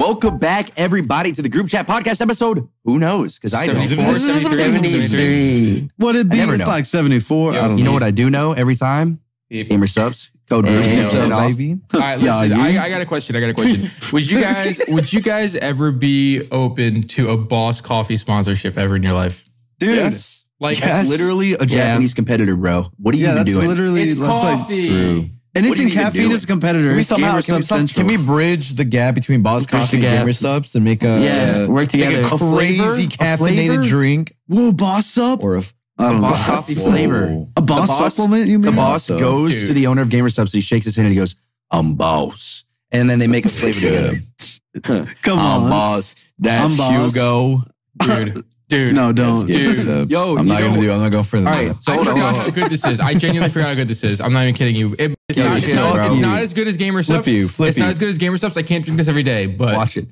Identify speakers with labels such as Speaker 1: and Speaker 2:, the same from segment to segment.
Speaker 1: Welcome back, everybody, to the group chat podcast episode. Who knows? Because I don't.
Speaker 2: 74. 73.
Speaker 3: What it be?
Speaker 1: never
Speaker 3: It's
Speaker 1: know.
Speaker 3: like 74.
Speaker 2: Yeah.
Speaker 3: I don't
Speaker 1: You know what I do know every time? Gamer subs, code
Speaker 3: Hey,
Speaker 1: Bruce,
Speaker 3: yo,
Speaker 1: just send off.
Speaker 3: baby.
Speaker 2: All right, listen.
Speaker 3: Yeah, you-
Speaker 2: I, I got a question. I got a question. Would you guys would you guys ever be open to a boss coffee sponsorship ever in your life?
Speaker 3: Dude.
Speaker 1: Yes.
Speaker 2: Like
Speaker 3: Yes.
Speaker 1: It's literally a Japanese competitor, bro. What are you
Speaker 3: Yeah,
Speaker 1: even
Speaker 3: that's
Speaker 1: doing?
Speaker 3: literally
Speaker 2: it's
Speaker 3: that's like-
Speaker 2: coffee.
Speaker 1: What are you
Speaker 3: anything
Speaker 1: even
Speaker 3: caffeine
Speaker 1: doing?
Speaker 3: is a competitor.
Speaker 4: Can we
Speaker 3: It's
Speaker 4: somehow
Speaker 3: Gamer
Speaker 4: can we,
Speaker 3: Sub
Speaker 4: some,
Speaker 3: Central.
Speaker 4: can we bridge the gap between
Speaker 5: Bridge
Speaker 4: Boss
Speaker 5: the
Speaker 4: Coffee and
Speaker 5: gap.
Speaker 4: Gamer Subs and make a,
Speaker 1: Uh,
Speaker 5: yeah, work
Speaker 4: like
Speaker 5: together.
Speaker 4: a crazy
Speaker 1: flavor?
Speaker 4: caffeinated drink
Speaker 3: Whoa, boss up?
Speaker 4: or a f-
Speaker 3: I don't know.
Speaker 1: Boss coffee
Speaker 4: Whoa.
Speaker 1: flavor.
Speaker 3: A boss,
Speaker 1: boss-
Speaker 3: supplement, you mean?
Speaker 1: The boss
Speaker 4: so-
Speaker 1: goes
Speaker 2: Dude.
Speaker 1: to the owner of Gamer Subs. He shakes his hand and he goes, "I'm boss." And then they make a flavor together.
Speaker 3: Come
Speaker 4: I'm
Speaker 3: on.
Speaker 4: boss. That's
Speaker 3: I'm boss.
Speaker 4: Hugo.
Speaker 2: dude. Dude.
Speaker 3: No, don't.
Speaker 2: Dude.
Speaker 4: Gamer Subs.
Speaker 1: Yo,
Speaker 4: I'm
Speaker 1: you
Speaker 4: not
Speaker 1: know-
Speaker 4: gonna do. I'm not going for the.
Speaker 1: All right, so
Speaker 2: I
Speaker 1: hold on,
Speaker 2: forgot
Speaker 1: hold
Speaker 2: how
Speaker 1: on.
Speaker 2: good this is. I genuinely forgot how good this is. I'm not even kidding you. It- it's
Speaker 1: Yeah,
Speaker 2: not,
Speaker 1: you
Speaker 2: it's,
Speaker 1: should,
Speaker 2: not,
Speaker 1: bro.
Speaker 2: it's not as good as Gamer Subs.
Speaker 4: Flip you, flip
Speaker 2: it's not
Speaker 4: you.
Speaker 2: as good as Gamer Subs. I can't drink this every day, but
Speaker 1: Watch it.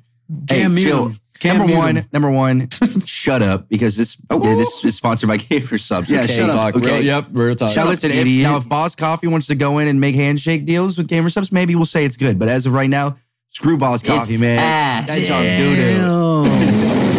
Speaker 1: Hey,
Speaker 3: Can't mute
Speaker 1: chill.
Speaker 3: him. Can't
Speaker 1: Number
Speaker 3: mute
Speaker 1: one,
Speaker 3: him.
Speaker 1: number one, shut up because this yeah, this is sponsored by Gamer Subs.
Speaker 3: Yeah,
Speaker 1: okay?
Speaker 3: shut up.
Speaker 4: Talk.
Speaker 1: Okay.
Speaker 4: Real, yep. Real talk.
Speaker 1: Now, listen, if,
Speaker 3: idiot.
Speaker 1: now if Boss Coffee wants to go in and make handshake deals with Gamer Subs, maybe we'll say it's good. But as of right now, screw Boss Coffee,
Speaker 5: It's
Speaker 1: man.
Speaker 5: ass.
Speaker 1: That's all doo-doo.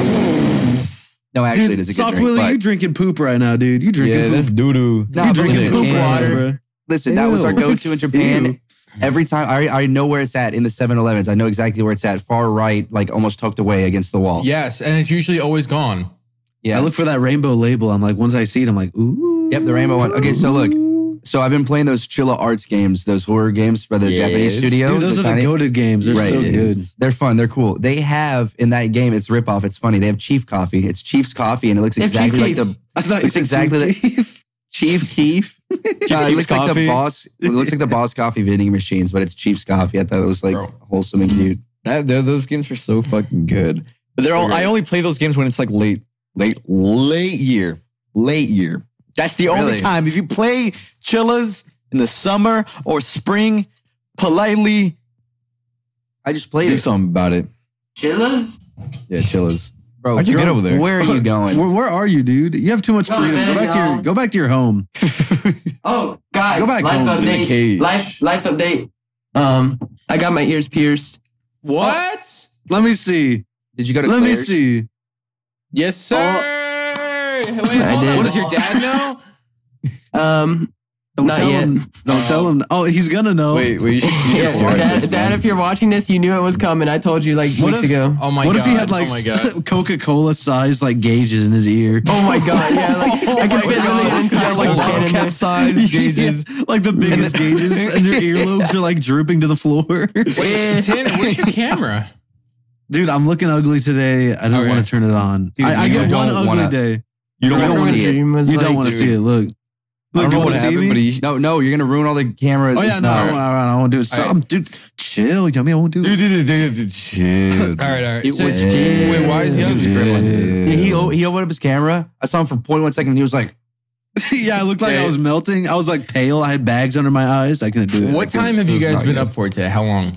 Speaker 1: No, actually,
Speaker 3: Dude,
Speaker 1: it is a good
Speaker 3: Soft
Speaker 1: drink.
Speaker 3: Willie,
Speaker 1: but-
Speaker 3: you drinking poop right now, dude. You drinking
Speaker 4: Yeah,
Speaker 3: poop.
Speaker 4: that's doo doo.
Speaker 1: Nah,
Speaker 3: you
Speaker 1: but
Speaker 3: drinking
Speaker 1: listen,
Speaker 3: poop
Speaker 1: and-
Speaker 3: water, bro.
Speaker 1: Listen, that was our
Speaker 3: Ew.
Speaker 1: go-to in Japan.
Speaker 3: Ew.
Speaker 1: Every time, I, I know where it's at in the 7-Elevens. I know exactly where it's at, far right, like almost tucked away against the wall.
Speaker 2: yes, and it's usually always gone.
Speaker 1: yeah.
Speaker 3: I look for that rainbow label. I'm like, once I see it, I'm like, ooh.
Speaker 1: Yep, the rainbow one. Okay, so look, so I've been playing those Chilla Arts games, those horror games by the
Speaker 4: Yes.
Speaker 1: Japanese studio.
Speaker 3: Dude, those
Speaker 1: the
Speaker 3: are the
Speaker 1: tiny-
Speaker 3: goaded games. They're
Speaker 1: Right,
Speaker 3: so
Speaker 1: it
Speaker 3: good.
Speaker 1: They're fun. They're cool. They have in that game. It's rip off. It's funny. They have Chief Coffee. It's Chief's coffee, and it looks
Speaker 5: They have Chief
Speaker 1: exactly like the
Speaker 3: I thought
Speaker 1: It's exactly
Speaker 3: that.
Speaker 1: Chief Keef. Uh, it
Speaker 4: Keef's
Speaker 1: looks like the
Speaker 4: coffee.
Speaker 1: boss. It looks like the boss coffee vending machines, but it's Chief's coffee. I thought it was like
Speaker 2: Bro.
Speaker 1: wholesome and cute.
Speaker 4: That they're- those games are so fucking good. But they're all.
Speaker 1: They're
Speaker 4: I only play those games when it's like late, late, late year, late year. That's the
Speaker 1: Really?
Speaker 4: only time. If you play chillas in the summer or spring, politely
Speaker 1: I just played
Speaker 4: do
Speaker 1: it,
Speaker 4: something about it.
Speaker 5: Chillas?
Speaker 4: Yeah, chillas.
Speaker 1: bro.
Speaker 4: How'd you get over there?
Speaker 1: Where are you going?
Speaker 3: Where, where are you, dude? You have too much
Speaker 5: Come on,
Speaker 3: freedom. Go
Speaker 5: man,
Speaker 3: back to your
Speaker 5: y'all.
Speaker 3: go back to your home.
Speaker 5: Oh, guys.
Speaker 3: Go back
Speaker 5: life
Speaker 3: home to
Speaker 4: the
Speaker 5: update.
Speaker 4: cage.
Speaker 5: Life, life update. Um, I got my ears pierced.
Speaker 2: What?
Speaker 3: Let me see.
Speaker 1: Did you go to?
Speaker 3: Let me
Speaker 1: Claire's?
Speaker 3: see.
Speaker 2: Yes, sir. Wait, hold
Speaker 5: did.
Speaker 2: on. What does your dad know?
Speaker 5: Um,
Speaker 3: Don't
Speaker 5: not
Speaker 3: tell
Speaker 5: yet.
Speaker 3: him. Don't tell him. Oh, he's gonna know.
Speaker 4: Wait, wait. You should,
Speaker 5: Yeah,
Speaker 4: you should start
Speaker 5: dad,
Speaker 4: this,
Speaker 5: dad,
Speaker 4: man.
Speaker 5: if you're watching this, you knew it was coming. I told you like
Speaker 3: What
Speaker 5: weeks
Speaker 3: if-
Speaker 5: ago.
Speaker 2: Oh my
Speaker 3: what
Speaker 2: god.
Speaker 3: if he had like
Speaker 2: Oh my god.
Speaker 3: Coca Cola sized like gauges in his ear?
Speaker 5: Oh my god! Yeah, like
Speaker 3: Oh
Speaker 5: I can fit
Speaker 4: God.
Speaker 5: an entire
Speaker 4: Yeah,
Speaker 5: Coke
Speaker 4: like
Speaker 5: can in
Speaker 4: bottle
Speaker 5: there.
Speaker 4: cap size gauges.
Speaker 3: Yeah, like the biggest gauges, and their earlobes are like drooping to the floor.
Speaker 2: Wait, Tanner, where's your camera?
Speaker 3: Dude, I'm looking ugly today. I don't
Speaker 2: Okay.
Speaker 3: want to turn it on.
Speaker 1: Dude,
Speaker 3: I, I
Speaker 1: you
Speaker 3: get one
Speaker 1: don't
Speaker 3: ugly
Speaker 1: wanna-
Speaker 3: day.
Speaker 4: You
Speaker 1: don't
Speaker 4: don't
Speaker 3: I
Speaker 1: wanna
Speaker 4: want
Speaker 1: see
Speaker 4: to.
Speaker 1: it.
Speaker 3: You don't want to see it. Look,
Speaker 4: I
Speaker 3: look. do
Speaker 4: don't
Speaker 3: you
Speaker 4: know what
Speaker 3: wanna see
Speaker 4: happened,
Speaker 3: me?
Speaker 4: but he.
Speaker 1: No, no, you're gonna ruin all the cameras.
Speaker 3: Oh yeah,
Speaker 1: It's
Speaker 3: no, I
Speaker 1: not-
Speaker 3: won't, I won't- I won't do it. Stop,
Speaker 2: All
Speaker 3: dude. Chill, yummy. I won't do it.
Speaker 4: Dude, dude, dude, dude, shit.
Speaker 2: All right, all right.
Speaker 1: It
Speaker 2: so,
Speaker 1: was
Speaker 2: wait, why is he
Speaker 3: Jim.
Speaker 2: ugly?
Speaker 1: Yeah, he o- he opened up his camera. I saw him for 0.1 seconds. And he was like,
Speaker 3: yeah, I looked like
Speaker 2: Yeah.
Speaker 3: I was melting. I was like pale. I had bags under my eyes. I couldn't do
Speaker 2: What
Speaker 3: it. I couldn't-
Speaker 2: time have
Speaker 3: it
Speaker 2: you
Speaker 3: was
Speaker 2: guys
Speaker 3: not
Speaker 2: been
Speaker 3: good.
Speaker 2: up for today? How long?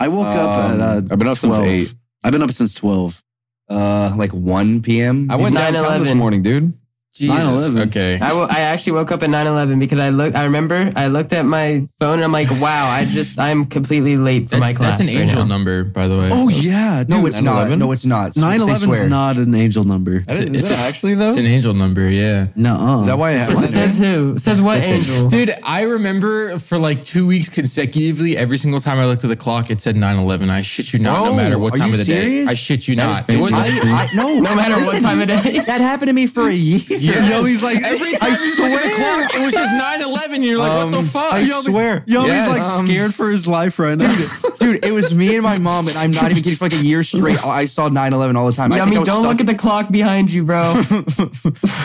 Speaker 3: I woke up at. Uh,
Speaker 4: Um, I've been up since
Speaker 3: 12.
Speaker 4: eight.
Speaker 3: I've been up since twelve.
Speaker 1: uh, like 1 p.m.
Speaker 4: I went
Speaker 5: 9/11.
Speaker 4: downtown this morning, dude.
Speaker 2: Jesus.
Speaker 3: 9/11.
Speaker 2: Okay.
Speaker 5: I wo- I actually woke up at 9-11 because I look. I remember I looked at my phone and I'm like, wow, I just I'm completely late for my
Speaker 2: That's,
Speaker 5: class.
Speaker 2: that's an
Speaker 5: right
Speaker 2: angel
Speaker 5: now.
Speaker 2: number, by the way.
Speaker 3: Oh yeah,
Speaker 1: no,
Speaker 3: dude.
Speaker 1: it's not.
Speaker 4: 9/11?
Speaker 1: No, it's not. They
Speaker 3: 9/11
Speaker 1: swear.
Speaker 3: is not an angel number.
Speaker 4: That is,
Speaker 2: It's-
Speaker 4: is that
Speaker 2: it's-
Speaker 4: actually though?
Speaker 2: It's an angel number, yeah.
Speaker 3: No,
Speaker 4: Is that why it
Speaker 5: Says,
Speaker 4: happened?
Speaker 5: says who? Says what angel?
Speaker 2: Dude, I remember for like two weeks consecutively, every single time I looked at the clock, it said 9 11. I shit you not, no
Speaker 1: Bro,
Speaker 2: matter what
Speaker 1: are
Speaker 2: time
Speaker 1: you
Speaker 2: of the
Speaker 1: serious?
Speaker 2: day. I shit you
Speaker 5: That is
Speaker 2: not. It was
Speaker 5: crazy.
Speaker 1: I, I, no,
Speaker 5: No matter what
Speaker 1: listen,
Speaker 5: time of day.
Speaker 1: That happened to me for a year.
Speaker 2: Yeah.
Speaker 3: Yo, he's like every
Speaker 2: I swear. the clock, it was just 9 11. And you're like, what the fuck?
Speaker 1: I swear.
Speaker 3: Yo,
Speaker 2: Yes.
Speaker 3: he's like
Speaker 1: Um,
Speaker 3: scared for his life right now.
Speaker 1: Dude, it was me and my mom, and I'm not even kidding. For like a year straight, I saw 9 11 all the time. I
Speaker 5: Yummy,
Speaker 1: think I
Speaker 5: don't
Speaker 1: was stuck.
Speaker 5: look at the clock behind you, bro.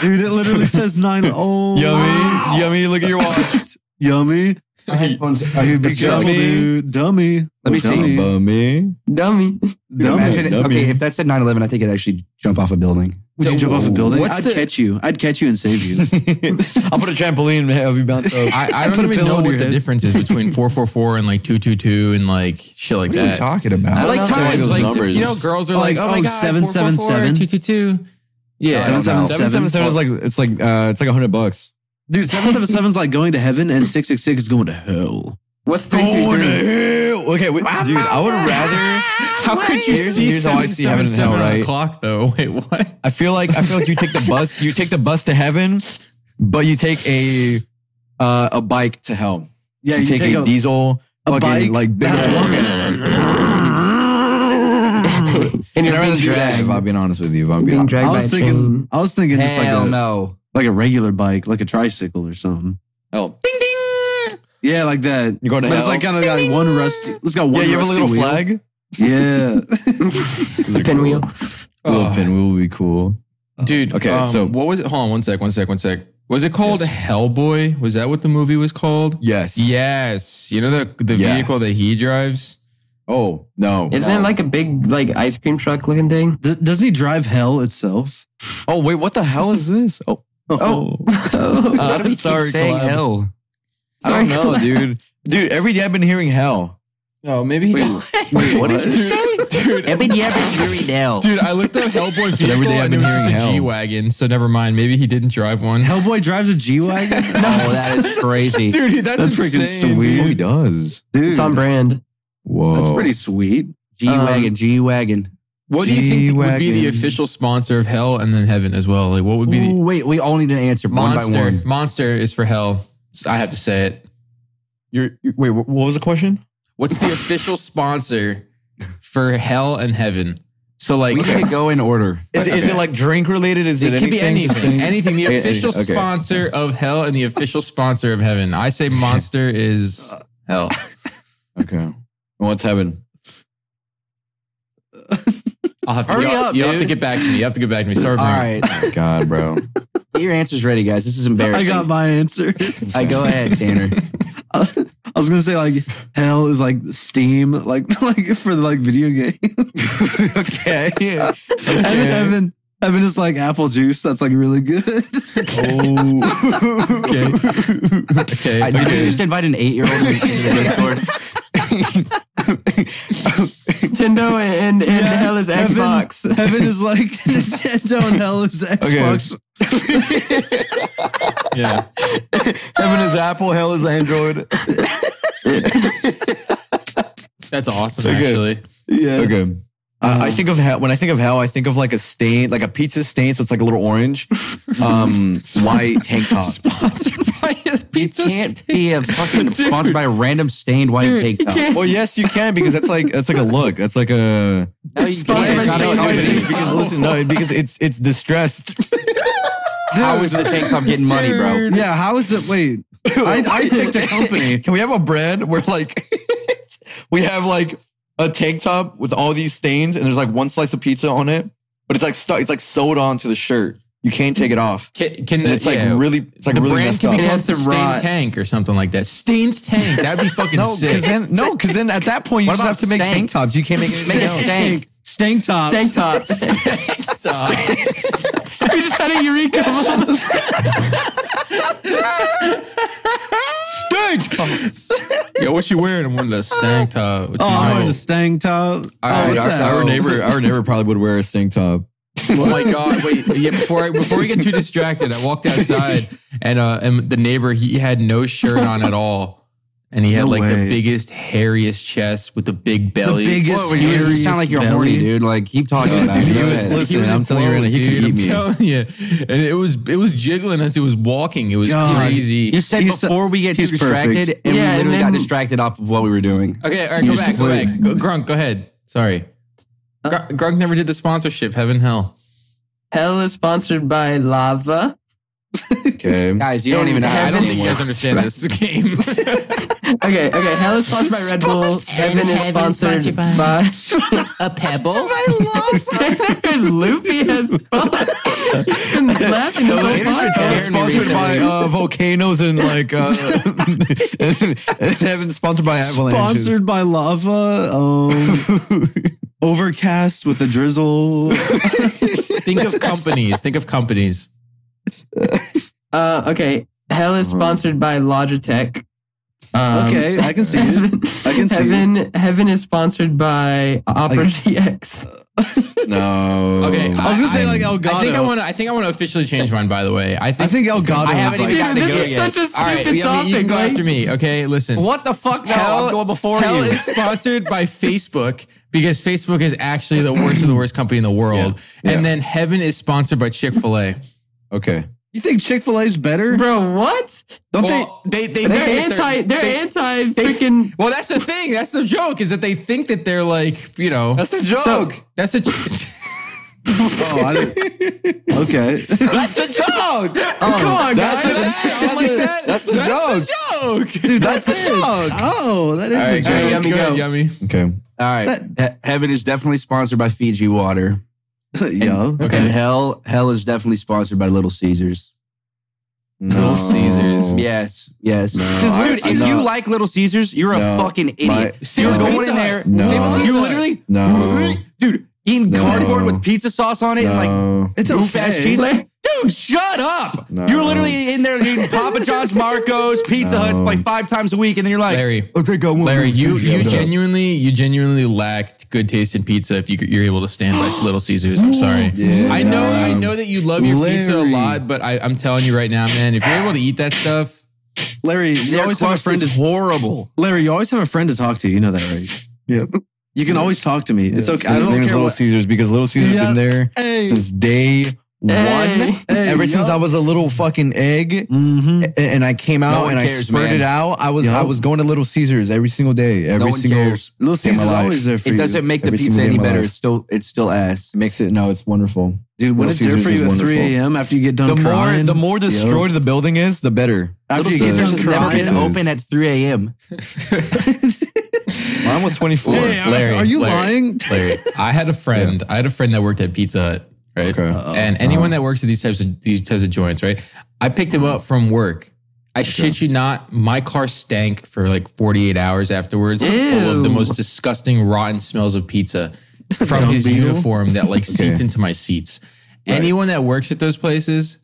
Speaker 3: Dude, it literally says nine. Oh,
Speaker 4: Yummy, yummy. Look at your watch.
Speaker 3: yummy.
Speaker 1: my headphones.
Speaker 3: Dude, be careful,
Speaker 4: dummy.
Speaker 3: dude. Dummy.
Speaker 1: Let me
Speaker 3: Dummy.
Speaker 1: see.
Speaker 4: Bummy.
Speaker 5: Dummy.
Speaker 1: Dude,
Speaker 3: Dummy.
Speaker 1: imagine,
Speaker 4: Dummy.
Speaker 1: okay, if that said 9 11, I think I'd actually jump off a building.
Speaker 3: Would you jump off a building?
Speaker 2: What's
Speaker 3: I'd
Speaker 2: the-
Speaker 3: catch you. I'd catch you and save you.
Speaker 4: I'll put a trampoline and have you bounce up.
Speaker 2: I, I
Speaker 3: Put
Speaker 2: don't
Speaker 3: a
Speaker 2: even
Speaker 3: pillow
Speaker 2: know
Speaker 3: on
Speaker 2: what
Speaker 3: your
Speaker 2: the
Speaker 3: head.
Speaker 2: difference is between 444 and like 222 and like shit like
Speaker 1: What are you
Speaker 2: that.
Speaker 1: talking
Speaker 5: I
Speaker 1: about?
Speaker 5: don't
Speaker 2: like
Speaker 5: know.
Speaker 2: times,
Speaker 4: Those
Speaker 2: like
Speaker 4: numbers.
Speaker 2: you know, girls are
Speaker 3: Oh,
Speaker 2: like,
Speaker 3: like,
Speaker 2: oh my
Speaker 3: oh,
Speaker 2: god,
Speaker 3: 777.
Speaker 2: 444, 222. Yeah,
Speaker 1: I don't know.
Speaker 4: Seven seven seven is like it's like uh it's like a hundred bucks.
Speaker 3: Dude, 777 is like going to heaven and 666 is going to hell.
Speaker 5: What's three three three?
Speaker 4: hell. okay, wait, dude, I would rather.
Speaker 2: How could you
Speaker 4: Here-
Speaker 2: see
Speaker 4: here's how I see heaven
Speaker 2: seven, seven on
Speaker 4: and hell, right?
Speaker 2: the clock though? Wait, what?
Speaker 4: I feel like I feel like you take the bus. You take the bus to heaven, but you take a uh, a bike to hell.
Speaker 3: Yeah,
Speaker 4: You, take, a, diesel,
Speaker 3: a
Speaker 4: fucking
Speaker 3: bike?
Speaker 4: like big ass
Speaker 5: and
Speaker 4: And
Speaker 5: you're
Speaker 4: I'd
Speaker 5: being
Speaker 4: rather do that
Speaker 5: dragged.
Speaker 4: if I'm being honest with you. If I'm being
Speaker 5: being
Speaker 4: honest.
Speaker 5: dragged
Speaker 3: I
Speaker 5: by
Speaker 3: was
Speaker 5: a
Speaker 3: thinking.
Speaker 5: chain.
Speaker 3: I was thinking just like
Speaker 1: Hell
Speaker 3: a,
Speaker 1: no.
Speaker 3: like a regular bike, like a tricycle or something.
Speaker 4: Oh,
Speaker 3: Yeah, like that.
Speaker 4: you going to
Speaker 3: But
Speaker 4: hell?
Speaker 3: it's like kind of got one rusty. It's got one.
Speaker 4: yeah, you have a
Speaker 3: rusty
Speaker 4: little
Speaker 3: wheel.
Speaker 4: flag.
Speaker 3: Yeah.
Speaker 5: The pinwheel.
Speaker 4: Little
Speaker 2: Oh.
Speaker 4: pinwheel would be cool.
Speaker 2: Dude,
Speaker 4: Okay,
Speaker 2: okay,
Speaker 4: so-
Speaker 2: so what was it? Hold on one sec, one sec, one sec. Was it called
Speaker 4: Yes.
Speaker 2: Hellboy? Was that what the movie was called?
Speaker 4: Yes.
Speaker 2: Yes. You know the the
Speaker 4: Yes.
Speaker 2: vehicle that he drives?
Speaker 4: Oh no.
Speaker 5: Isn't it like a big like ice cream truck looking thing?
Speaker 3: D- doesn't he drive hell itself?
Speaker 4: Oh wait, what the hell is this? Oh.
Speaker 5: Oh.
Speaker 4: Uh, sorry,
Speaker 1: Saying
Speaker 4: Collab.
Speaker 1: hell.
Speaker 4: I
Speaker 5: Sorry,
Speaker 4: don't know,
Speaker 5: Collab.
Speaker 4: dude. Dude, every day I've been hearing hell.
Speaker 2: No, maybe he
Speaker 4: Wait, what did you
Speaker 2: Dude,
Speaker 1: Every day I've been hearing hell.
Speaker 2: dude, I looked up Hellboy vehicle
Speaker 4: every day I've
Speaker 2: and it
Speaker 4: been
Speaker 2: was just
Speaker 4: hearing
Speaker 2: a
Speaker 4: hell.
Speaker 2: G wagon. So never mind. Maybe he didn't drive one.
Speaker 3: Hellboy drives a G wagon.
Speaker 1: Oh, that is crazy.
Speaker 2: Dude, that's,
Speaker 3: That's freaking
Speaker 2: insane.
Speaker 3: sweet.
Speaker 4: Oh, he does.
Speaker 3: Dude,
Speaker 5: It's on brand.
Speaker 4: Whoa.
Speaker 3: that's pretty sweet.
Speaker 1: G wagon,
Speaker 4: um,
Speaker 1: G wagon.
Speaker 2: What do you think would be the
Speaker 4: G-Wagon.
Speaker 2: official sponsor of Hell and then Heaven as well? Like, what would be the
Speaker 1: Ooh, wait, we all need an answer
Speaker 2: monster?
Speaker 1: one by one.
Speaker 2: Monster is for Hell. I have to say it.
Speaker 4: You're, you wait, what was the question?
Speaker 2: What's the official sponsor for Hell and Heaven? So, like,
Speaker 1: We need to go in order.
Speaker 4: Is, is it like drink related? Is it,
Speaker 2: it could be
Speaker 4: anything? Just
Speaker 2: anything. Anything. The
Speaker 4: Okay,
Speaker 2: official
Speaker 4: okay.
Speaker 2: sponsor of Hell and the official sponsor of Heaven. I say Monster is
Speaker 4: Uh,
Speaker 2: Hell.
Speaker 4: Okay. And what's heaven?
Speaker 2: I'll have to,
Speaker 1: Hurry
Speaker 2: you,
Speaker 1: up,
Speaker 2: you have to
Speaker 1: dude.
Speaker 2: get back to me. You have to get back to me. Start
Speaker 1: All
Speaker 2: bringing-
Speaker 1: right.
Speaker 4: Oh God, bro.
Speaker 1: Get your answer's ready, guys. This is
Speaker 3: I
Speaker 1: embarrassing.
Speaker 3: got my answer.
Speaker 1: All right, go ahead, Tanner.
Speaker 3: I was gonna say like hell is like steam, like like for the like video game.
Speaker 4: okay.
Speaker 3: And then Evan, Evan is like apple juice. That's like really good.
Speaker 4: Oh.
Speaker 2: Okay. Okay.
Speaker 1: I, did we just invite an eight-year-old into the Discord?
Speaker 5: Nintendo and, and
Speaker 3: Yeah,
Speaker 5: hell is
Speaker 3: Evan-
Speaker 5: Xbox.
Speaker 3: Evan is like Nintendo and hell is Xbox.
Speaker 2: yeah.
Speaker 4: Heaven is Apple, hell is Android.
Speaker 2: That's awesome,
Speaker 4: Okay.
Speaker 2: actually.
Speaker 3: Yeah.
Speaker 4: Okay.
Speaker 2: Um,
Speaker 4: I I think of hell, when I think of hell, I think of like a stain, like a pizza stain, so it's like a little orange, um, white tank top.
Speaker 2: Sponsored by his pizza.
Speaker 1: You can't be a fucking sponsored by a random stained white
Speaker 2: Dude,
Speaker 1: tank
Speaker 2: you
Speaker 1: top.
Speaker 2: can't-
Speaker 4: Well, yes, you can because that's like that's like a look. That's like a
Speaker 1: No, you
Speaker 5: Sponsored
Speaker 1: can't. It's
Speaker 5: by
Speaker 1: not a
Speaker 5: stained white
Speaker 1: company.
Speaker 5: tank
Speaker 4: because listen, no, because it's it's distressed.
Speaker 1: How is the tank top getting money, bro?
Speaker 3: Yeah. How is it? Wait. I, I picked a company.
Speaker 4: Can we have a brand where like we have like a tank top with all these stains and there's like one slice of pizza on it, but it's like stuck. It's like sewed onto the shirt. You can't take it off.
Speaker 2: Can, can
Speaker 4: And it's like
Speaker 2: yeah.
Speaker 4: really, it's like
Speaker 2: the
Speaker 4: really
Speaker 2: brand
Speaker 4: messed
Speaker 2: could
Speaker 4: up.
Speaker 2: be
Speaker 5: It
Speaker 2: called
Speaker 5: has to
Speaker 2: Stained
Speaker 5: rot.
Speaker 2: Tank or something like that. Stained Tank. That'd be fucking
Speaker 3: Oh,
Speaker 4: No,
Speaker 2: sick.
Speaker 4: because then no, because then at that point you
Speaker 1: What
Speaker 4: just
Speaker 1: about
Speaker 4: have to make
Speaker 1: stank?
Speaker 4: tank tops. You can't make anything
Speaker 1: Make it
Speaker 4: else.
Speaker 1: stank.
Speaker 3: Stank tops.
Speaker 5: Tank tops.
Speaker 2: uh,
Speaker 5: we just had a eureka moment.
Speaker 4: Stank tops.
Speaker 2: Yo, what you wearing? I'm wearing the stank top. What you
Speaker 3: Oh, I'm
Speaker 2: know?
Speaker 3: wearing a stank top.
Speaker 2: All
Speaker 3: oh,
Speaker 2: right,
Speaker 3: what's
Speaker 2: our-
Speaker 3: that?
Speaker 4: our neighbor, our neighbor probably would wear a stank top.
Speaker 2: Oh my god! Wait, yeah, before I, before we get too distracted, I walked outside and uh, and the neighbor he had no shirt on at all, and he had
Speaker 3: No
Speaker 2: like
Speaker 3: way.
Speaker 2: the biggest hairiest chest with the big
Speaker 3: the
Speaker 2: belly.
Speaker 3: biggest.
Speaker 1: Whoa, you, you sound like you're
Speaker 3: hairiest
Speaker 1: horny,
Speaker 3: belly.
Speaker 1: dude. Like, keep talking about it.
Speaker 4: Dude, he
Speaker 1: Go
Speaker 4: was-
Speaker 1: ahead.
Speaker 4: listen,
Speaker 2: a
Speaker 4: I'm telling you right now, he could
Speaker 2: dude,
Speaker 4: eat me.
Speaker 2: I'm telling you, and it was it was jiggling as he was walking. It was
Speaker 3: God.
Speaker 2: crazy.
Speaker 1: You said
Speaker 3: He's-
Speaker 1: before we get too
Speaker 3: he's
Speaker 1: distracted,
Speaker 3: perfect.
Speaker 1: and
Speaker 5: Yeah,
Speaker 1: we
Speaker 5: and
Speaker 1: literally got
Speaker 5: then-
Speaker 1: distracted off of what we were doing.
Speaker 2: Okay, all right, go
Speaker 1: just
Speaker 2: back, go
Speaker 1: quit.
Speaker 2: back. Go, Grunk, go ahead. Sorry.
Speaker 4: Uh,
Speaker 2: Gr- Grunk never did the sponsorship. Heaven, hell.
Speaker 5: Hell is sponsored by Lava.
Speaker 4: Okay.
Speaker 1: Guys, you don't
Speaker 5: And
Speaker 1: even know
Speaker 5: I
Speaker 1: how
Speaker 2: I
Speaker 1: to
Speaker 2: don't
Speaker 5: Heaven
Speaker 2: think you guys
Speaker 1: anymore.
Speaker 2: understand this game.
Speaker 5: Okay, okay. Hell is sponsored by Red Bull. Heaven is
Speaker 6: Heaven
Speaker 5: sponsored
Speaker 6: sponsored by-
Speaker 5: by.
Speaker 6: a pebble.
Speaker 5: Tanner's loopy as fuck. He's been laughing this whole
Speaker 1: Tanner's retired.
Speaker 5: podcast.
Speaker 4: Heaven's sponsored by uh, volcanoes and like uh, and, and heaven's sponsored by avalanches.
Speaker 3: Sponsored by lava. Um, overcast with a drizzle.
Speaker 2: think of companies. Think of companies.
Speaker 3: Uh-huh.
Speaker 5: Uh, okay. Hell is sponsored by Logitech. Um,
Speaker 3: Okay, I can see it.
Speaker 5: Heaven,
Speaker 3: I can see it.
Speaker 5: Heaven, Heaven is sponsored by Opera GX.
Speaker 4: No.
Speaker 2: Okay,
Speaker 3: I was gonna say like Elgato.
Speaker 2: I think I want to. I think I want to officially change mine. By the way, I
Speaker 3: I
Speaker 2: think.
Speaker 3: think Elgato.
Speaker 2: I
Speaker 3: is
Speaker 2: haven't
Speaker 3: like,
Speaker 2: even gotten
Speaker 5: Dude,
Speaker 2: to
Speaker 5: this
Speaker 2: go
Speaker 5: is
Speaker 2: yet.
Speaker 5: such a
Speaker 2: All right,
Speaker 5: stupid
Speaker 2: yeah, I mean, you
Speaker 5: topic,
Speaker 2: can go
Speaker 5: like-
Speaker 2: after me. Okay, listen.
Speaker 6: What the fuck? No,
Speaker 2: Hell-
Speaker 6: I'm going before
Speaker 2: Hell
Speaker 6: you.
Speaker 2: is sponsored by Facebook because Facebook is actually the worst of the worst company in the world.
Speaker 4: Yeah.
Speaker 2: And then Heaven is sponsored by Chick Fil A.
Speaker 4: Okay.
Speaker 3: You think Chick Fil A's better?
Speaker 5: Bro, what?
Speaker 3: Don't
Speaker 2: they they
Speaker 5: They're anti. They're anti freaking.
Speaker 2: Well, that's the thing. That's the joke is that they think that they're like you know
Speaker 4: That's the joke.
Speaker 2: that's a
Speaker 3: they? Oh, I didn't. Okay.
Speaker 4: that's the joke.
Speaker 3: Oh,
Speaker 5: Come on,
Speaker 4: that's
Speaker 5: guys.
Speaker 4: the- that's-
Speaker 2: Oh
Speaker 4: that's the- that's the
Speaker 2: joke.
Speaker 3: Dude,
Speaker 4: That's
Speaker 3: it.
Speaker 4: it.
Speaker 3: Oh, that is
Speaker 4: All
Speaker 3: a
Speaker 4: right,
Speaker 3: joke.
Speaker 5: Hey, yummy
Speaker 2: Go ahead,
Speaker 5: go.
Speaker 2: yummy.
Speaker 4: Okay.
Speaker 1: All right. He- heaven is definitely sponsored by Fiji Water.
Speaker 3: Yo.
Speaker 2: Okay.
Speaker 1: And hell, hell is definitely sponsored by Little Caesars.
Speaker 2: Little Caesars.
Speaker 1: Yes, yes.
Speaker 4: Dude, I-
Speaker 1: Dude,
Speaker 4: I'm
Speaker 1: if you
Speaker 4: not-
Speaker 1: like Little Caesars, you're
Speaker 4: No,
Speaker 1: a fucking idiot.
Speaker 4: my-
Speaker 1: you're
Speaker 4: no.
Speaker 1: going
Speaker 2: Pizza
Speaker 1: in there.
Speaker 4: No.
Speaker 1: Same-
Speaker 4: Pizza
Speaker 1: you
Speaker 2: Hut.
Speaker 1: literally,
Speaker 4: No.
Speaker 1: dude, eating
Speaker 4: No.
Speaker 1: cardboard with pizza sauce on it and like
Speaker 4: no.
Speaker 3: It's
Speaker 1: goof ass
Speaker 3: okay.
Speaker 1: cheese. Dude, shut up!
Speaker 4: No.
Speaker 1: You're literally in there eating Papa John's, Marco's, Pizza Hut
Speaker 4: No.
Speaker 1: like five times a week, and then you're like,
Speaker 2: Larry,
Speaker 1: "Oh, they got one
Speaker 2: Larry,
Speaker 1: little
Speaker 2: you
Speaker 1: Caesar."
Speaker 2: you genuinely you genuinely lacked good taste in pizza if you could- you're able to stand by Little Caesars. I'm sorry.
Speaker 4: Yeah.
Speaker 2: I know I know that you love your pizza a
Speaker 3: Larry.
Speaker 2: lot, but I, I'm telling you right now, man, if you're able to eat that stuff,
Speaker 3: Larry, you
Speaker 1: Their
Speaker 3: always have a
Speaker 1: crust
Speaker 3: friend.
Speaker 1: is
Speaker 3: To,
Speaker 1: horrible.
Speaker 3: Larry, you always have a friend to talk to. You know that, right?
Speaker 4: Yep.
Speaker 3: You can always talk to me. It's okay. I
Speaker 4: His
Speaker 3: don't
Speaker 4: name is
Speaker 3: care.
Speaker 4: Little
Speaker 3: What,
Speaker 4: Caesars because Little Caesars has
Speaker 3: Yeah.
Speaker 4: been there
Speaker 3: hey,
Speaker 4: since day
Speaker 5: Hey.
Speaker 4: one.
Speaker 3: Hey,
Speaker 4: Ever since
Speaker 3: yo.
Speaker 4: I was a little fucking egg,
Speaker 3: hmm
Speaker 4: a- and I came
Speaker 1: No
Speaker 4: out
Speaker 1: one
Speaker 4: and I
Speaker 1: cares,
Speaker 4: spurted
Speaker 1: man.
Speaker 4: out, I was
Speaker 3: Yo.
Speaker 4: I was going to Little Caesars every single day. Every
Speaker 1: no one
Speaker 4: single
Speaker 1: cares.
Speaker 3: Little
Speaker 4: in my
Speaker 3: Caesar's
Speaker 4: life.
Speaker 3: always there for
Speaker 1: It
Speaker 3: you.
Speaker 1: doesn't make the
Speaker 4: Every
Speaker 1: pizza
Speaker 4: single day
Speaker 1: any
Speaker 4: of my
Speaker 1: better.
Speaker 4: life.
Speaker 1: It's still it's still ass.
Speaker 4: makes it no, it's wonderful.
Speaker 3: dude. When
Speaker 4: Little
Speaker 3: it's there for
Speaker 4: Caesars
Speaker 3: you
Speaker 4: is
Speaker 3: at three
Speaker 4: wonderful.
Speaker 3: a.m. after you get done
Speaker 4: The more
Speaker 3: crying,
Speaker 4: the more destroyed the building is, the better.
Speaker 3: after
Speaker 1: Little
Speaker 3: you get
Speaker 1: Caesars
Speaker 3: done
Speaker 1: has never
Speaker 3: crying,
Speaker 1: been
Speaker 4: Caesars.
Speaker 1: open at 3 a.m.
Speaker 4: Mine was 24.
Speaker 3: Hey, are,
Speaker 2: Larry,
Speaker 3: are you
Speaker 2: Larry.
Speaker 3: lying?
Speaker 2: Larry, I had a friend. I had a friend that worked at Pizza Hut, right?
Speaker 4: Okay. Uh-huh.
Speaker 2: and anyone that works at these types of these types of joints, right? I picked him up from work. I shit you not, my car stank for like 48 hours afterwards, full of the
Speaker 5: Ew.
Speaker 2: most disgusting, rotten smells of pizza from his uniform that like seeped into my seats. Anyone that works at those places,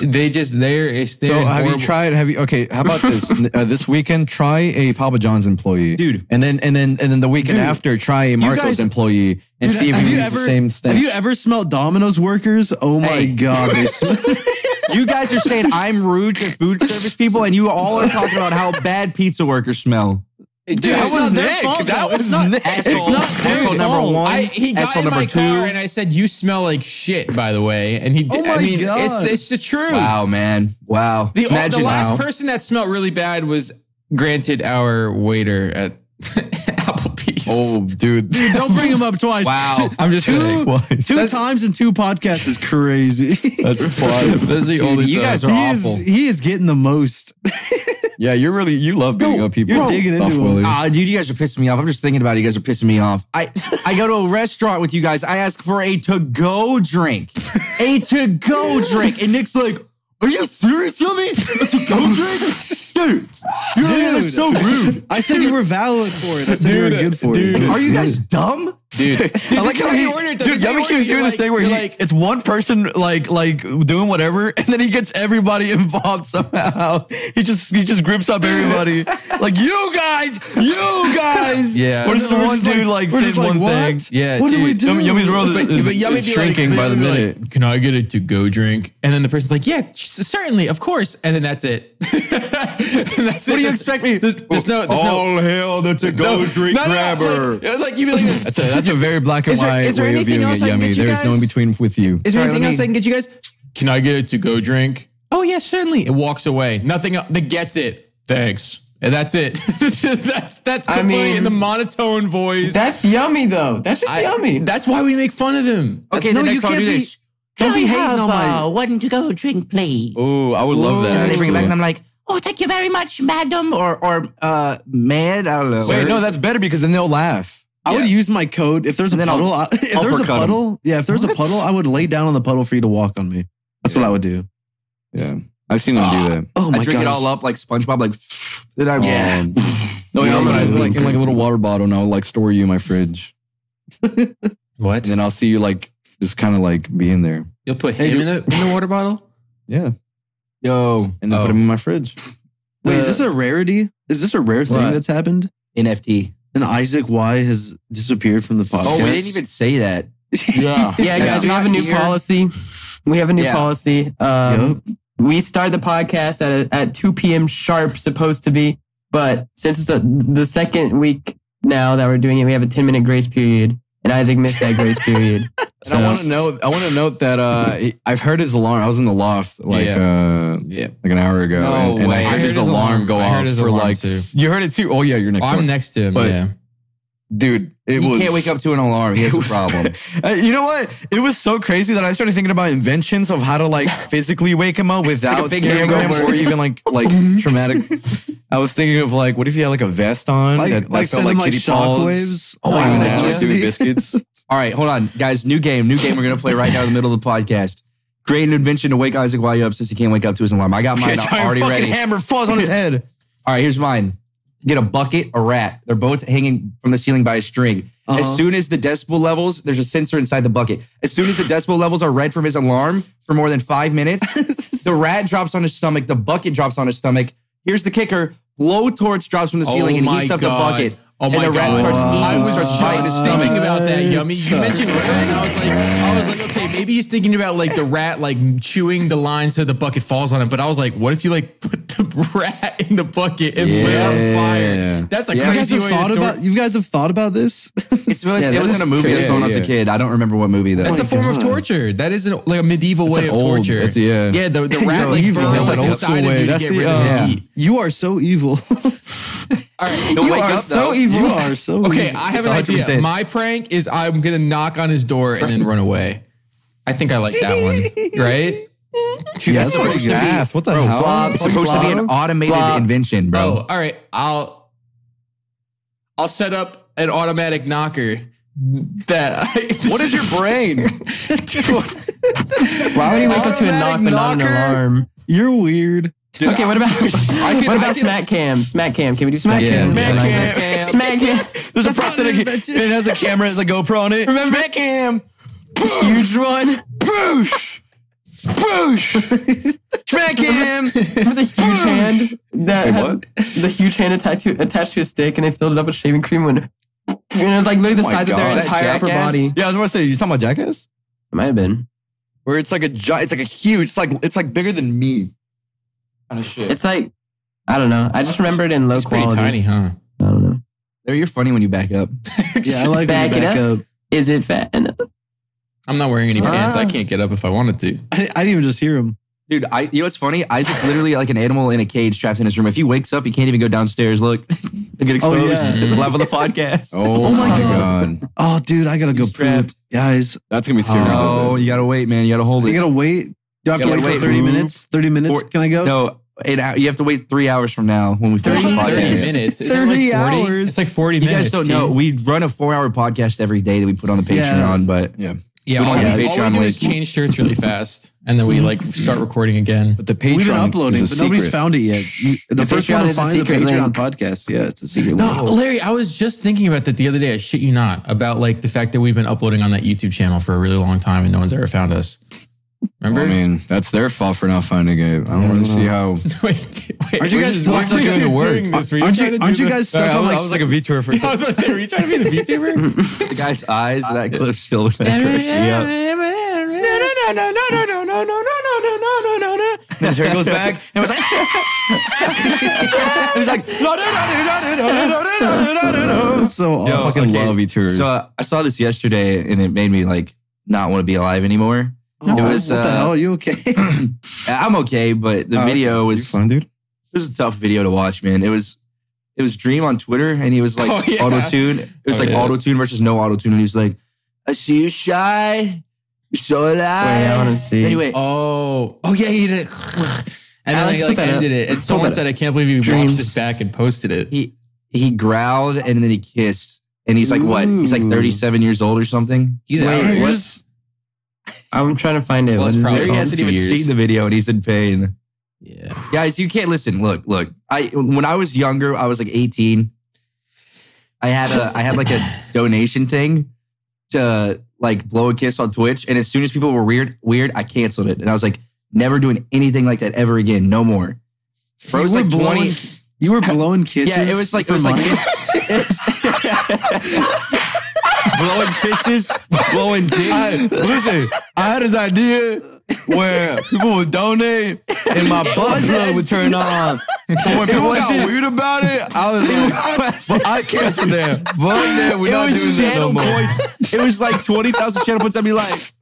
Speaker 2: they just they're it's they're
Speaker 4: So
Speaker 2: in
Speaker 4: have
Speaker 2: horrible-
Speaker 4: you tried? Have you okay? How about this? uh, this weekend, try a Papa John's employee,
Speaker 1: Dude.
Speaker 4: and then and then and then the weekend
Speaker 1: Dude.
Speaker 4: after, try a Marco's
Speaker 1: guys-
Speaker 4: employee
Speaker 3: Dude,
Speaker 4: and see if
Speaker 3: have
Speaker 4: you
Speaker 3: you
Speaker 4: use the
Speaker 3: ever-
Speaker 4: same
Speaker 3: Have
Speaker 4: stench.
Speaker 3: you ever smelled Domino's workers? Oh my
Speaker 1: Hey.
Speaker 3: god, they smell.
Speaker 1: You guys are saying I'm rude to food service people, and you all are talking about how bad pizza workers smell.
Speaker 2: Dude,
Speaker 4: That
Speaker 2: I
Speaker 4: was
Speaker 2: was
Speaker 4: Nick.
Speaker 2: there.
Speaker 4: That was Nick.
Speaker 1: Asshole.
Speaker 4: not
Speaker 1: Asshole
Speaker 4: dude.
Speaker 1: number one.
Speaker 2: I, he got
Speaker 1: asshole
Speaker 2: in my
Speaker 1: number two.
Speaker 2: car and I said, "You smell like shit." By the way, and he. Did,
Speaker 3: Oh my
Speaker 2: I mean,
Speaker 3: God.
Speaker 2: It's, it's the truth.
Speaker 1: wow, man. Wow.
Speaker 2: The,
Speaker 1: Imagine
Speaker 2: the last
Speaker 1: how.
Speaker 2: person that smelled really bad was, granted, our waiter at Applebee's.
Speaker 4: oh, dude.
Speaker 3: Dude, don't bring him up twice.
Speaker 2: wow!
Speaker 3: Two,
Speaker 2: I'm just
Speaker 3: two,
Speaker 2: kidding.
Speaker 3: two times in two podcasts is crazy.
Speaker 4: That's fine.
Speaker 2: This is the only.
Speaker 1: you
Speaker 2: time.
Speaker 1: guys are
Speaker 3: he
Speaker 1: awful.
Speaker 3: is he is getting the most.
Speaker 4: Yeah, you're really you love beating
Speaker 1: Yo,
Speaker 4: up people.
Speaker 3: you're digging
Speaker 4: Buff
Speaker 3: into 'em.
Speaker 4: Willie.
Speaker 1: Ah, dude, you guys are pissing me off. I'm just thinking about it. You guys are pissing me off. I, I go to a restaurant with you guys. I ask for a to go drink, a to go drink, and Nick's like, "Are you serious, yummy? A to go drink, dude? You're
Speaker 3: Dude.
Speaker 1: so rude.
Speaker 3: I said you were valid for it. I said you were good for it.
Speaker 1: Are you guys dumb?
Speaker 2: dude.
Speaker 4: I like how he, dude, Yummy Q is doing this thing where he,
Speaker 2: like,
Speaker 4: it's one person like like doing whatever, and then he gets everybody involved somehow. He just he just groups up everybody, like you guys, you guys.
Speaker 2: Yeah.
Speaker 4: we're just,
Speaker 3: We're
Speaker 4: we're
Speaker 3: just
Speaker 4: just dude like
Speaker 3: like- we're
Speaker 4: says
Speaker 3: just like,
Speaker 4: one
Speaker 3: what?
Speaker 4: thing.
Speaker 2: yeah.
Speaker 3: What do
Speaker 2: dude.
Speaker 3: we do?
Speaker 4: Yum, Yummy's world
Speaker 2: But,
Speaker 4: is,
Speaker 2: but
Speaker 4: is,
Speaker 2: Yummy
Speaker 4: is
Speaker 2: be
Speaker 4: shrinking
Speaker 2: like,
Speaker 4: by the
Speaker 2: Yummy be like,
Speaker 4: minute.
Speaker 2: Can I get a to go drink? And then the person's like, Yeah, sh- certainly, of course. And then that's it. what
Speaker 4: do you expect me-
Speaker 2: There's, there's no. There's no
Speaker 1: Oh,
Speaker 4: hail the to
Speaker 2: no, no, no, Like, it's like you be like this.
Speaker 4: That's a, that's a very black and
Speaker 2: Is there-
Speaker 4: white
Speaker 2: is there
Speaker 4: way of
Speaker 2: anything
Speaker 4: viewing
Speaker 2: else
Speaker 4: it,
Speaker 2: I can
Speaker 4: Yummy.
Speaker 2: get you
Speaker 4: There's no
Speaker 2: guys?
Speaker 4: in between with you.
Speaker 2: Is there
Speaker 1: Sorry,
Speaker 2: anything
Speaker 1: let
Speaker 2: else
Speaker 1: me-
Speaker 2: I can get you guys? Can I get a to go drink? Oh yeah, certainly. It walks away. Nothing else. That gets it. Thanks. And that's it. that's just, that's that's
Speaker 5: I
Speaker 2: completely
Speaker 5: mean-
Speaker 2: in the monotone voice.
Speaker 5: That's yummy though. That's just
Speaker 2: I-
Speaker 5: yummy.
Speaker 2: That's why we make fun of him.
Speaker 1: Okay,
Speaker 3: No,
Speaker 1: the
Speaker 3: you
Speaker 1: next time
Speaker 3: can't
Speaker 1: do
Speaker 3: be-
Speaker 1: this.
Speaker 3: Don't be hating on my.
Speaker 1: uh,
Speaker 6: one to go drink, please.
Speaker 4: Oh, I would love that.
Speaker 1: And they bring it back, and
Speaker 4: actually.
Speaker 1: I'm like,
Speaker 6: Oh, thank you very much, madam.
Speaker 1: or or uh, man, I don't know.
Speaker 4: Wait, no, that's better because then they'll laugh.
Speaker 3: I would use my code if there's a
Speaker 1: And then I'll
Speaker 3: puddle. I, if there's a
Speaker 1: uppercut 'em.
Speaker 3: puddle, yeah. If there's a
Speaker 1: What?
Speaker 3: puddle, I would lay down on the puddle for you to walk on me. That's what I would do.
Speaker 4: Yeah, I've seen them do that.
Speaker 3: Oh
Speaker 1: I drink it all up like SpongeBob, like then I
Speaker 3: Yeah.
Speaker 4: Um, no, yeah,
Speaker 3: Yeah,
Speaker 4: I'm
Speaker 3: yeah,
Speaker 4: gonna
Speaker 3: yeah.
Speaker 4: like in like a little water bottle, and I'll like store you in my fridge,
Speaker 2: What?
Speaker 4: and then I'll see you like just kind of like be in there.
Speaker 2: You'll put
Speaker 3: Hey,
Speaker 2: him
Speaker 3: do-
Speaker 2: in, the, in the water bottle?
Speaker 4: Yeah,
Speaker 1: Yo,
Speaker 4: and then
Speaker 2: Oh.
Speaker 4: put them in my fridge.
Speaker 3: Wait, is
Speaker 5: Uh,
Speaker 3: this a rarity? Is this a rare thing
Speaker 1: What?
Speaker 3: that's happened?
Speaker 1: NFT.
Speaker 3: And Isaac Y has disappeared from the podcast.
Speaker 1: Oh, we didn't even say that.
Speaker 4: Yeah.
Speaker 5: Yeah, guys, we have a new policy. We have a new
Speaker 1: Yeah.
Speaker 5: policy. Um, We start the podcast at at 2 p.m. sharp, supposed to be, but since it's a, the second week now that we're doing it, we have a 10 minute grace period, and Isaac missed that grace period.
Speaker 4: And I want to note. I want to note that uh, he- I've heard his alarm. I was in the loft like uh,
Speaker 2: Yeah.
Speaker 4: like an hour ago,
Speaker 1: No
Speaker 4: and, and
Speaker 1: way.
Speaker 4: I
Speaker 1: I
Speaker 4: heard
Speaker 1: heard
Speaker 4: his
Speaker 2: his
Speaker 4: alarm
Speaker 2: alarm.
Speaker 4: go
Speaker 2: I heard
Speaker 4: off
Speaker 2: his
Speaker 4: for
Speaker 2: alarm
Speaker 4: like.
Speaker 2: too.
Speaker 4: s- You heard it too. Oh yeah, you're next.
Speaker 2: I'm
Speaker 4: door.
Speaker 2: next to him.
Speaker 4: But-
Speaker 2: yeah.
Speaker 4: dude. It
Speaker 1: he
Speaker 4: was.
Speaker 1: can't wake up to an alarm. He has
Speaker 4: it
Speaker 1: a
Speaker 4: was-
Speaker 1: problem.
Speaker 4: Uh, you know what? It was so crazy that I started thinking about inventions of how to like physically wake him up without
Speaker 1: big
Speaker 4: scaring him
Speaker 1: hangover.
Speaker 4: or even like like traumatic. I was thinking of like, what if you had like a vest on
Speaker 3: Like,
Speaker 4: that
Speaker 3: like,
Speaker 4: like, felt
Speaker 3: send
Speaker 4: like
Speaker 3: him like
Speaker 4: kitty paws?
Speaker 3: shockwaves.
Speaker 4: Oh,
Speaker 1: Wow.
Speaker 4: even
Speaker 1: Yeah.
Speaker 4: now, like doing biscuits.
Speaker 1: All right, hold on, guys. New game, new game. We're gonna play right now in the middle of the podcast. Create an invention to wake Isaac while you up since he can't wake up to his alarm. I got mine
Speaker 4: Giant
Speaker 1: already
Speaker 4: fucking
Speaker 1: ready.
Speaker 4: hammer falls on his head.
Speaker 1: All right, here's mine. Get a bucket, a rat. They're both hanging from the ceiling by a string. As
Speaker 3: Uh-huh.
Speaker 1: soon as the decibel levels, there's a sensor inside the bucket. As soon as the decibel levels are read from his alarm for more than five minutes, the rat drops on his stomach. The bucket drops on his stomach. Here's the kicker: blowtorch drops from the ceiling
Speaker 2: Oh
Speaker 1: and
Speaker 2: my
Speaker 1: heats up
Speaker 2: God.
Speaker 1: the bucket.
Speaker 2: Oh
Speaker 1: And
Speaker 2: my
Speaker 1: the rat
Speaker 2: God.
Speaker 1: starts
Speaker 3: eating,
Speaker 2: I was
Speaker 3: starts biting his
Speaker 2: just
Speaker 3: stomach.
Speaker 2: thinking about that, Yummy. You
Speaker 3: Right.
Speaker 2: mentioned rat, and I was like, I was like, okay, maybe he's thinking about like the rat like chewing the line so the bucket falls on it. But I was like, what if you like put the rat in the bucket and lit it on
Speaker 4: Yeah.
Speaker 2: fire? That's a
Speaker 1: Yeah.
Speaker 3: You guys,
Speaker 2: crazy
Speaker 3: have
Speaker 2: way to
Speaker 3: thought
Speaker 2: tor-
Speaker 3: about, you guys have thought about this?
Speaker 1: It's, it was,
Speaker 3: Yeah,
Speaker 1: it
Speaker 3: that
Speaker 1: was
Speaker 3: is
Speaker 1: in a movie I
Speaker 4: crazy.
Speaker 1: saw when I was a
Speaker 4: Yeah.
Speaker 1: kid. I don't remember what movie though.
Speaker 2: That's a form of
Speaker 3: God.
Speaker 2: torture. That is an, like a medieval way
Speaker 4: an
Speaker 2: of
Speaker 4: old-
Speaker 2: torture.
Speaker 4: that's- yeah.
Speaker 2: yeah. The, the rat
Speaker 3: Yo,
Speaker 2: like
Speaker 3: evil.
Speaker 2: burrows
Speaker 3: That's an
Speaker 2: like,
Speaker 4: old
Speaker 2: inside
Speaker 4: school
Speaker 2: of you
Speaker 4: way.
Speaker 2: to
Speaker 4: That's
Speaker 2: get
Speaker 4: the,
Speaker 2: rid of the
Speaker 4: uh,
Speaker 2: heat.
Speaker 3: you are so evil.
Speaker 2: All right,
Speaker 1: Don't
Speaker 5: you
Speaker 1: wake
Speaker 5: are
Speaker 1: up,
Speaker 5: so
Speaker 1: though.
Speaker 5: evil.
Speaker 3: you are so
Speaker 2: Okay,
Speaker 3: evil.
Speaker 2: I have an
Speaker 1: 100%.
Speaker 2: idea. My prank is I'm gonna knock on his door and then run away. I think I like that one, right?
Speaker 4: Dude,
Speaker 3: Yeah,
Speaker 4: that's
Speaker 3: that's
Speaker 4: supposed
Speaker 3: pretty
Speaker 4: to
Speaker 3: good.
Speaker 4: ass. What the
Speaker 1: Bro,
Speaker 4: hell?
Speaker 1: flop. It's supposed to be an automated
Speaker 5: Flop.
Speaker 1: invention, bro.
Speaker 2: Oh, all right. I'll I'll set up an automatic knocker that I,
Speaker 4: What is your brain?
Speaker 5: Why would you wake up to a knock
Speaker 4: Automatic
Speaker 5: but not an
Speaker 4: knocker?
Speaker 5: alarm?
Speaker 3: You're weird.
Speaker 5: okay, what about
Speaker 4: could-
Speaker 5: what
Speaker 4: I
Speaker 5: about
Speaker 4: could-
Speaker 5: smack cam? Smack cam? Can we do smack
Speaker 2: Yeah.
Speaker 5: cam?
Speaker 2: Smack
Speaker 5: Yeah,
Speaker 4: cam.
Speaker 5: Smack cam.
Speaker 4: There's a
Speaker 3: That's not
Speaker 4: prosthetic.
Speaker 3: an
Speaker 4: It
Speaker 3: invention.
Speaker 4: has a camera, it has a GoPro on it.
Speaker 5: Remember-
Speaker 4: Smack him.
Speaker 5: Huge one.
Speaker 4: Boosh. Boosh. Smack him.
Speaker 5: With a huge hand that
Speaker 4: Wait,
Speaker 5: had
Speaker 4: what?
Speaker 5: the huge hand attached to attached to a stick, and they filled it up with shaving cream. When and it was like literally the
Speaker 4: my
Speaker 5: size of
Speaker 4: God.
Speaker 5: their
Speaker 4: That
Speaker 5: entire upper
Speaker 1: jackass?
Speaker 5: body.
Speaker 4: Yeah, I was about to say, you talking about Jackass?
Speaker 5: Might have been.
Speaker 4: Where it's like a giant, it's like a huge, it's like it's like bigger than me. Kind of shit.
Speaker 5: It's like I don't know. I just remember it in low
Speaker 2: It's pretty
Speaker 5: quality.
Speaker 2: tiny, huh?
Speaker 5: I don't know.
Speaker 1: There, You're funny when you back up.
Speaker 3: Yeah, I like
Speaker 5: Back
Speaker 3: when
Speaker 5: it
Speaker 3: you back up.
Speaker 5: Is it fat enough?
Speaker 2: I'm not wearing any pants. I
Speaker 4: Ah.
Speaker 2: can't get up if I wanted to.
Speaker 3: I, I didn't even just hear him.
Speaker 1: Dude, I, you know what's funny? Isaac's literally like an animal in a cage trapped in his room. If he wakes up, he can't even go downstairs. Look, I get
Speaker 3: Oh,
Speaker 1: exposed.
Speaker 3: yeah.
Speaker 2: Mhm.
Speaker 1: Level the podcast.
Speaker 4: Oh,
Speaker 3: my
Speaker 4: god.
Speaker 3: Oh, dude, I gotta go
Speaker 1: He's
Speaker 3: poop.
Speaker 1: trapped.
Speaker 3: Guys,
Speaker 4: That's gonna be scary.
Speaker 1: Oh,
Speaker 4: Oh,
Speaker 1: No, you gotta wait, man. You gotta hold
Speaker 3: I
Speaker 1: it.
Speaker 3: gotta wait. Do I have to
Speaker 1: Gotta
Speaker 3: wait till
Speaker 1: wait.
Speaker 3: 30 minutes? 30 minutes?
Speaker 1: Four-
Speaker 3: Can I go?
Speaker 1: no, eight, hou- you have to wait three hours from now when we finish the
Speaker 5: 30
Speaker 1: podcast.
Speaker 2: minutes. Is
Speaker 3: 30
Speaker 2: it like 40?
Speaker 3: hours.
Speaker 2: It's like 40
Speaker 1: You
Speaker 2: minutes.
Speaker 1: guys don't
Speaker 2: T.
Speaker 1: know. We run a four-hour podcast every day that we put on the
Speaker 3: Yeah.
Speaker 1: Patreon, but
Speaker 2: Yeah,
Speaker 1: We don't
Speaker 2: all,
Speaker 1: have
Speaker 2: we,
Speaker 1: a
Speaker 2: all
Speaker 1: Patreon
Speaker 2: we do is
Speaker 1: link.
Speaker 2: change shirts really fast, and then we like start recording again.
Speaker 4: But the Patreon
Speaker 3: We've been uploading, but nobody's found it yet. You- The,
Speaker 5: The
Speaker 3: first
Speaker 5: Patreon
Speaker 3: one to
Speaker 5: is a
Speaker 3: find the
Speaker 5: secret
Speaker 3: Patreon
Speaker 5: link.
Speaker 3: podcast. Yeah, it's a secret.
Speaker 2: No,
Speaker 3: link.
Speaker 2: Larry, I was just thinking about that the other day. I shit you not about like the fact that we've been uploading on that YouTube channel for a really long time and no one's ever found us. Remember?
Speaker 4: I mean, that's their fault for not finding it. I don't really see how.
Speaker 2: wait, wait,
Speaker 3: Aren't you
Speaker 2: we're
Speaker 3: guys
Speaker 2: just-
Speaker 3: still
Speaker 2: we're
Speaker 3: stuck
Speaker 2: just
Speaker 4: doing the work?
Speaker 2: doing this? Were
Speaker 3: aren't
Speaker 2: trying
Speaker 3: you,
Speaker 2: to
Speaker 3: aren't
Speaker 2: do
Speaker 3: you
Speaker 2: the-
Speaker 3: guys stuck on like,
Speaker 4: a VTuber for
Speaker 2: Yeah, I was about to say, were you trying to be the VTuber?
Speaker 1: the guy's eyes, that clip still that curse me up.
Speaker 4: no, no, no, no, no, no, no, no, no, no, no, no, no. And his hair goes back and was like, it was like, no, no, no, no, no, no, no, no, no, no, no, no.
Speaker 3: that's so
Speaker 1: Yo,
Speaker 4: I
Speaker 3: awesome.
Speaker 4: fucking
Speaker 1: okay.
Speaker 4: love VTubers.
Speaker 1: So uh, I saw this yesterday, and it made me like not want to be alive anymore.
Speaker 3: Oh,
Speaker 1: it was,
Speaker 3: what the
Speaker 1: uh,
Speaker 3: hell? Are you okay?
Speaker 1: I'm okay, but the
Speaker 3: Oh,
Speaker 1: video
Speaker 4: You
Speaker 1: was it
Speaker 4: fun, dude.
Speaker 1: was a tough video to watch, man. It was it was Dream on Twitter, and he was like
Speaker 2: Oh, yeah.
Speaker 1: auto tune. It was
Speaker 2: Oh,
Speaker 1: like
Speaker 2: yeah.
Speaker 1: auto tune versus no auto tune, and he's like, "I see you shy, you're so
Speaker 5: Wait, I
Speaker 1: alive."
Speaker 5: want to see.
Speaker 1: anyway,
Speaker 2: Oh, oh yeah, he did it. And then
Speaker 5: Alex,
Speaker 2: I
Speaker 5: put
Speaker 2: like
Speaker 5: that up.
Speaker 2: ended it, and
Speaker 5: Put
Speaker 2: someone
Speaker 5: that
Speaker 2: said, "I can't believe you watched
Speaker 5: Dreams.
Speaker 2: this back and posted it."
Speaker 1: he he growled and then he kissed, and he's like, "What?" He's like
Speaker 5: Ooh.
Speaker 1: 37 years old or something.
Speaker 2: He's
Speaker 5: Wait,
Speaker 2: out.
Speaker 5: it
Speaker 2: What?
Speaker 5: was- I'm trying to find it.
Speaker 2: Well,
Speaker 5: What
Speaker 2: it's
Speaker 5: is it
Speaker 2: probably
Speaker 1: Larry
Speaker 5: called?
Speaker 2: gone
Speaker 1: hasn't
Speaker 2: two
Speaker 1: even
Speaker 2: years.
Speaker 1: seen the video, and he's in pain.
Speaker 2: Yeah.
Speaker 1: guys you can't listen look look i when i was younger i was like 18 i had a i had like a donation thing to like blow a kiss on twitch and as soon as people were weird weird i canceled it and i was like never doing anything like that ever again no more bro's
Speaker 3: You were
Speaker 1: like 20
Speaker 3: blowing- You were blowing kisses.
Speaker 1: yeah, it was like
Speaker 3: for
Speaker 1: it was
Speaker 3: money.
Speaker 1: like blowing kisses, blowing dick.
Speaker 4: I, listen, I had this idea where people would donate and my butt plug would turn on. But when people got weird about it, I was like, "Fuck, I canceled that. Fuck that. We're
Speaker 1: it
Speaker 4: not doing
Speaker 1: was
Speaker 4: that no
Speaker 1: channel
Speaker 4: more.
Speaker 1: points. It was like twenty thousand channel points. I'd be like,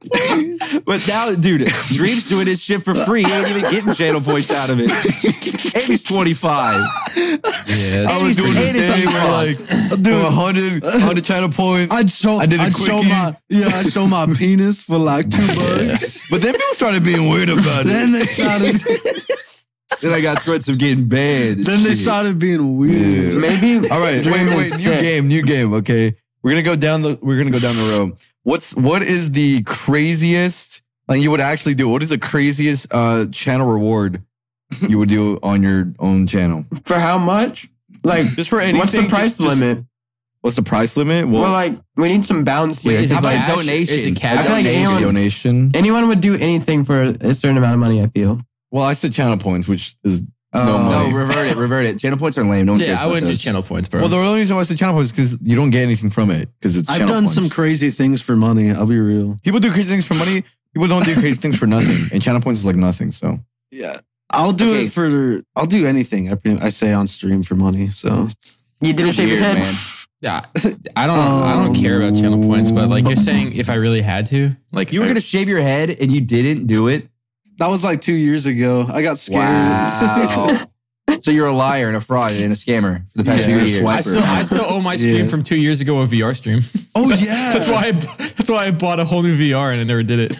Speaker 1: but now, dude, Dream's doing his shit for free. He ain't even getting channel points out of it. Amy's twenty five.
Speaker 2: Yeah,
Speaker 4: I
Speaker 2: that's
Speaker 4: was
Speaker 1: Amy's
Speaker 4: doing
Speaker 1: eight is
Speaker 4: this thing where like, dude, 100, 100 channel points.
Speaker 3: I'd show.
Speaker 4: I did a
Speaker 3: I'd show
Speaker 4: quickie.
Speaker 3: my yeah. I show my penis for like two bucks.
Speaker 4: But then people started being weird about it.
Speaker 3: Then they started.
Speaker 1: Then I got threats of getting banned.
Speaker 3: then they started being weird.
Speaker 5: Maybe. uh,
Speaker 4: All right,
Speaker 5: Dream
Speaker 4: wait,
Speaker 5: is
Speaker 4: wait, new
Speaker 5: sick.
Speaker 4: game, new game. Okay, we're gonna go down the we're gonna go down the road. What's what is the craziest like you would actually do? What is the craziest uh channel reward you would do on your own channel?
Speaker 5: For how much? Like,
Speaker 4: Just for anything.
Speaker 5: what's the
Speaker 4: just-
Speaker 5: price
Speaker 4: just-
Speaker 5: limit?
Speaker 4: what's the price limit? Well,
Speaker 5: Well, like, we need some bounds here.
Speaker 2: Wait, is it
Speaker 5: 'cause, like,
Speaker 2: cash? Is it cash?
Speaker 5: I feel like
Speaker 4: donation.
Speaker 5: anyone-
Speaker 4: donation.
Speaker 5: anyone would do anything for a certain amount of money, I feel.
Speaker 4: Well, I said channel points, which is no
Speaker 5: Uh,
Speaker 1: no,
Speaker 4: money.
Speaker 1: revert it, revert it. Channel points are lame. No one cares
Speaker 2: yeah, I
Speaker 1: about
Speaker 2: wouldn't do
Speaker 1: those.
Speaker 2: channel points, bro.
Speaker 4: well, the only reason why I said channel points is because you don't get anything from it because it's.
Speaker 3: I've
Speaker 4: channel
Speaker 3: done
Speaker 4: points.
Speaker 3: some crazy things for money. I'll be real.
Speaker 4: People do crazy things for money. People don't do crazy things for nothing, and channel points is like nothing. So
Speaker 3: Yeah, I'll do
Speaker 1: Okay.
Speaker 3: it for. I'll do anything. I pretty, I say on stream for money. So
Speaker 5: You didn't shave your
Speaker 1: Weird,
Speaker 5: head.
Speaker 1: man.
Speaker 2: yeah, I don't, I don't care about channel points, but like you're saying, if I really had to, like,
Speaker 1: You
Speaker 2: if
Speaker 1: were
Speaker 2: I-
Speaker 1: gonna shave your head and you didn't do it.
Speaker 3: that was like two years ago. I got scared.
Speaker 1: Wow. so you're a liar and a fraud and a scammer for the past
Speaker 3: Yeah,
Speaker 1: few
Speaker 3: you're a
Speaker 1: years.
Speaker 2: I still, I still owe my stream
Speaker 3: Yeah.
Speaker 2: from two years ago a VR stream.
Speaker 3: oh yeah.
Speaker 2: that's why, I, that's why I bought a whole new VR and I never did it.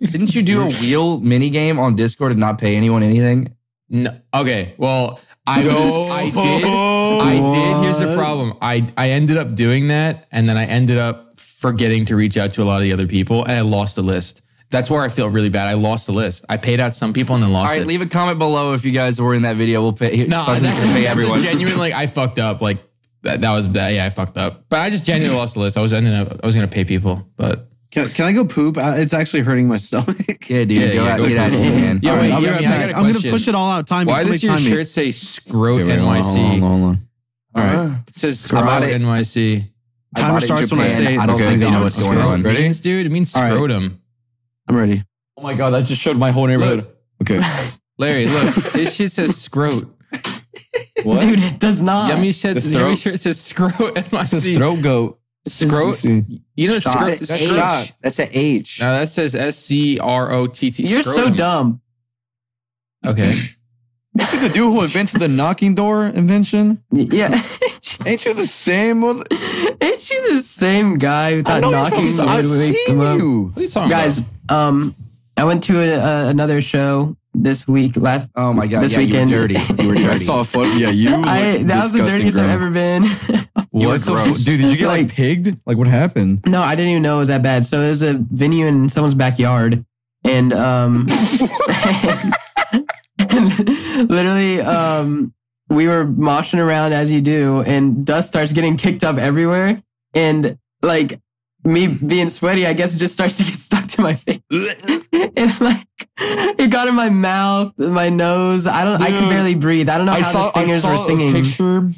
Speaker 1: Didn't you do a wheel mini game on Discord and not pay anyone anything?
Speaker 2: No, okay, well, I was, I did,
Speaker 4: Oh,
Speaker 2: I did. Here's the
Speaker 3: What?
Speaker 2: problem. I I ended up doing that, and then I ended up forgetting to reach out to a lot of the other people, and I lost the list. That's where I feel really bad. I lost the list. I paid out some people and then
Speaker 1: All
Speaker 2: lost
Speaker 1: right,
Speaker 2: it.
Speaker 1: leave a comment below if you guys were in that video. We'll pay. here,
Speaker 2: no,
Speaker 1: Sarkis
Speaker 2: that's,
Speaker 1: will
Speaker 2: that's
Speaker 1: pay
Speaker 2: a
Speaker 1: everyone.
Speaker 2: genuine. Like I fucked up. Like that, that was bad. Yeah, I fucked up. But I just genuinely lost the list. I was ending up. I was gonna pay people, but
Speaker 3: Can, can I go poop? I, it's actually hurting my stomach.
Speaker 1: Yeah, dude,
Speaker 2: Yeah,
Speaker 1: go
Speaker 2: yeah,
Speaker 1: out,
Speaker 2: go
Speaker 1: get out of here, man.
Speaker 2: Yeah,
Speaker 1: All
Speaker 2: wait,
Speaker 1: right.
Speaker 3: I'll be
Speaker 2: you're
Speaker 3: right
Speaker 2: right, I
Speaker 3: back.
Speaker 2: got a
Speaker 3: I'm gonna
Speaker 2: question.
Speaker 3: push it all out. Time.
Speaker 2: why
Speaker 3: Somebody
Speaker 2: does your
Speaker 3: time me.
Speaker 2: shirt say "Scrote
Speaker 4: wait, hold on, hold on,
Speaker 2: NYC"?
Speaker 4: hold on.
Speaker 1: All right.
Speaker 2: It says
Speaker 1: I
Speaker 2: "Scrote
Speaker 1: bought it.
Speaker 2: NYC."
Speaker 1: I
Speaker 3: Timer
Speaker 1: bought it in
Speaker 3: starts when I
Speaker 1: Japan.
Speaker 3: say it.
Speaker 1: I don't
Speaker 4: Okay,
Speaker 1: think they
Speaker 4: you
Speaker 1: know
Speaker 4: know
Speaker 1: what's
Speaker 4: what's
Speaker 1: going on.
Speaker 2: Scrote
Speaker 4: Ready?
Speaker 2: means, dude. It means
Speaker 3: All right.
Speaker 2: scrotum.
Speaker 3: I'm ready.
Speaker 4: Oh my god, that just showed my whole neighborhood.
Speaker 2: Look,
Speaker 4: Okay.
Speaker 2: Larry, look. this shit says "scrote."
Speaker 4: What?
Speaker 5: Dude, it does not.
Speaker 2: Yummy said
Speaker 4: The
Speaker 2: Yummy shirt
Speaker 4: throat-
Speaker 2: says scrote NYC.
Speaker 4: throat goat.
Speaker 2: Scrote. You know
Speaker 1: Stop.
Speaker 2: scrote.
Speaker 1: That's an H. That's an H.
Speaker 2: No, that says S C R O T T.
Speaker 5: You're so
Speaker 2: scrotum.
Speaker 5: dumb.
Speaker 2: Okay.
Speaker 4: This is the dude who invented the knocking door invention.
Speaker 5: Y- Yeah.
Speaker 4: Ain't you the same? mother-
Speaker 5: Ain't you the same guy who
Speaker 4: I
Speaker 5: thought
Speaker 4: know
Speaker 5: knocking
Speaker 4: you from. I've
Speaker 5: would wake
Speaker 4: seen
Speaker 5: them up?
Speaker 4: you.
Speaker 2: What are you talking
Speaker 5: Guys, um, I went to a, a, another show this week. Last
Speaker 1: Oh my god,
Speaker 5: This
Speaker 1: yeah,
Speaker 5: weekend.
Speaker 1: you were dirty. You were dirty.
Speaker 4: I saw a photo. Yeah, you.
Speaker 5: I
Speaker 4: look
Speaker 5: that was the
Speaker 4: disgusting,
Speaker 5: dirtiest
Speaker 4: bro.
Speaker 5: I've ever been.
Speaker 1: You
Speaker 4: What
Speaker 1: were
Speaker 4: the f-
Speaker 1: gross.
Speaker 4: dude? Did you get like,
Speaker 5: Like-
Speaker 4: pigged? Like what happened?
Speaker 5: no, I didn't even know it was that bad. So it was a venue in someone's backyard, and um, literally um, we were moshing around as you do, and dust starts getting kicked up everywhere, and like me being sweaty, I guess it just starts to get stuck to my face. and like it got in my mouth, my nose. I don't. I can
Speaker 4: Dude,
Speaker 5: barely breathe. I don't know
Speaker 4: I
Speaker 5: how
Speaker 4: saw.
Speaker 5: the singers
Speaker 4: I
Speaker 5: were
Speaker 4: saw
Speaker 5: singing.
Speaker 4: a picture.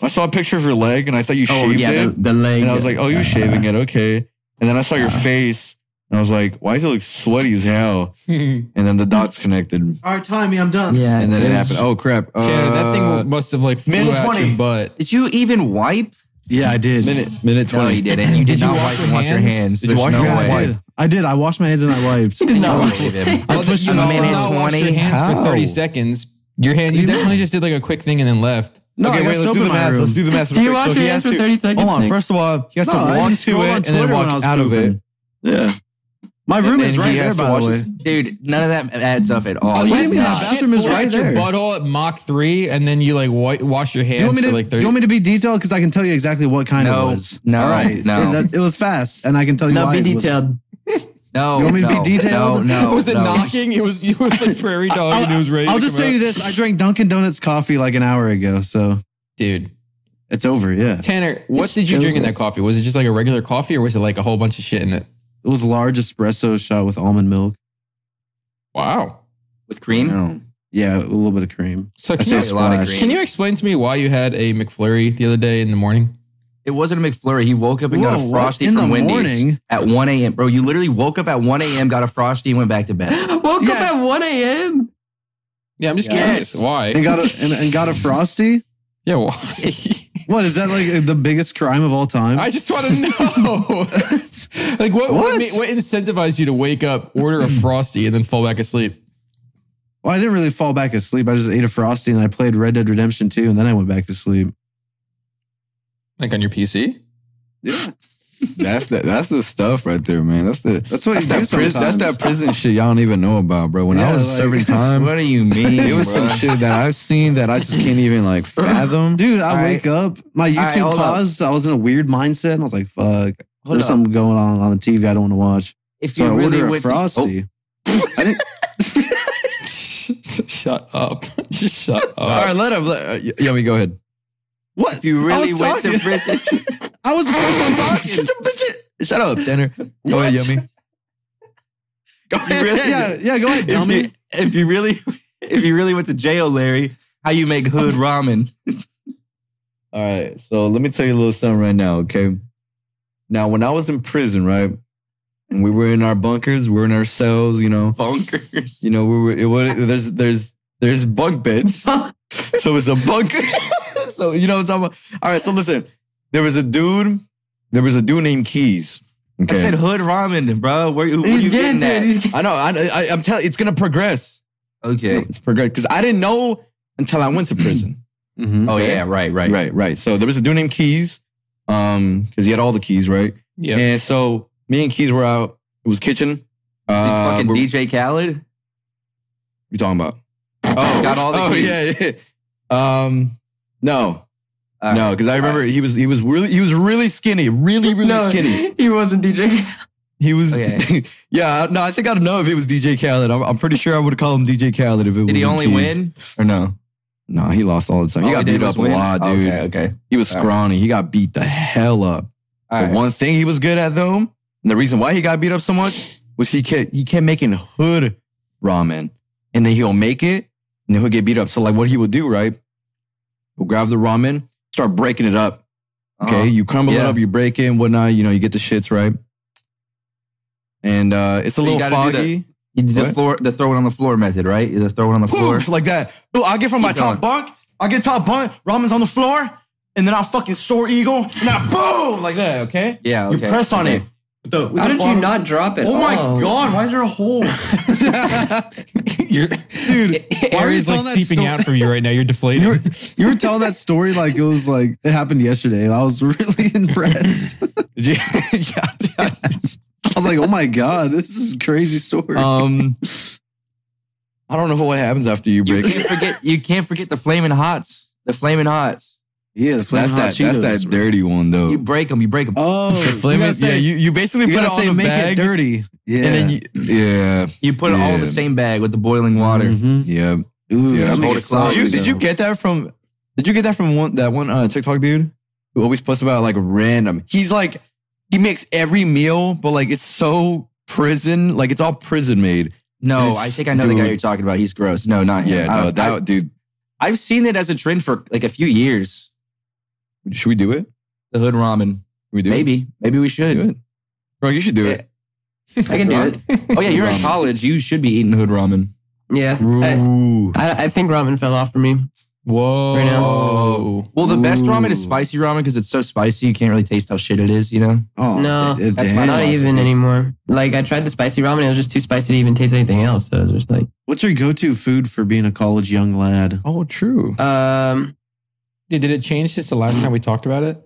Speaker 4: I saw a picture of your leg, and I thought you
Speaker 5: oh
Speaker 4: shaved
Speaker 5: yeah,
Speaker 4: it.
Speaker 5: the, the leg.
Speaker 4: and I was like, "Oh, you're shaving it, okay." And then I saw your face, and I was like, "Why does it look sweaty as hell?"
Speaker 2: about?
Speaker 4: And then the dots connected,
Speaker 3: All right, time me. I'm done.
Speaker 5: yeah.
Speaker 4: and then it
Speaker 5: was-
Speaker 4: happened. Oh crap! Uh,
Speaker 2: Tanner, that thing must have like flew
Speaker 4: minute
Speaker 2: out
Speaker 4: 20.
Speaker 2: your butt.
Speaker 1: Did you even wipe?
Speaker 3: Yeah, I did.
Speaker 4: minute minute
Speaker 1: No,
Speaker 4: twenty.
Speaker 1: you didn't. You did,
Speaker 2: Did you
Speaker 1: not wipe
Speaker 2: wash your
Speaker 1: and wash your
Speaker 2: hands?
Speaker 1: hands.
Speaker 4: Did you
Speaker 1: There's
Speaker 4: wash
Speaker 1: no
Speaker 4: your hands?
Speaker 1: way.
Speaker 4: Why?
Speaker 3: I did. I did. I washed my hands and I wiped.
Speaker 5: She did not.
Speaker 1: You
Speaker 5: want
Speaker 1: believe
Speaker 5: to
Speaker 1: him.
Speaker 5: say-
Speaker 2: Well,
Speaker 3: pushed
Speaker 2: you
Speaker 3: it
Speaker 2: must
Speaker 3: off.
Speaker 2: have not washed your
Speaker 1: Minute
Speaker 2: hands
Speaker 1: 20?
Speaker 2: for thirty
Speaker 1: How?
Speaker 2: seconds. Your hand. You definitely just did like a quick thing and then left.
Speaker 3: No,
Speaker 4: okay,
Speaker 3: I got
Speaker 4: wait. Let's
Speaker 3: soap
Speaker 4: do
Speaker 3: in
Speaker 4: the
Speaker 3: my
Speaker 4: math.
Speaker 3: room.
Speaker 4: Let's do the math.
Speaker 5: Did you
Speaker 4: real quick.
Speaker 5: wash
Speaker 4: he
Speaker 5: your
Speaker 4: has
Speaker 5: hands for
Speaker 4: to-
Speaker 5: thirty seconds?
Speaker 4: Hold on.
Speaker 5: Nick?
Speaker 4: First of all, he has
Speaker 3: No,
Speaker 4: to
Speaker 3: I
Speaker 4: walk
Speaker 3: just
Speaker 4: to
Speaker 3: scroll
Speaker 4: it
Speaker 3: on
Speaker 4: and
Speaker 3: Twitter
Speaker 4: then
Speaker 3: when I
Speaker 4: walk
Speaker 3: was
Speaker 4: out of it.
Speaker 3: pooping. Yeah. My room
Speaker 4: And
Speaker 3: is
Speaker 4: then
Speaker 3: right
Speaker 4: he
Speaker 3: there,
Speaker 4: has to
Speaker 3: by
Speaker 4: wash
Speaker 3: the way.
Speaker 4: his-
Speaker 1: Dude, none of that adds up at all.
Speaker 3: Oh, what do
Speaker 1: It's
Speaker 3: you mean
Speaker 1: not.
Speaker 3: that bathroom is
Speaker 2: Shit,
Speaker 3: right
Speaker 2: flew out
Speaker 3: there.
Speaker 2: Your butthole at Mach three, and then you like wi- wash your hands
Speaker 3: Do you, want me
Speaker 2: for
Speaker 3: to,
Speaker 2: like
Speaker 3: do
Speaker 2: thirty.
Speaker 3: you want me to be detailed? Because I can tell you exactly what kind
Speaker 1: No,
Speaker 3: it was.
Speaker 1: no, no.
Speaker 3: It, that- it was fast, and I can tell you
Speaker 5: No,
Speaker 3: why
Speaker 5: be
Speaker 3: it was-
Speaker 5: detailed.
Speaker 1: No,
Speaker 3: You want me to be
Speaker 1: no,
Speaker 3: detailed?
Speaker 1: No, no.
Speaker 2: was it
Speaker 1: no.
Speaker 2: knocking? It was. It was like prairie dog, and it was ready.
Speaker 3: I'll
Speaker 2: to
Speaker 3: just
Speaker 2: come
Speaker 3: tell
Speaker 2: out.
Speaker 3: you this: I drank Dunkin' Donuts coffee like an hour ago, so
Speaker 2: dude.
Speaker 3: it's over. Yeah, it
Speaker 2: Tanner, what
Speaker 5: It's
Speaker 2: did you drink in
Speaker 5: over.
Speaker 2: that coffee? Was it just like a regular coffee, or was it like a whole bunch of shit in it?
Speaker 3: was large espresso shot with almond milk.
Speaker 2: Wow.
Speaker 1: With cream?
Speaker 4: No.
Speaker 3: Yeah, a little bit of cream.
Speaker 2: So
Speaker 1: I
Speaker 2: can
Speaker 1: say
Speaker 2: you,
Speaker 1: a lot of
Speaker 2: explain- can you explain to me why you had a McFlurry the other day in the morning?
Speaker 1: It wasn't a McFlurry. He woke up and got
Speaker 3: Whoa,
Speaker 1: a
Speaker 3: what?
Speaker 1: frosty
Speaker 3: In
Speaker 1: from
Speaker 3: the
Speaker 1: Wendy's
Speaker 3: morning?
Speaker 1: at 1 a.m. Bro, you literally woke up at 1 a.m., got a frosty, and went back to bed.
Speaker 5: Woke up at 1 a.m.
Speaker 2: Yeah, I'm just
Speaker 1: Yes.
Speaker 2: curious. Why?
Speaker 3: And got a and, and got a frosty.
Speaker 2: yeah, why?
Speaker 3: What is that like the biggest crime of all time?
Speaker 2: I just want to know. like, what, what?
Speaker 3: What?
Speaker 2: ma- what incentivized you to wake up, order a frosty, and then fall back asleep?
Speaker 3: well, I didn't really fall back asleep. I just ate a frosty and I played Red Dead Redemption 2 and then I went back to sleep.
Speaker 2: Like on your PC?
Speaker 3: Yeah.
Speaker 4: That's the that's the stuff right there, man. That's the
Speaker 3: That's what
Speaker 4: that's
Speaker 3: you do
Speaker 4: that, prison, that's
Speaker 3: sometimes.
Speaker 4: that prison shit y'all don't even know about, bro. When
Speaker 3: Yeah,
Speaker 4: I was
Speaker 3: like-
Speaker 4: serving time,
Speaker 1: What do you mean?
Speaker 4: it was some
Speaker 1: bruh?
Speaker 4: shit that I've seen that I just can't even like fathom.
Speaker 3: Dude, I
Speaker 1: All right.
Speaker 3: wake up, my
Speaker 1: right,
Speaker 3: YouTube
Speaker 1: hold up.
Speaker 3: paused. I was in a weird mindset and I was like, fuck,
Speaker 1: Hold
Speaker 3: there's
Speaker 1: up.
Speaker 3: something going on on the TV I don't want to watch.
Speaker 1: If
Speaker 3: So
Speaker 1: you
Speaker 3: I
Speaker 1: really
Speaker 3: ordered a
Speaker 1: went to- Oh,
Speaker 3: frosty.
Speaker 2: shut up. Just shut up.
Speaker 4: All right, let him. Let, uh, y- Yummy, go ahead.
Speaker 1: Oh, if you really
Speaker 3: was
Speaker 1: went to
Speaker 3: talking.
Speaker 1: prison,
Speaker 3: I was
Speaker 4: Shut up, bitch. Shut up, Tanner. Go ahead, Yummy. Go
Speaker 1: You
Speaker 4: ahead.
Speaker 1: really-
Speaker 3: yeah, yeah, go ahead,
Speaker 1: if,
Speaker 3: dummy.
Speaker 1: you, if you really, if you really went to jail, Larry, how you make hood ramen?
Speaker 4: All right, so let me tell you a little something right now, okay? Now, when I was in prison, right, and we were in our bunkers, we were in our cells, you know,
Speaker 1: Bunkers.
Speaker 4: you know, we were. It, was there's there's there's bunk beds, so it's a bunker. so you know what I'm talking about. All right, so listen, there was a dude, there was a dude named Keys. Okay,
Speaker 1: I said hood ramen, bro. Where, who, where
Speaker 5: He's
Speaker 1: you
Speaker 5: getting
Speaker 1: getting
Speaker 5: to it.
Speaker 1: that?
Speaker 5: He's getting
Speaker 4: I know. I, I, I'm telling, it's gonna progress.
Speaker 1: okay.
Speaker 4: It's progress because I didn't know until I went to prison.
Speaker 3: Mhm.
Speaker 4: Mm-hmm.
Speaker 1: Oh yeah, right, right,
Speaker 4: right, right. So there was a dude named Keys, um, because he had all the keys, right?
Speaker 2: Yeah.
Speaker 4: And so me and Keys were out. It was kitchen.
Speaker 1: Is he
Speaker 4: Uh,
Speaker 1: fucking
Speaker 4: we're-
Speaker 1: DJ Khaled?
Speaker 4: You talking about? Oh,
Speaker 1: Got all the
Speaker 4: oh
Speaker 1: keys.
Speaker 4: yeah, yeah. Um, no,
Speaker 1: All
Speaker 4: no, because I remember he was he was really he was really skinny, really really skinny.
Speaker 5: He wasn't DJ.
Speaker 4: He was
Speaker 1: Okay.
Speaker 4: yeah. No, I think I'd know if it was DJ Khaled. I'm, I'm pretty sure I would call him DJ Khaled if it was.
Speaker 1: Did he only win or no?
Speaker 4: No, he lost all the time.
Speaker 1: All
Speaker 4: he got
Speaker 1: did
Speaker 4: beat
Speaker 1: was
Speaker 4: up a
Speaker 1: win?
Speaker 4: lot, dude.
Speaker 1: Okay, okay.
Speaker 4: He was
Speaker 1: All right.
Speaker 4: scrawny. He got beat the hell up.
Speaker 1: All
Speaker 4: The
Speaker 1: right.
Speaker 4: one thing he was good at though, and the reason why he got beat up so much was he kept he kept making hood ramen, and then he'll make it, and then he'll get beat up. So like, what he would do, right? He'll grab the ramen, start breaking it up. Okay, you crumble it
Speaker 1: Uh-huh. Yeah.
Speaker 4: up, you break it, and whatnot. You know, you get the shits right, and uh, it's a
Speaker 1: So you
Speaker 4: little
Speaker 1: gotta do
Speaker 4: foggy.
Speaker 1: You did Uh-huh. the
Speaker 4: What?
Speaker 1: floor, the throw it on the floor method, right? The throw it on the floor.
Speaker 4: Poof, like that. Dude, I get from my
Speaker 1: Keep going.
Speaker 4: top bunk, I get top bunk, ramen's on the floor, and then I fucking soar eagle, and I boom like that. Okay,
Speaker 1: Yeah, okay.
Speaker 4: you press on
Speaker 1: okay.
Speaker 4: it. with the- with
Speaker 5: How
Speaker 4: the
Speaker 5: did you
Speaker 4: bottom-
Speaker 5: not drop it?
Speaker 4: Oh my
Speaker 5: Oh.
Speaker 4: god, why is there a hole?
Speaker 2: You're,
Speaker 3: Dude, why are you
Speaker 2: air is like
Speaker 3: telling that
Speaker 2: seeping
Speaker 3: story?
Speaker 2: out from you right now. You're deflating.
Speaker 3: You were, you were telling that story like it was like it happened yesterday. and I was really impressed.
Speaker 4: Did you- yeah, yeah.
Speaker 3: I was like, oh my god, this is a crazy story.
Speaker 4: Um I don't know what happens after you
Speaker 1: You
Speaker 4: break
Speaker 1: can't
Speaker 4: it.
Speaker 1: forget. You can't forget the flaming hots. The flaming hots.
Speaker 3: yeah, the Flamin'
Speaker 4: That's that
Speaker 3: Hot Cheetos.
Speaker 4: that's that dirty one though.
Speaker 1: You break them. You break them.
Speaker 3: Oh,
Speaker 4: the
Speaker 3: you
Speaker 4: flaming,
Speaker 3: gotta say,
Speaker 4: yeah, you, you basically
Speaker 3: you
Speaker 4: put
Speaker 3: gotta
Speaker 4: it on
Speaker 3: say
Speaker 4: the
Speaker 3: make
Speaker 4: bag
Speaker 3: it dirty. Yeah,
Speaker 4: and then you, yeah,
Speaker 1: You put it all in the
Speaker 4: Yeah.
Speaker 1: same bag with the boiling water.
Speaker 3: Mhm.
Speaker 4: Mm. yeah.
Speaker 3: Ooh,
Speaker 4: Yeah,
Speaker 3: that
Speaker 4: I'm
Speaker 3: makes
Speaker 1: all
Speaker 3: it
Speaker 1: cloudy,
Speaker 4: Did Mm-hmm. you,
Speaker 3: soggy,
Speaker 4: did you
Speaker 3: though.
Speaker 4: get that from did you get that from one that one uh, TikTok dude who always posts about like random? He's like he makes every meal, but like it's so prison, like it's all prison made.
Speaker 1: No,
Speaker 4: It's-
Speaker 1: I think I know the guy
Speaker 4: dude.
Speaker 1: you're talking about. He's gross. No, not him.
Speaker 4: Yeah,
Speaker 1: I
Speaker 4: no,
Speaker 1: don't-
Speaker 4: that dude.
Speaker 1: I, have seen it as a trend for like a few years.
Speaker 4: Should we do it? Should
Speaker 1: The hood ramen.
Speaker 4: we do it?
Speaker 1: Maybe, maybe we
Speaker 4: Let's do
Speaker 1: should.
Speaker 4: it. Bro, you should do it.
Speaker 5: I can do it.
Speaker 1: Oh yeah, you're in college. You should be eating hood ramen.
Speaker 5: Yeah. I,
Speaker 4: Ooh.
Speaker 5: I, I think ramen fell off for me.
Speaker 2: Whoa.
Speaker 5: Right now.
Speaker 1: Well, the best ramen is
Speaker 3: Ooh.
Speaker 1: spicy ramen because it's so spicy you can't really taste how shit it is. You know.
Speaker 3: Oh,
Speaker 5: No,
Speaker 3: it- it-
Speaker 1: that's
Speaker 3: damn.
Speaker 1: my-
Speaker 5: Not even anymore. Like I tried the spicy ramen, it was just too spicy to even taste anything else. So it was just like,
Speaker 3: What's your go-to food for being a college young lad?
Speaker 4: Oh, true.
Speaker 5: um,
Speaker 2: Dude, did it change since the last time we talked about it?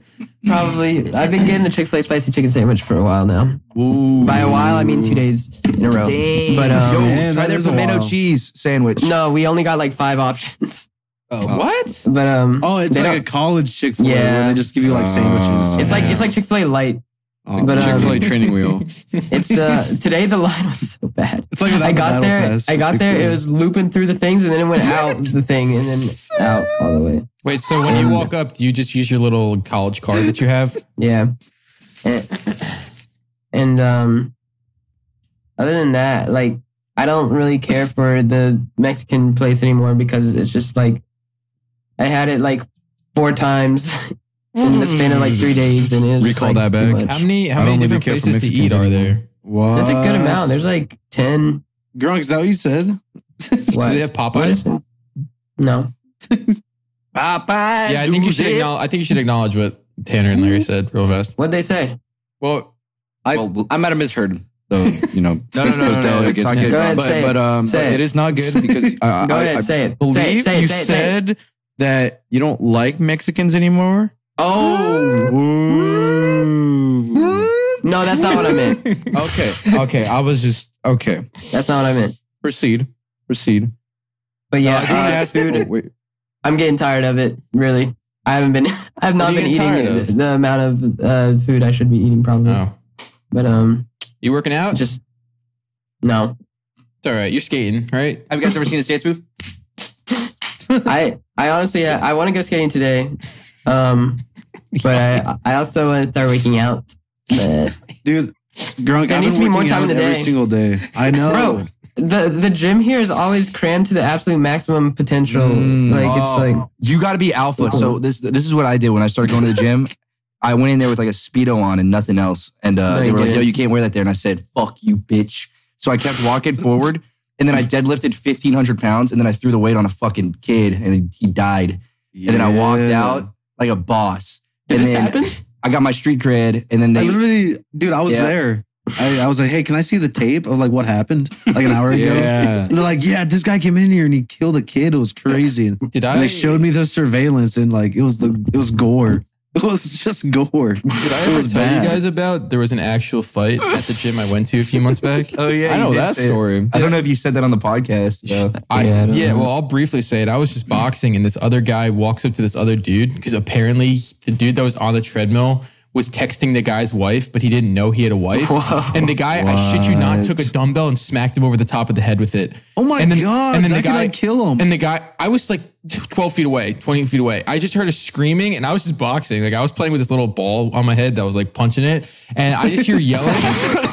Speaker 5: probably. I've been getting the Chick Fil A spicy chicken sandwich for a while now. By a while, I mean two days in a row.
Speaker 1: Dang.
Speaker 5: But
Speaker 4: uh,
Speaker 5: um,
Speaker 1: Yo,
Speaker 3: Man,
Speaker 1: try
Speaker 3: that
Speaker 1: their
Speaker 3: is a
Speaker 1: tomato
Speaker 3: while.
Speaker 1: cheese sandwich.
Speaker 5: no, we only got like five options.
Speaker 1: Oh,
Speaker 2: What?
Speaker 5: But um,
Speaker 3: Oh, it's
Speaker 5: they
Speaker 3: like a
Speaker 5: don't-
Speaker 3: college Chick Fil A
Speaker 5: Yeah.
Speaker 3: where they just give you like sandwiches.
Speaker 4: Oh,
Speaker 5: it's like
Speaker 2: yeah.
Speaker 5: it's like Chick Fil A light.
Speaker 3: Oh,
Speaker 5: but,
Speaker 4: Chick
Speaker 5: um,
Speaker 4: Fil A training wheel.
Speaker 5: It's uh today the line was so bad.
Speaker 3: It's like without
Speaker 5: I
Speaker 3: the
Speaker 5: got
Speaker 3: battle
Speaker 5: there,
Speaker 3: pass
Speaker 5: I
Speaker 3: for
Speaker 5: got there. It
Speaker 3: Chick-fil-A.
Speaker 5: was looping through the things, and then it went out the thing, and then out all the way.
Speaker 2: Wait, so when you walk up, do you just use your little college card that you have?
Speaker 5: Yeah. And, and um, other than that, like I don't really care for the Mexican place anymore because it's just like I had it like four times in the span of like three days, and it was just,
Speaker 4: Recall
Speaker 5: like,
Speaker 4: that
Speaker 5: too
Speaker 4: back.
Speaker 5: much.
Speaker 2: How many how
Speaker 4: I
Speaker 2: many
Speaker 4: don't really
Speaker 2: different
Speaker 4: care for
Speaker 2: places to eat
Speaker 4: Mexicans
Speaker 2: are there?
Speaker 4: anymore. What?
Speaker 5: That's a good amount. There's like ten.
Speaker 3: Drunk, is that what you said?
Speaker 2: Do they have Popeyes?
Speaker 5: No.
Speaker 1: Popeyes.
Speaker 2: Yeah, I think you should acknowledge I think you should acknowledge what Tanner and Larry said real fast.
Speaker 5: What'd they say?
Speaker 2: Well,
Speaker 1: I, well, I might have misheard.
Speaker 4: So, you know, uh,
Speaker 1: No, no, no, no, no,
Speaker 4: it's not good.
Speaker 5: Go ahead,
Speaker 4: but,
Speaker 5: say it.
Speaker 4: but, um,
Speaker 5: Say
Speaker 4: but
Speaker 5: it.
Speaker 4: it is not good because uh,
Speaker 5: Go
Speaker 4: I,
Speaker 5: ahead,
Speaker 4: I
Speaker 5: say it.
Speaker 4: believe
Speaker 5: say it, say it,
Speaker 4: you
Speaker 5: say it, say it.
Speaker 4: said that you don't like Mexicans anymore.
Speaker 5: Oh no, that's not what I meant.
Speaker 4: okay, okay. I was just okay.
Speaker 5: That's not what I meant.
Speaker 4: Proceed, proceed.
Speaker 5: But yeah,
Speaker 4: I do want
Speaker 5: uh,
Speaker 4: to ask
Speaker 5: food-
Speaker 4: you. oh, Wait,
Speaker 5: I'm getting tired of it. Really, I haven't been. I've
Speaker 2: What
Speaker 5: not
Speaker 2: are you
Speaker 5: been
Speaker 2: getting
Speaker 5: eating
Speaker 2: tired of?
Speaker 5: the, the amount of uh, food I should be eating probably.
Speaker 2: oh.
Speaker 5: But um,
Speaker 2: You working out?
Speaker 5: just no.
Speaker 2: it's all right. You're skating, right?
Speaker 1: Have you guys ever seen a dance move?
Speaker 5: I I honestly I, I want to go skating today, um, but I I also want to start working out. But
Speaker 3: Dude, drunk.
Speaker 5: There
Speaker 3: I've
Speaker 5: needs
Speaker 3: been
Speaker 5: to be more
Speaker 3: working
Speaker 5: time
Speaker 3: out
Speaker 5: in the
Speaker 3: every
Speaker 5: day.
Speaker 3: single day. I
Speaker 4: Oh.
Speaker 3: know.
Speaker 5: Bro, the the gym here is always crammed to the absolute maximum potential.
Speaker 4: Mm,
Speaker 5: like
Speaker 1: Oh,
Speaker 5: it's like
Speaker 1: you got to be alpha.
Speaker 4: Uh-huh.
Speaker 1: So this this is what I did when I started going to the gym. I went in there with like a speedo on and nothing else, and uh,
Speaker 5: No,
Speaker 1: they
Speaker 5: you
Speaker 1: were like,
Speaker 5: didn't.
Speaker 1: "Yo, you can't wear that there." And I said, "Fuck you, bitch." So I kept walking forward, and then I deadlifted fifteen hundred pounds, and then I threw the weight on a fucking kid, and he died. And then I walked
Speaker 3: Yeah.
Speaker 1: out like a boss.
Speaker 5: did
Speaker 1: and
Speaker 5: this
Speaker 1: then
Speaker 5: happen?
Speaker 1: I got my street cred, and then
Speaker 3: I
Speaker 1: they Oh,
Speaker 3: literally, dude, I was
Speaker 1: Yeah.
Speaker 3: there. I, I was like, hey, can I see the tape of like what happened like an hour ago?
Speaker 4: yeah.
Speaker 3: And they're like, yeah, this guy came in here and he killed a kid. It was crazy. And
Speaker 2: Did I
Speaker 3: they showed me the surveillance and like it was the it was gore. It was just gore.
Speaker 2: Did I
Speaker 3: It
Speaker 2: ever
Speaker 3: was
Speaker 2: tell
Speaker 3: bad.
Speaker 2: you guys about there was an actual fight at the gym I went to a few months back?
Speaker 1: Oh yeah,
Speaker 4: I know that story.
Speaker 1: I don't know if you said that on the podcast. though.
Speaker 2: I,
Speaker 5: Yeah, I
Speaker 2: yeah,
Speaker 5: don't know.
Speaker 2: well, I'll briefly say it. I was just boxing, and this other guy walks up to this other dude because apparently the dude that was on the treadmill was texting the guy's wife, but he didn't know he had a wife. And the guy, I shit you not, took a dumbbell and smacked him over the top of the head with it.
Speaker 3: Oh my
Speaker 2: and then,
Speaker 3: god!
Speaker 2: And then the
Speaker 3: that could,
Speaker 2: guy
Speaker 3: like, kill him.
Speaker 2: And the guy, I was like 12 feet away, 20 feet away. I just heard a screaming and I was just boxing. Like I was playing with this little ball on my head that was like punching it. And I just hear yelling.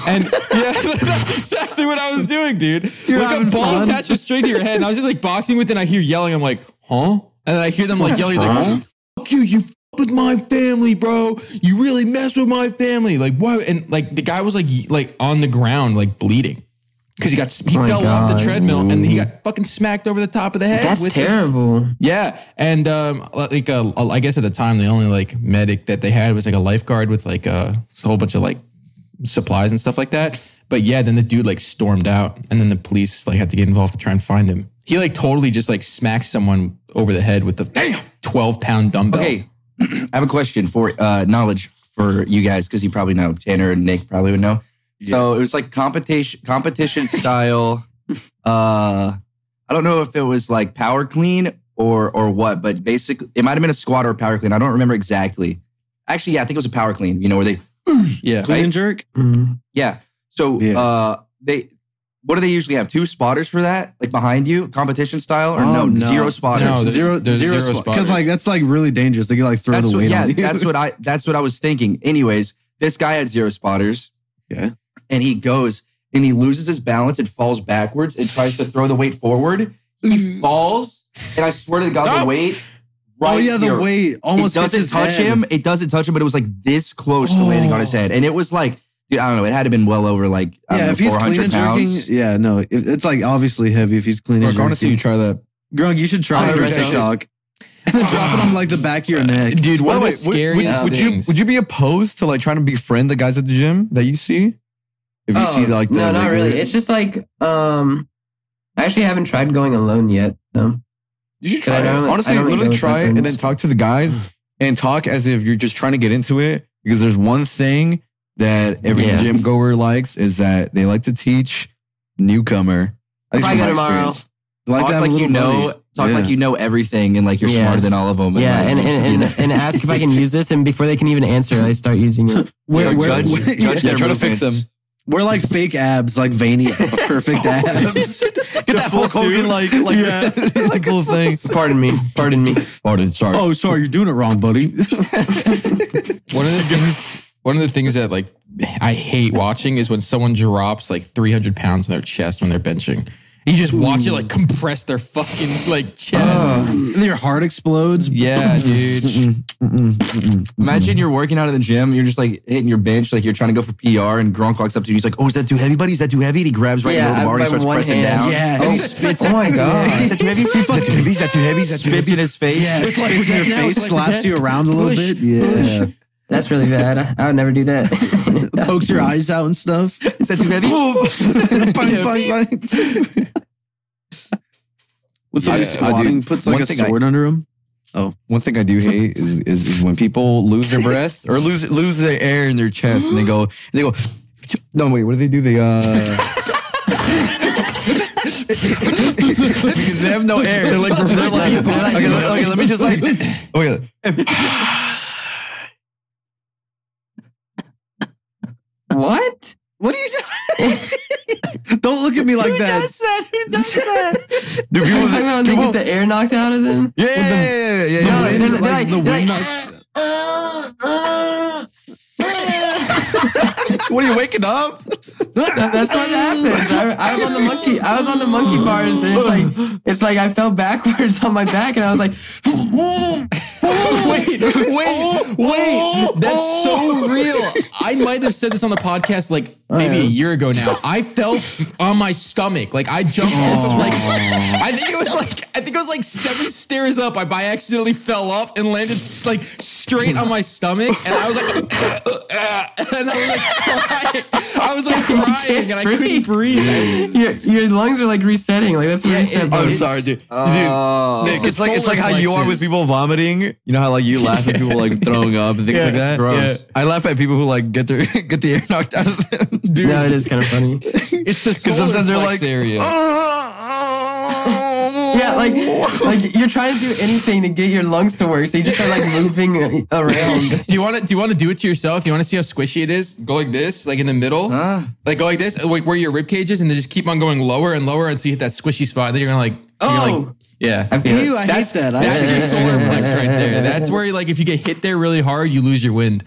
Speaker 2: and yeah, that's exactly what I was doing, dude.
Speaker 3: You're
Speaker 2: like
Speaker 3: having
Speaker 2: a ball
Speaker 3: fun.
Speaker 2: attached was straight to your head. And I was just like boxing with it. And I hear yelling. I'm like, huh? And then I hear them like yelling. He's like, fuck you. You fuck with my family, bro. You really mess with my family. Like what? And like the guy was like, y- like on the ground, like bleeding. Cause he got he fell off the treadmill and he got fucking smacked over the top of the head.
Speaker 5: That's
Speaker 2: with the-
Speaker 5: terrible.
Speaker 2: yeah, and um, like uh, I guess at the time the only like medic that they had was like a lifeguard with like uh, a whole bunch of like supplies and stuff like that. But yeah, then the dude like stormed out, and then the police like had to get involved to try and find him. He like totally just like smacked someone over the head with the twelve pound dumbbell.
Speaker 1: Okay, I have a question for uh, knowledge for you guys because you probably know Tanner and Nick probably would know. So it was like competition, competition style. Uh, I don't know if it was like power clean or or what, but basically it might have been a squat or a power clean. I don't remember exactly. Actually, yeah, I think it was a power clean. You know where they
Speaker 2: Yeah,
Speaker 3: Clean and jerk.
Speaker 5: Mm.
Speaker 1: yeah. So
Speaker 3: Yeah.
Speaker 1: uh, they what do they usually have? Two spotters for that, like behind you, competition style, or
Speaker 3: Oh,
Speaker 1: no,
Speaker 3: no.
Speaker 1: zero spotters.
Speaker 2: No, there's-
Speaker 3: zero,
Speaker 2: there's
Speaker 3: zero,
Speaker 2: zero
Speaker 3: Because
Speaker 2: spotters.
Speaker 3: like that's like really dangerous. They could like throw
Speaker 1: that's
Speaker 3: the
Speaker 1: what,
Speaker 3: weight
Speaker 1: yeah,
Speaker 3: on you.
Speaker 1: that's what I that's what I was thinking. Anyways, this guy had zero spotters.
Speaker 3: Okay.
Speaker 1: And he goes and he loses his balance and falls backwards and tries to throw the weight forward. He falls, and I swear to God, the
Speaker 2: Ah.
Speaker 1: weight right
Speaker 3: Oh yeah, the
Speaker 1: here.
Speaker 3: weight almost
Speaker 1: it
Speaker 3: hits
Speaker 1: doesn't
Speaker 3: his
Speaker 1: touch
Speaker 3: head.
Speaker 1: him. It doesn't touch him, but it was like this close to landing on his
Speaker 3: Oh.
Speaker 1: head. And it was like, dude, I don't know. It had to have been well over like I don't
Speaker 3: Yeah,
Speaker 1: know,
Speaker 3: if he's clean
Speaker 1: 400
Speaker 3: and jerking,
Speaker 1: pounds.
Speaker 3: yeah, no, it- it's like obviously heavy. If he's clean and
Speaker 4: Mark, I
Speaker 3: jerking,
Speaker 4: want to see you try that.
Speaker 3: Grunk, you should try
Speaker 2: I'll
Speaker 3: it
Speaker 2: try
Speaker 3: on
Speaker 2: that.
Speaker 3: TikTok. And then drop it on like the back
Speaker 1: Uh,
Speaker 3: of your neck.
Speaker 2: dude, one of the
Speaker 4: would- would,
Speaker 2: scariest
Speaker 4: would you
Speaker 2: things.
Speaker 4: would you be opposed to like trying to befriend the guys at the gym that you see? If you
Speaker 5: Oh,
Speaker 4: see like the
Speaker 5: no, not
Speaker 4: regulars?
Speaker 5: really. It's just like um, I actually haven't tried going alone yet. So
Speaker 4: You should
Speaker 5: Cause I
Speaker 4: try it.
Speaker 5: don't- I
Speaker 4: Honestly,
Speaker 5: don't really go
Speaker 4: literally
Speaker 5: with my
Speaker 4: try it and
Speaker 5: friends.
Speaker 4: then talk to the guys and talk as if you're just trying to get into it because there's one thing that every
Speaker 5: Yeah.
Speaker 4: gym goer likes is that they like to teach newcomer. At least
Speaker 5: Probably
Speaker 4: from
Speaker 5: go
Speaker 4: my
Speaker 5: tomorrow.
Speaker 4: experience.
Speaker 3: like
Speaker 1: uh, talk
Speaker 3: to have a
Speaker 1: like you
Speaker 3: little
Speaker 1: know,
Speaker 3: buddy.
Speaker 1: talk
Speaker 3: Yeah.
Speaker 1: like you know everything, and like you're
Speaker 5: Yeah.
Speaker 1: smarter than all of them.
Speaker 5: yeah,
Speaker 1: like,
Speaker 5: and and, and, and ask if I can use this, and before they can even answer, I start using it.
Speaker 1: you
Speaker 3: Where,
Speaker 1: know,
Speaker 3: where,
Speaker 1: judge,
Speaker 3: where-
Speaker 1: judge
Speaker 3: yeah.
Speaker 1: their
Speaker 4: try to fix
Speaker 1: movements. Oh,
Speaker 3: We're like fake abs, like veiny, perfect abs. Get
Speaker 4: that Hulk Hogan, like- like-
Speaker 3: like little thing.
Speaker 5: Pardon me, pardon me.
Speaker 4: Pardon, sorry.
Speaker 3: Oh, sorry, you're doing it wrong, buddy.
Speaker 2: one of the things. One one of the things that like I hate watching is when someone drops like 300 pounds in their chest when they're benching. You just watch it like compress their fucking
Speaker 4: Uh.
Speaker 2: like chest.
Speaker 3: And then Uh, your heart explodes.
Speaker 2: yeah, dude.
Speaker 1: Mm-mm, mm-mm, mm-mm. Imagine you're working out in the gym, you're just like hitting your bench, like you're trying to go for PR, and Gronk walks up to you. He's like, "Oh, is that too heavy, buddy? Is that too heavy?" And he grabs right
Speaker 5: Yeah,
Speaker 1: below the
Speaker 5: I-
Speaker 1: bar and
Speaker 5: by
Speaker 1: starts
Speaker 5: one
Speaker 1: pressing
Speaker 5: hand.
Speaker 1: down.
Speaker 3: Yeah.
Speaker 1: and he
Speaker 3: Oh.
Speaker 1: spits. Oh my god! Is that too heavy? Is that too heavy? Is that too heavy? Is that too heavy?
Speaker 4: Spits in his face.
Speaker 3: Yeah, it's
Speaker 2: like
Speaker 3: like your
Speaker 2: that now,
Speaker 3: face
Speaker 2: it's like
Speaker 3: slaps
Speaker 2: that.
Speaker 3: you around a little
Speaker 2: Push,
Speaker 3: bit. Yeah,
Speaker 5: That's really bad. I, I would never do that.
Speaker 3: pokes your eyes out and stuff.
Speaker 1: Is that too heavy?
Speaker 3: bang, bang, bang. When somebody's
Speaker 4: I do-
Speaker 3: squatting, puts like
Speaker 4: one
Speaker 3: a
Speaker 4: thing I-
Speaker 3: sword under him.
Speaker 4: One thing I do hate is, is, is when people lose their breath or lose lose their air in their chest and they go they go. No wait, what do they do? They uh. because they have no air. They're like, they're like okay, let, okay, let me just like okay.
Speaker 5: what? What are you doing?
Speaker 3: Don't look at me like that.
Speaker 4: Do people?
Speaker 5: Are you talking about when they
Speaker 4: people
Speaker 5: get the air knocked out of them?
Speaker 4: yeah, yeah, yeah, yeah, yeah,
Speaker 5: No,
Speaker 4: yeah.
Speaker 5: they're, they're like,
Speaker 3: the
Speaker 5: they're
Speaker 3: wind
Speaker 5: like,
Speaker 3: knocks-
Speaker 4: What are you waking up?
Speaker 5: That's what happens. I, I was on the monkey. I was on the monkey bars, and it's like it's like I fell backwards on my back, and I was like,
Speaker 2: wait,
Speaker 4: Oh,
Speaker 2: wait, wait. That's so real. I might have said this on the podcast like
Speaker 4: Oh,
Speaker 2: maybe a year ago now. I fell on my stomach. Like I jumped
Speaker 4: Oh.
Speaker 2: off of, like I think it was like I think it was like seven stairs up. I by accidentally fell off and landed s- like straight on my stomach. And I was like and I was like crying. I was like crying and I couldn't breathe.
Speaker 5: your, your lungs are like resetting. Like that's what
Speaker 2: Yeah,
Speaker 5: you said.
Speaker 2: it-
Speaker 5: bro.
Speaker 4: I'm
Speaker 2: It's-
Speaker 4: sorry, dude.
Speaker 5: Oh.
Speaker 4: dude Nick,
Speaker 2: the
Speaker 4: it's like it's
Speaker 2: solar
Speaker 4: like how you are with
Speaker 2: plexus.
Speaker 4: people vomiting. You know how like you laugh at people like throwing up and things like that.
Speaker 1: gross.
Speaker 4: I laugh at people who like get their get the air knocked out of them. Dude,
Speaker 5: no, it is kind of funny.
Speaker 2: It's the
Speaker 4: Because
Speaker 2: solar
Speaker 4: sometimes they're
Speaker 2: plex
Speaker 4: like, "Oh."
Speaker 2: area.
Speaker 5: Yeah, like like you're trying to do anything to get your lungs to work, so you just start like moving around.
Speaker 2: Do you want to do you want to do it to yourself? You want to see how squishy it is? Go like this, like in the middle, like go like this, like where your rib cage is, and then just keep on going lower and lower until you hit that swishy spot. And then you're gonna like, you're
Speaker 5: Oh,
Speaker 2: like, yeah,
Speaker 5: I feel it.
Speaker 3: Ew, I
Speaker 2: that's
Speaker 3: hate that. I
Speaker 2: that's
Speaker 3: hate
Speaker 2: your
Speaker 3: that.
Speaker 2: solar plex right there. That's where like if you get hit there really hard, you lose your wind.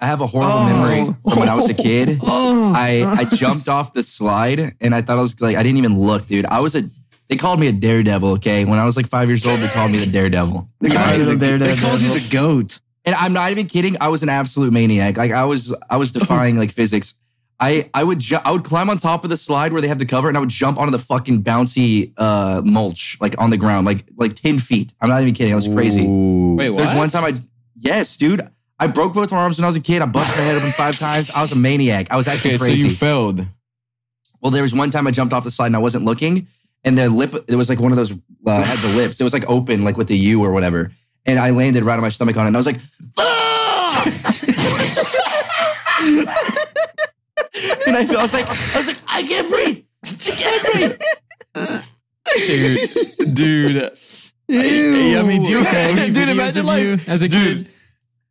Speaker 1: I have a horrible memory from when I was a kid.
Speaker 3: Oh.
Speaker 1: I, I jumped off the slide and I thought I was like I didn't even look, dude. I was a they called me a daredevil. Okay, when I was like five years old, they called me the daredevil.
Speaker 5: They called you the
Speaker 3: They
Speaker 5: daredevil.
Speaker 3: called you the goat.
Speaker 1: and I'm not even kidding. I was an absolute maniac. Like I was, I was defying like physics. I I would ju- I would climb on top of the slide where they have the cover, and I would jump onto the fucking bouncy uh, mulch like on the ground, like like ten feet. I'm not even kidding. I was crazy.
Speaker 2: Wait, what?
Speaker 1: There's one time I yes, dude. I broke both my arms when I was a kid. I busted my head open five times. I was a maniac. I was actually
Speaker 4: Okay, so
Speaker 1: crazy.
Speaker 4: you failed.
Speaker 1: Well, there was one time I jumped off the slide and I wasn't looking, and the lip it was like one of those uh, had the lips. It was like open, like with the U or whatever, and I landed right on my stomach on it. And I was like, "Ah!" and I, felt, I was like, I was like, I can't breathe. I can't breathe.
Speaker 2: dude, dude. I mean, do you have
Speaker 4: Okay.
Speaker 2: any
Speaker 4: Dude,
Speaker 2: videos
Speaker 4: imagine,
Speaker 2: of
Speaker 4: like-
Speaker 2: you as a
Speaker 4: dude.
Speaker 2: kid?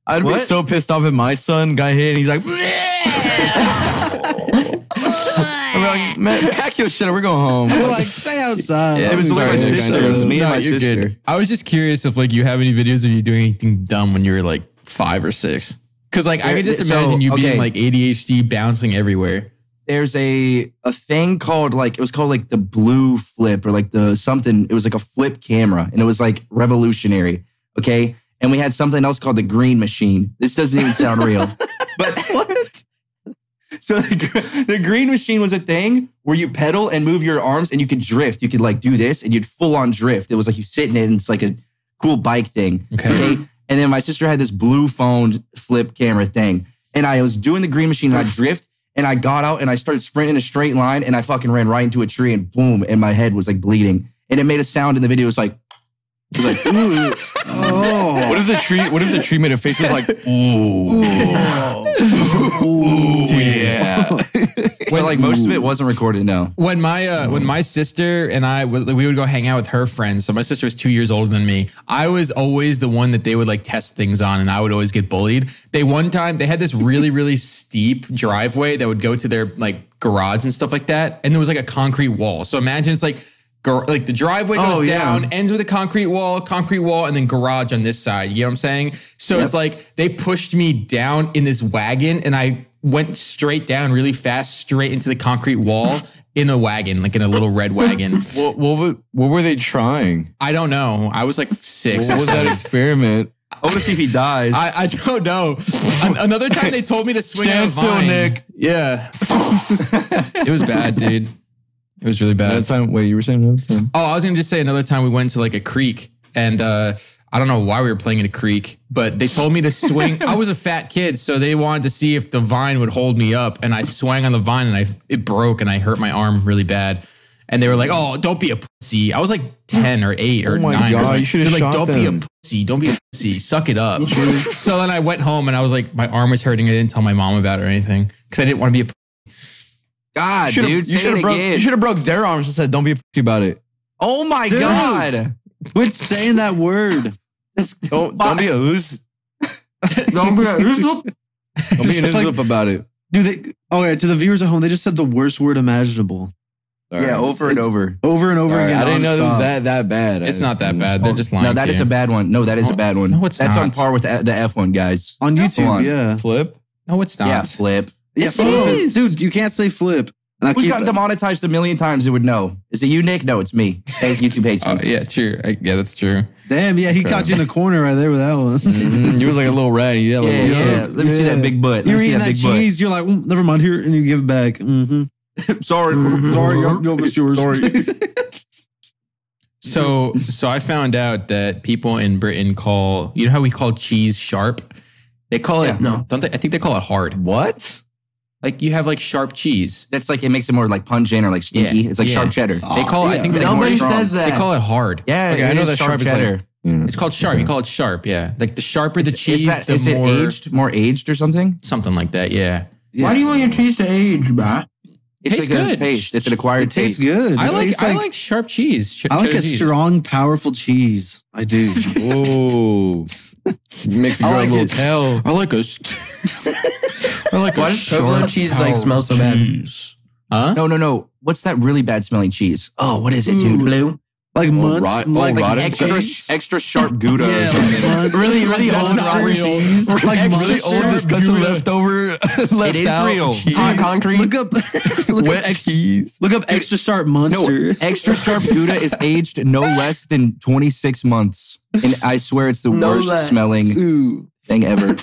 Speaker 4: I'd be
Speaker 1: What?
Speaker 4: so pissed off if my son got hit and he's like, I'm like, man, pack your shit up. We're going home.
Speaker 3: They're like, stay outside.
Speaker 2: Yeah,
Speaker 1: It was
Speaker 2: I'm
Speaker 1: literally
Speaker 2: sorry,
Speaker 1: my
Speaker 2: dude.
Speaker 1: sister. It was me and my
Speaker 2: you're
Speaker 1: sister.
Speaker 2: good. I was just curious if like you have any videos of you doing anything dumb when you were like five or six. Cause like I
Speaker 1: There-
Speaker 2: could just
Speaker 1: so,
Speaker 2: imagine you being
Speaker 1: okay.
Speaker 2: like ADHD bouncing everywhere.
Speaker 1: There's a a thing called like it was called like the blue flip or like the something. It was like a flip camera, and it was like revolutionary. Okay, and we had something else called the green machine. This doesn't even sound real. But what? So the, gr- the green machine was a thing where you pedal and move your arms and you could drift. You could like do this and you'd full on drift. It was like you sit in it and it's like a cool bike thing.
Speaker 2: Okay.
Speaker 1: And then my sister had this blue phone flip camera thing. And I was doing the green machine and I drift and I got out and I started sprinting a straight line and I fucking ran right into a tree and boom. And my head was like bleeding. And it made a sound in the video. It was like, it was like, ooh.
Speaker 3: Oh.
Speaker 4: What if the tree? What if the tree made a face was like, ooh,
Speaker 3: Ooh.
Speaker 4: yeah?
Speaker 1: But like most of it wasn't recorded, no.
Speaker 2: when my uh, when my sister and I would- we would go hang out with her friends. So my sister was two years older than me. I was always the one that they would like test things on, and I would always get bullied. They one time they had this really really steep driveway that would go to their like garage and stuff like that, and there was like a concrete wall. So imagine it's like gar- like the driveway goes
Speaker 5: Oh, yeah.
Speaker 2: down, ends with a concrete wall, concrete wall, and then garage on this side. You get what I'm saying? So it's like they pushed me down in this wagon, and I went straight down really fast, straight into the concrete wall in a wagon, like in a little red wagon.
Speaker 4: What, what, were- what were they trying?
Speaker 2: I don't know. I was like six.
Speaker 4: What
Speaker 2: or
Speaker 4: was that
Speaker 2: seven.
Speaker 4: experiment? I want to see if he dies.
Speaker 2: I, I don't know. An- another time they told me to swing
Speaker 4: Stand
Speaker 2: on a
Speaker 4: still,
Speaker 2: vine.
Speaker 4: Nick.
Speaker 2: Yeah, it was bad, dude. It was really bad.
Speaker 4: Another time, wait, you were saying another time?
Speaker 2: Oh, I was gonna just say another time we went to like a creek, and uh, I don't know why we were playing in a creek, but they told me to swing. I was a fat kid, so they wanted to see if the vine would hold me up, and I swung on the vine, and I it broke, and I hurt my arm really bad. And they were like, "Oh, don't be a pussy." I was like ten or eight or
Speaker 4: Oh my
Speaker 2: nine. or
Speaker 4: God,
Speaker 2: something.
Speaker 4: you should've
Speaker 2: They're like,
Speaker 4: shot
Speaker 2: "Don't
Speaker 4: them."
Speaker 2: be a pussy. Don't be a pussy. Suck it up." so then I went home, and I was like, my arm was hurting. I didn't tell my mom about it or anything because I didn't want to be a.
Speaker 1: God,
Speaker 4: Should've-
Speaker 1: Ah, dude,
Speaker 4: you
Speaker 1: say
Speaker 4: should
Speaker 1: it
Speaker 4: have broke. You
Speaker 1: again.
Speaker 4: should have broke their arms and said, "Don't be a pussy about it."
Speaker 1: oh my God.
Speaker 3: Quit saying that word.
Speaker 4: Don't don't be a loose.
Speaker 5: Don't be a-
Speaker 4: Don't be an
Speaker 3: It's like-
Speaker 4: loop about it.
Speaker 3: Dude, they okay, to the viewers at home, they just said the worst word imaginable.
Speaker 4: Sorry.
Speaker 1: Yeah, over and
Speaker 3: It's-
Speaker 1: over.
Speaker 3: Over and over
Speaker 4: Sorry,
Speaker 3: again.
Speaker 4: I didn't know it
Speaker 3: nonstop.
Speaker 4: was that that bad.
Speaker 2: It's not that bad. They're just lying.
Speaker 1: No, that
Speaker 2: to
Speaker 1: is
Speaker 2: you.
Speaker 1: a bad one. No, that is a bad one.
Speaker 2: No, it's
Speaker 1: That's on
Speaker 2: not.
Speaker 1: par with E, the the F one, guys.
Speaker 3: on YouTube,
Speaker 1: on.
Speaker 3: yeah.
Speaker 4: flip.
Speaker 2: No, it's not.
Speaker 1: Yeah, flip.
Speaker 3: Yeah,
Speaker 1: It
Speaker 3: flip it.
Speaker 1: is.
Speaker 3: dude, you can't say flip. And I
Speaker 1: Who's
Speaker 3: keep-
Speaker 1: gotten demonetized a million times? It would know. Is it you, Nick? No, it's me. Thanks, YouTube hates me.
Speaker 2: Oh, yeah, true. I- yeah, that's true.
Speaker 3: Damn, yeah, he caught you in the corner right there with that one.
Speaker 4: You were like a little rat. You had
Speaker 1: Yeah,
Speaker 4: like a
Speaker 1: yeah,
Speaker 4: little
Speaker 1: yeah.
Speaker 4: stick.
Speaker 1: Let me see that big butt. Let
Speaker 3: You're
Speaker 1: me see
Speaker 3: eating
Speaker 1: that
Speaker 3: that,
Speaker 1: big
Speaker 3: cheese. You're like, "Mm, never mind here, and you give back. Mm-hmm.
Speaker 1: butt. Sorry.
Speaker 5: Mm. Mm-hmm.
Speaker 3: Sorry, yo, yo, it's yours.
Speaker 2: So, so I found out that people in Britain call you know how we call cheese sharp. They call it
Speaker 5: no.
Speaker 2: don't they? I think they call it hard.
Speaker 4: What?
Speaker 2: Like you have like sharp cheese.
Speaker 1: That's like it makes it more like pungent or like stinky.
Speaker 2: Yeah,
Speaker 1: It's like
Speaker 2: yeah.
Speaker 1: sharp cheddar.
Speaker 2: They call it, I think
Speaker 1: It's
Speaker 2: they,
Speaker 1: like more
Speaker 5: Nobody
Speaker 1: strong.
Speaker 5: says that.
Speaker 2: they call it hard.
Speaker 1: Yeah,
Speaker 4: Okay, I
Speaker 1: it
Speaker 4: know
Speaker 1: is
Speaker 4: that sharp is like-
Speaker 2: It's called sharp. You call it sharp. Yeah, like the sharper the cheese,
Speaker 1: is that,
Speaker 2: the
Speaker 1: is
Speaker 2: more
Speaker 1: it aged? More aged or something?
Speaker 2: something like that. Yeah,
Speaker 3: Yeah.
Speaker 5: Why do you want your cheese to age, bro?
Speaker 1: It's
Speaker 2: Tastes
Speaker 1: like a
Speaker 2: good.
Speaker 1: taste. It's an acquired
Speaker 3: It tastes
Speaker 1: taste.
Speaker 3: good.
Speaker 2: I
Speaker 3: It
Speaker 2: like,
Speaker 3: tastes
Speaker 2: I like sharp cheese. Ch-
Speaker 3: I like
Speaker 2: cheddar
Speaker 3: a
Speaker 2: cheese.
Speaker 3: strong, powerful cheese. I do.
Speaker 4: Whoa. Makes a girl
Speaker 1: like
Speaker 4: a little
Speaker 1: it.
Speaker 4: tell.
Speaker 2: I like a. st- I like
Speaker 5: Why
Speaker 2: a
Speaker 5: does provolone
Speaker 2: sharp
Speaker 5: cheese, like,
Speaker 2: power
Speaker 5: smell so bad?
Speaker 2: cheese. Huh?
Speaker 1: No, no, no. What's that really bad smelling cheese? Oh, what is it, dude?
Speaker 5: Blue.
Speaker 3: like months, like,
Speaker 4: rot- old
Speaker 3: like
Speaker 4: rotted
Speaker 1: extra,
Speaker 3: cheese?
Speaker 1: extra sharp Gouda. or
Speaker 3: Yeah,
Speaker 1: something.
Speaker 3: like months-
Speaker 1: Really, really
Speaker 3: That's
Speaker 1: old
Speaker 3: not
Speaker 1: rotted
Speaker 3: real.
Speaker 1: cheese.
Speaker 3: Like
Speaker 4: Really
Speaker 3: months-
Speaker 4: old, disgusting leftover left
Speaker 1: is
Speaker 4: out
Speaker 1: real.
Speaker 4: cheese.
Speaker 5: On concrete.
Speaker 3: Look up, look up,
Speaker 4: Wet
Speaker 3: ex-
Speaker 4: cheese.
Speaker 3: look up extra sharp
Speaker 1: No,
Speaker 3: monster.
Speaker 1: extra sharp Gouda is aged no less than 26 months. And I swear it's the
Speaker 5: No
Speaker 1: worst
Speaker 5: less.
Speaker 1: smelling
Speaker 3: Ooh,
Speaker 1: thing ever.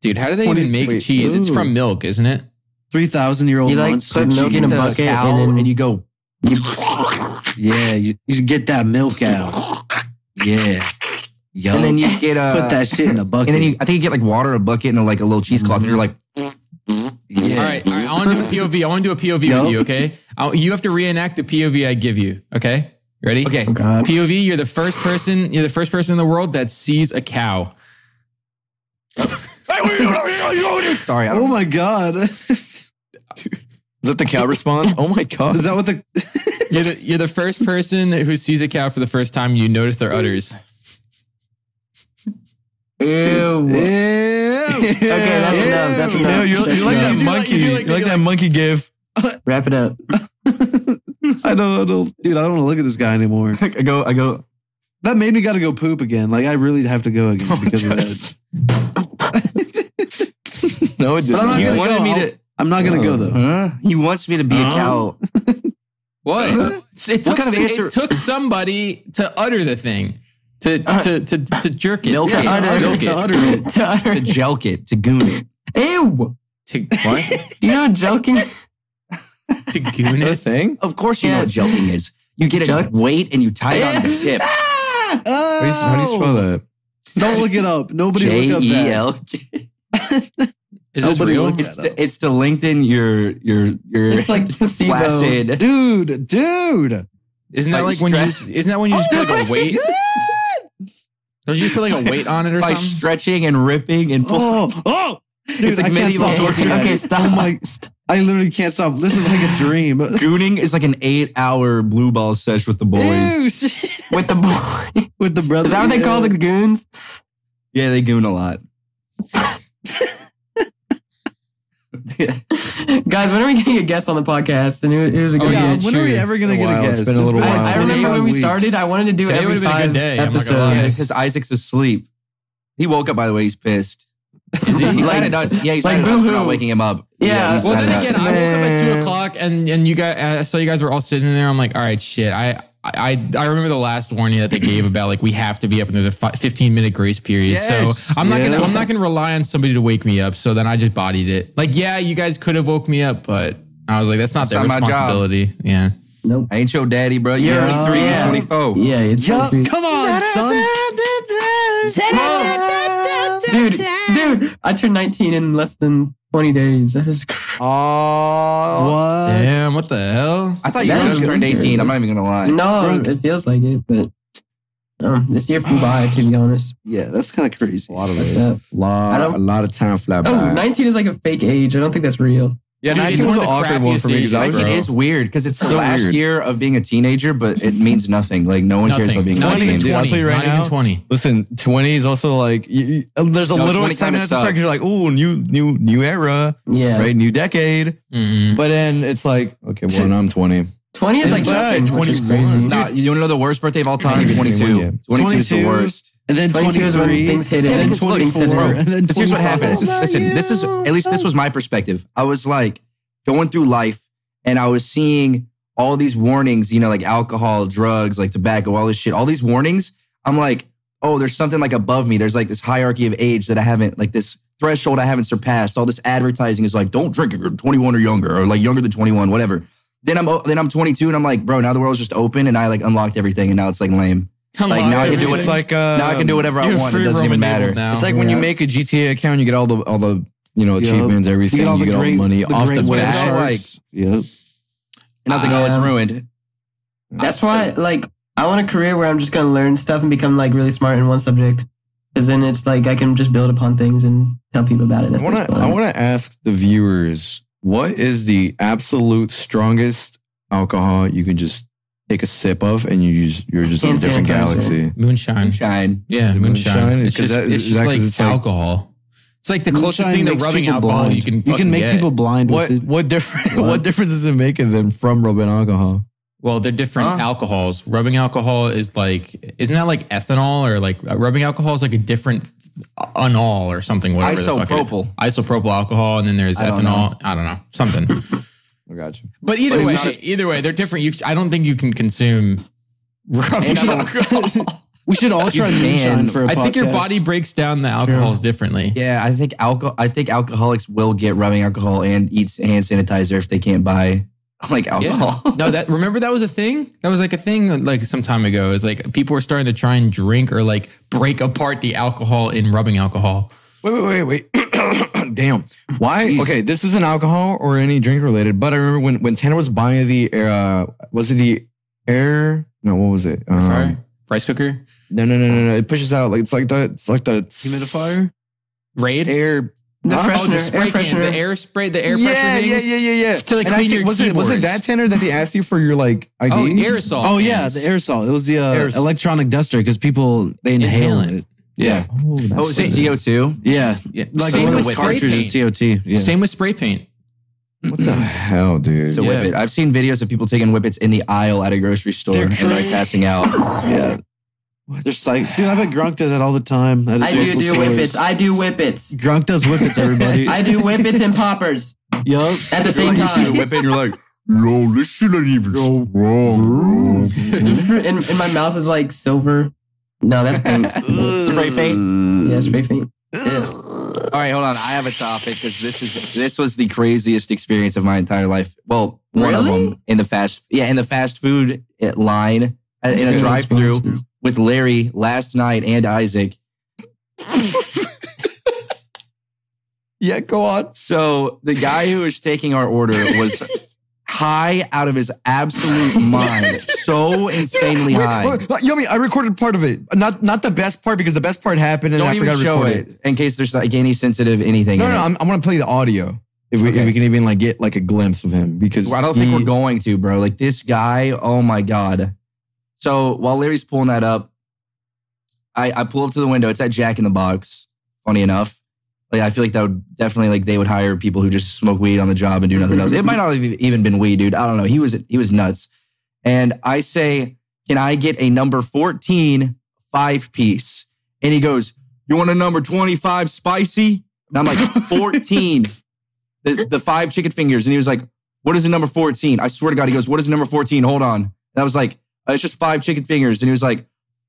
Speaker 2: Dude, how do they
Speaker 4: What do
Speaker 2: even
Speaker 4: you-
Speaker 2: make
Speaker 4: wait,
Speaker 2: cheese? It's from milk, isn't it?
Speaker 3: three thousand year old
Speaker 5: You, like,
Speaker 3: monster.
Speaker 5: put milk
Speaker 3: cheese.
Speaker 5: in a
Speaker 1: The
Speaker 5: bucket
Speaker 1: cow,
Speaker 5: and then-
Speaker 1: and you go,
Speaker 5: You-
Speaker 3: Yeah, you, you should get that milk out. Yeah, yo.
Speaker 1: and then you get uh,
Speaker 3: put that shit in a bucket.
Speaker 1: And then you, I think you get like water, in a bucket, and like a little cheesecloth, and you're like,
Speaker 3: yeah.
Speaker 2: All right, all right. I want to do a POV. I want to do a POV
Speaker 3: Yup.
Speaker 2: with you, okay? I, you have to reenact the POV I give you, okay? You Ready?
Speaker 3: Oh,
Speaker 1: okay,
Speaker 5: God.
Speaker 2: POV, you're the first person, you're the first person in the world that sees a cow.
Speaker 1: sorry, I
Speaker 3: Oh
Speaker 1: don't,
Speaker 3: my god, is
Speaker 4: Is that the cow response? Oh my god.
Speaker 3: that what the?
Speaker 2: You're the, you're the first person who sees a cow for the first time. You notice their udders.
Speaker 5: Ew.
Speaker 3: Ew.
Speaker 5: Okay, that's enough. That's enough.
Speaker 4: No, you're,
Speaker 5: That's
Speaker 4: you're like
Speaker 5: enough.
Speaker 2: You
Speaker 4: that
Speaker 2: do like-
Speaker 4: monkey.
Speaker 2: you do
Speaker 4: You're
Speaker 2: like-
Speaker 4: like, that monkey gif.
Speaker 5: Wrap it up.
Speaker 3: I don't, I don't, dude. I don't want to look at this guy anymore.
Speaker 1: I go, I go.
Speaker 3: That made me got to go poop again. Like I really have to go
Speaker 1: Oh
Speaker 3: again because of that.
Speaker 4: No, it
Speaker 3: But I'm not
Speaker 4: doesn't.
Speaker 1: You
Speaker 3: gonna
Speaker 1: wanted
Speaker 3: go.
Speaker 1: me
Speaker 3: I'll-
Speaker 1: to. Oh.
Speaker 3: I'm not gonna go though.
Speaker 1: Huh? He wants me to be a cow.
Speaker 2: What? It took,
Speaker 1: What kind of
Speaker 2: some-
Speaker 1: answer-
Speaker 2: it took somebody to utter the thing, to to to, to, jerk it,
Speaker 1: Milk
Speaker 2: to
Speaker 1: Uh, it.
Speaker 2: utter,
Speaker 1: Milk
Speaker 2: it.
Speaker 3: To utter it.
Speaker 5: To
Speaker 1: to
Speaker 5: utter-
Speaker 1: jelk it, to goon it.
Speaker 5: Ew.
Speaker 2: to what?
Speaker 5: Do you know joking?
Speaker 2: to goon
Speaker 4: Is that a
Speaker 2: it.
Speaker 4: thing?
Speaker 1: Of course, you know what
Speaker 5: Yes.
Speaker 1: jelking is. You get a
Speaker 5: Jelk?
Speaker 1: weight and you tie it on the tip.
Speaker 4: How do you, how do you spell that?
Speaker 3: Ah, oh. Don't look it up. Nobody
Speaker 1: E J
Speaker 3: look up
Speaker 1: E
Speaker 3: that.
Speaker 1: L.
Speaker 2: Is this
Speaker 3: Nobody
Speaker 2: real?
Speaker 3: look
Speaker 1: It's
Speaker 3: that up.
Speaker 1: to, it's to lengthen your your your
Speaker 5: It's like placebo.
Speaker 1: flaccid.
Speaker 3: Dude, dude.
Speaker 2: Isn't that
Speaker 1: Like
Speaker 2: like, when you?
Speaker 1: stress- Oh
Speaker 2: Just, isn't that when you just put like a weight? Don't you put like a weight on it or
Speaker 1: by
Speaker 2: something?
Speaker 1: stretching and ripping and pulling.
Speaker 3: Oh, oh. Dude,
Speaker 1: It's like
Speaker 3: I can't
Speaker 1: medieval
Speaker 3: stop
Speaker 1: torture.
Speaker 3: looking at
Speaker 5: Okay,
Speaker 3: it.
Speaker 5: stop.
Speaker 3: Oh my, I literally can't stop. This is like a dream.
Speaker 1: Gooning is like an eight-hour blue ball sesh with the boys.
Speaker 3: Ew, shit.
Speaker 5: With the boy.
Speaker 3: With the brother.
Speaker 5: Is that what they call the goons?
Speaker 1: Yeah, they goon a lot.
Speaker 5: Guys, when are we getting a guest on the podcast? And who, who's it
Speaker 2: Oh,
Speaker 5: going
Speaker 2: yeah,
Speaker 5: to be?
Speaker 3: when are we ever gonna
Speaker 4: A
Speaker 3: get a
Speaker 4: while. It's
Speaker 3: guest?
Speaker 4: been a little
Speaker 3: been
Speaker 4: while.
Speaker 5: I, I
Speaker 3: 25
Speaker 5: remember when we
Speaker 3: weeks.
Speaker 5: started, I wanted to do
Speaker 2: Today
Speaker 5: every
Speaker 2: would've been a
Speaker 5: five
Speaker 2: good day, I'm not
Speaker 5: episodes.
Speaker 2: gonna lie.
Speaker 1: Yeah, because Isaac's asleep. He woke up, by the way. He's pissed.
Speaker 2: Is he?
Speaker 1: He's mad at us. Yeah, he's
Speaker 5: like
Speaker 1: mad at us for not
Speaker 5: boo-hoo.
Speaker 1: waking him up.
Speaker 5: Yeah.
Speaker 1: he's
Speaker 2: Well,
Speaker 1: mad
Speaker 2: then
Speaker 1: at
Speaker 2: again,
Speaker 1: us.
Speaker 2: I woke up at
Speaker 5: Man.
Speaker 2: two o'clock, and and you guys, I saw you guys were all sitting there. I'm like, all right, shit. I I I remember the last warning that they gave about like we have to be up, and there's a fi- 15 minute grace period.
Speaker 1: Yes.
Speaker 2: So I'm not
Speaker 1: Yeah.
Speaker 2: gonna I'm not gonna rely on somebody to wake me up. So then I just bodied it. Like, yeah, you guys could have woke me up, but I was like, that's not
Speaker 1: That's
Speaker 2: their
Speaker 1: not my job.
Speaker 2: responsibility. Yeah.
Speaker 5: Nope.
Speaker 1: I ain't your daddy, bro. You're
Speaker 5: Yeah.
Speaker 1: 23,
Speaker 5: Yeah.
Speaker 1: you're 24.
Speaker 5: Yeah, it's
Speaker 3: Yup, come on, son.
Speaker 5: dude, dude, I turned 19 in less than 20 days. That is crazy.
Speaker 4: Oh,
Speaker 3: What?
Speaker 2: Damn. What the hell?
Speaker 1: I thought you
Speaker 5: That is
Speaker 1: just turned
Speaker 5: weird.
Speaker 1: 18. I'm not even going to lie.
Speaker 5: No, it feels like it, but um, this year flew by, to be honest.
Speaker 3: Yeah, that's kind of crazy.
Speaker 4: a lot of
Speaker 5: Like
Speaker 4: it.
Speaker 5: that.
Speaker 4: Lot,
Speaker 5: I don't-
Speaker 4: a lot of time fly by.
Speaker 5: Oh, 19 is like a fake age. I don't think that's real.
Speaker 4: yeah,
Speaker 2: Dude, it's
Speaker 4: 19 was
Speaker 2: one of
Speaker 4: an
Speaker 2: the
Speaker 4: awkward one
Speaker 2: crappiest
Speaker 4: for me because I
Speaker 2: ages,
Speaker 4: was
Speaker 1: Like, "Oh." it
Speaker 2: bro.
Speaker 1: is weird because it's the
Speaker 4: So
Speaker 1: last
Speaker 4: weird.
Speaker 1: year of being a teenager, but it means nothing. Like no one cares
Speaker 2: Nothing.
Speaker 1: about being
Speaker 2: Not
Speaker 1: a
Speaker 2: even
Speaker 1: teenager.
Speaker 4: Dude, I'll tell
Speaker 2: twenty.
Speaker 4: you right
Speaker 2: Not even
Speaker 4: now.
Speaker 2: twenty.
Speaker 4: Listen, 20 is also like you, you- there's a
Speaker 1: No,
Speaker 4: little
Speaker 1: 20
Speaker 4: excitement
Speaker 1: kinda
Speaker 4: at the start 'cause you're
Speaker 1: sucks.
Speaker 4: like, oh, new, new, new era,
Speaker 5: Yeah.
Speaker 4: right? New decade.
Speaker 2: Mm-mm.
Speaker 4: But then it's like, okay, well, now I'm 20.
Speaker 5: 20 is like
Speaker 4: Dude,
Speaker 5: nothing, which is crazy.
Speaker 4: 21.
Speaker 1: Nah, you want to know the worst birthday of all time?
Speaker 4: Yeah.
Speaker 1: 22. 22 is the
Speaker 3: 22.
Speaker 1: worst.
Speaker 3: And then
Speaker 5: 22
Speaker 3: 23,
Speaker 5: is when things hit it.
Speaker 3: and then
Speaker 5: Because look,
Speaker 3: 24,
Speaker 5: bro,
Speaker 3: and then 25.
Speaker 1: Because here's what happened. This is- listen, this is at least this was my perspective. I was like going through life and I was seeing all these warnings, you know, like alcohol, drugs, like tobacco, all this shit, all these warnings. I'm like, oh, there's something like above me. There's like this hierarchy of age that I haven't, like this threshold I haven't surpassed. All this advertising is like, don't drink if you're 21 or younger, or like younger than 21, whatever. Then I'm then I'm 22 and I'm like, bro, now the world's just open and I like unlocked everything and now it's like lame. Like, now I can do
Speaker 4: It's
Speaker 1: whatever-
Speaker 4: like uh,
Speaker 1: now I can do whatever I
Speaker 2: You're
Speaker 1: want. It
Speaker 2: free
Speaker 1: doesn't even
Speaker 2: roaming
Speaker 1: matter.
Speaker 2: now.
Speaker 4: It's like when you
Speaker 5: Yeah.
Speaker 4: make a GTA account, you get all the all the you know
Speaker 3: Yup.
Speaker 4: achievements, everything, you get all the,
Speaker 3: great-
Speaker 4: money off the
Speaker 3: great whale
Speaker 4: bat.
Speaker 3: sharks. Yep.
Speaker 1: And I was like, oh, it's
Speaker 5: Um,
Speaker 1: ruined.
Speaker 5: That's why, like, I want a career where I'm just gonna learn stuff and become like really smart in one subject, because then it's like I can just build upon things and tell people about it. That's
Speaker 4: I want
Speaker 5: what's
Speaker 4: to
Speaker 5: fun.
Speaker 4: I want to ask the viewers what is the absolute strongest alcohol you can just take a sip of and you use you're just in a
Speaker 5: Hand
Speaker 4: different
Speaker 5: sanitizer.
Speaker 4: galaxy.
Speaker 2: Moonshine.
Speaker 1: Shine.
Speaker 2: Yeah,
Speaker 4: Is it
Speaker 2: moonshine.
Speaker 4: moonshine?
Speaker 2: It's
Speaker 4: 'Cause
Speaker 2: just,
Speaker 4: that-
Speaker 2: it's
Speaker 4: is
Speaker 2: just
Speaker 4: that 'cause
Speaker 2: like
Speaker 4: it's like-
Speaker 2: alcohol. It's like the closest
Speaker 3: Moonshine
Speaker 2: thing to
Speaker 3: makes
Speaker 2: rubbing
Speaker 3: people
Speaker 2: alcohol
Speaker 3: blind.
Speaker 2: you can.
Speaker 3: You
Speaker 2: fucking
Speaker 3: can make
Speaker 2: get.
Speaker 3: people blind
Speaker 4: What
Speaker 3: with it.
Speaker 4: what difference
Speaker 3: What?
Speaker 4: what difference is it making them from rubbing alcohol?
Speaker 2: Well, they're different
Speaker 1: Huh?
Speaker 2: alcohols. Rubbing alcohol is like, isn't that like ethanol or like uh, rubbing alcohol is like a different unol or something? Whatever. the fuck it is.
Speaker 1: Isopropyl.
Speaker 2: Isopropyl alcohol, and then there's
Speaker 1: I don't
Speaker 2: ethanol. I don't know something.
Speaker 4: I got you.
Speaker 2: but either
Speaker 1: But it's
Speaker 2: way,
Speaker 1: not as-
Speaker 2: either way, they're different. You, I don't think you can consume rubbing
Speaker 1: Anal-
Speaker 2: alcohol.
Speaker 3: We should all try
Speaker 1: can.
Speaker 3: moonshine for a
Speaker 2: I think your
Speaker 3: podcast.
Speaker 2: body breaks down the alcohols differently.
Speaker 1: Yeah, I think alcohol. I think alcoholics will get rubbing alcohol and eat hand sanitizer if they can't buy like alcohol.
Speaker 2: No, that remember that was a thing. That was like a thing like some time ago. Is like people were starting to try and drink or like break apart the alcohol in rubbing alcohol.
Speaker 4: Wait, wait, wait, wait. Damn. Why? Okay, this isn't alcohol or any drink related, but I remember when when Tanner was buying the uh was it the air? No, what was it? Um,
Speaker 2: Fry, rice cooker,
Speaker 4: No, no, no,
Speaker 3: uh,
Speaker 4: no, no. It pushes out like it's like the it's like the
Speaker 3: humidifier.
Speaker 2: Raid,
Speaker 4: air.
Speaker 5: the
Speaker 4: Huh?
Speaker 2: oh,
Speaker 5: freshener,
Speaker 2: the
Speaker 5: air
Speaker 2: spray can,
Speaker 5: freshener.
Speaker 2: the air spray, the air
Speaker 4: yeah,
Speaker 2: pressure
Speaker 4: yeah,
Speaker 2: things.
Speaker 4: yeah, yeah, yeah.
Speaker 2: to, like,
Speaker 4: And I
Speaker 2: clean
Speaker 4: think-
Speaker 2: your
Speaker 4: was it was it
Speaker 2: keyboards.
Speaker 4: that Tanner that they asked you for your like ID?
Speaker 2: Oh, aerosol.
Speaker 3: Oh yeah, the
Speaker 2: cans.
Speaker 3: aerosol. It was the uh,
Speaker 4: Aerosol.
Speaker 3: electronic duster because people they inhale
Speaker 2: Inhale it.
Speaker 3: it. Yeah,
Speaker 4: Oh, that's
Speaker 1: Oh, is it
Speaker 4: what
Speaker 1: CO two?
Speaker 3: yeah.
Speaker 2: Yeah.
Speaker 3: Like
Speaker 2: Same
Speaker 3: one
Speaker 2: with
Speaker 3: of the
Speaker 2: spray paint.
Speaker 3: cartridges in COT. Yeah.
Speaker 2: Same with spray paint.
Speaker 4: What the hell, dude?
Speaker 1: It's a
Speaker 2: Yeah.
Speaker 1: whippet. I've seen videos of people taking whippets in the aisle at a grocery store
Speaker 3: They're
Speaker 1: and like passing out.
Speaker 3: Yeah. They're psych. Dude, I bet Grunk does that all the time. at his
Speaker 5: I do
Speaker 3: local
Speaker 5: do
Speaker 3: stores.
Speaker 5: whippets. I do whippets.
Speaker 3: Grunk does whippets, everybody.
Speaker 5: I do whippets and poppers
Speaker 3: Yup.
Speaker 5: at the same
Speaker 1: You see the
Speaker 5: time.
Speaker 1: whippet and you're like, no, this shit ain't even strong.
Speaker 5: and, and my mouth is like silver. No, that's paint.
Speaker 1: Spray paint.
Speaker 5: yeah, spray paint. Yeah.
Speaker 1: All right, hold on. I have a topic because this is this was the craziest experience of my entire life. Well, one of
Speaker 5: Really?
Speaker 1: them in the fast yeah in the fast food eh, line eh, in a
Speaker 5: Yeah,
Speaker 1: drive through. with Larry last night and Isaac.
Speaker 4: Yeah, go on.
Speaker 1: So the guy who was taking our order was high out of his absolute mind, so insanely high.
Speaker 4: Wait, wait, Yummy, I recorded part of it. Not not the best part because the best part happened and
Speaker 1: Don't
Speaker 4: I
Speaker 1: even
Speaker 4: forgot to
Speaker 1: show
Speaker 4: record
Speaker 1: it in case there's like any sensitive anything.
Speaker 4: No,
Speaker 1: in
Speaker 4: no,
Speaker 1: it.
Speaker 4: I'm, I'm gonna play the audio if we
Speaker 1: Okay.
Speaker 4: if we can even like get like a glimpse of him because
Speaker 1: I don't think
Speaker 4: he-
Speaker 1: we're going to, bro. Like this guy, oh my god. So while Larry's pulling that up, I I pull up to the window. It's at Jack in the Box. Funny enough, Like I feel like that would definitely like they would hire people who just smoke weed on the job and do nothing else. It might not have even been weed, dude. I don't know. He was he was nuts. And I say, can I get a number 14 five piece? And he goes, You want a number 25 spicy? And I'm like, 14. the, the five chicken fingers. And he was like, What is the number 14? I swear to God, he goes, What is the number 14? Hold on. And I was like, "Uh, It's just five chicken fingers. And he was like,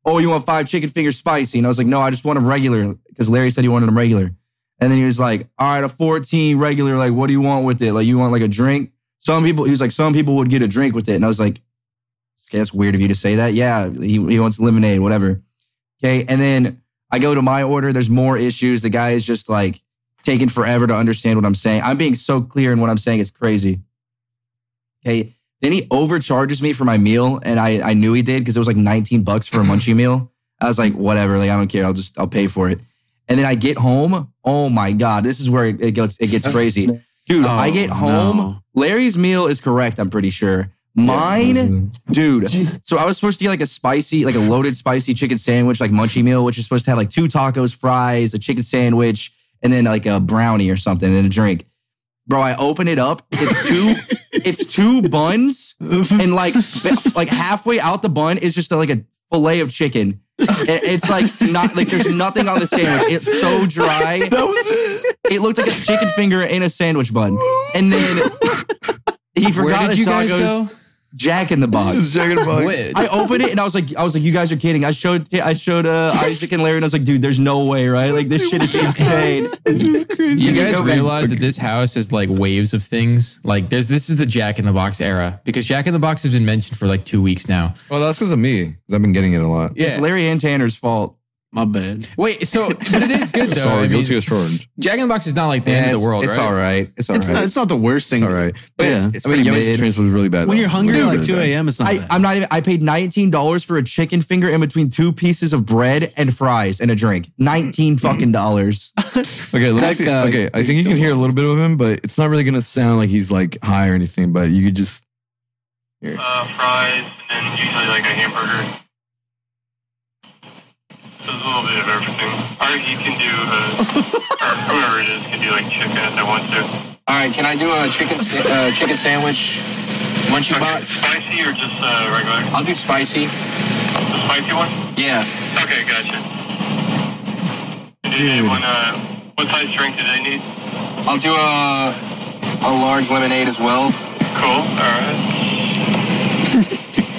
Speaker 1: Oh, you want five chicken fingers spicy? And I was like, No, I just want them regular because Larry said he wanted them regular. And then he was like, All right, a 14 regular. Like, what do you want with it? Like, you want like a drink? Some people, he was like, Some people would get a drink with it. And I was like, Okay, that's weird of you to say that. Yeah, he, he wants lemonade, whatever. Okay. And then I go to my order. There's more issues. The guy is just like taking forever to understand what I'm saying. I'm being so clear in what I'm saying. It's crazy. Okay. Then he overcharges me for my meal. And I, I knew he did because it was like 19 bucks for a munchie meal. I was like, whatever. Like, I don't care. I'll just, I'll pay for it. And then I get home. Oh my God. This is where it it gets, it gets crazy. Dude, I get home. Larry's meal is correct, I'm pretty sure. Mine, dude. So I was supposed to get like a spicy, like a loaded spicy chicken sandwich, like munchie meal, which is supposed to have like two tacos, fries, a chicken sandwich, and then like a brownie or something and a drink. Bro, I open it up. It's two, it's two buns, and like ba- like halfway out the bun is just like a fillet of chicken. And it's like not like there's nothing on the sandwich. It's so dry. That was it. It looked like a chicken finger in a sandwich bun. And then he forgot
Speaker 2: Where did
Speaker 1: the
Speaker 2: you guys
Speaker 1: tacos.
Speaker 2: go?
Speaker 1: Jack in the Box.
Speaker 2: Wait,
Speaker 1: I opened it and I was like, I was like, you guys are kidding. I showed, I showed uh, Isaac and Larry, and I was like, dude, there's no way, right? Like this shit is insane.
Speaker 2: you
Speaker 1: you
Speaker 2: guys
Speaker 1: go back-
Speaker 2: realize that this house is like waves of things. Like there's this is the Jack in the Box era because Jack in the Box has been mentioned for like two weeks now.
Speaker 4: Well, Oh, that's because of me. 'cause I've been getting it a lot.
Speaker 1: It's Larry and Tanner's fault.
Speaker 3: My bad.
Speaker 2: Wait. So, but it is good though.
Speaker 4: Sorry,
Speaker 2: I mean,
Speaker 4: guilty as charged.
Speaker 2: Jack in the Box is not like the end of the world,
Speaker 1: it's,
Speaker 2: right?
Speaker 1: It's all right. It's all
Speaker 3: It's not,
Speaker 1: right.
Speaker 3: it's not the worst thing.
Speaker 4: It's all right.
Speaker 3: But yeah.
Speaker 1: It's
Speaker 4: I mean,
Speaker 1: pretty
Speaker 4: Young's
Speaker 1: mid.
Speaker 4: experience was really bad.
Speaker 3: When
Speaker 4: though.
Speaker 3: you're hungry
Speaker 4: It
Speaker 3: at
Speaker 4: was
Speaker 3: like
Speaker 4: really
Speaker 3: 2
Speaker 4: bad.
Speaker 3: a.m., it's not
Speaker 1: I,
Speaker 3: bad.
Speaker 1: I'm not even. I paid nineteen dollars for a chicken finger in between two pieces of bread and fries and a drink. Nineteen
Speaker 7: Mm-hmm.
Speaker 1: fucking dollars.
Speaker 4: Okay,
Speaker 3: That
Speaker 4: let's see.
Speaker 3: guy-
Speaker 4: Okay, I think you can hear a little bit of him, but it's not really gonna sound like he's like high or anything. But you could just
Speaker 8: uh, fries, and then usually like a hamburger. So There's a little bit of everything. Or you can do, uh, or whoever it is can do like chicken if they want to.
Speaker 7: All right, can I do a chicken sa- uh, chicken sandwich, munchie box?
Speaker 8: Spicy or just uh, regular?
Speaker 7: I'll do spicy.
Speaker 8: The spicy one?
Speaker 7: Yeah,
Speaker 8: Okay, gotcha. Did anyone, uh, what size drink did they need?
Speaker 7: I'll do a a large lemonade as well.
Speaker 8: Cool, alright.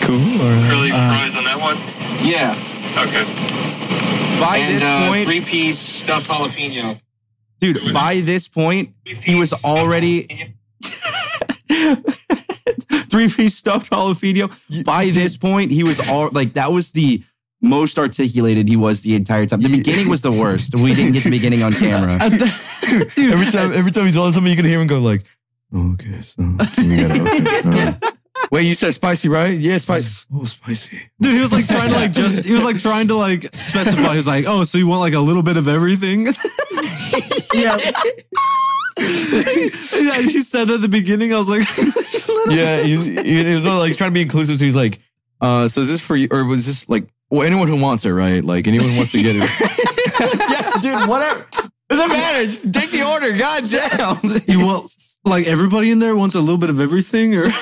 Speaker 4: cool. All right.
Speaker 8: Curly fries on that one?
Speaker 7: Yeah,
Speaker 8: Okay.
Speaker 1: By
Speaker 7: and
Speaker 1: this
Speaker 7: uh,
Speaker 1: point,
Speaker 7: three piece stuffed jalapeno.
Speaker 1: dude. By this point, he was already three piece stuffed jalapeno. By this point, he was all like that was the most articulated he was the entire time. The beginning was the worst. We didn't get the beginning on camera.
Speaker 4: every time, every time he's on something, you can hear him go like, "Okay, so." we gotta- uh, Wait, you said spicy, right? Yeah, spicy. Oh, spicy.
Speaker 3: Dude, he was like trying to like just he was like trying to like specify. He was like, oh, so you want like a little bit of everything?
Speaker 5: Yeah.
Speaker 3: yeah, he said that at the beginning. I was like,
Speaker 4: yeah, he was, he was all, like trying to be inclusive. So he's like, uh, so is this for you, or was this like, well, anyone who wants it, right? Like anyone who wants to get it. yeah, dude, whatever. Doesn't matter. Just take the order. God damn.
Speaker 3: you want like everybody in there wants a little bit of everything, or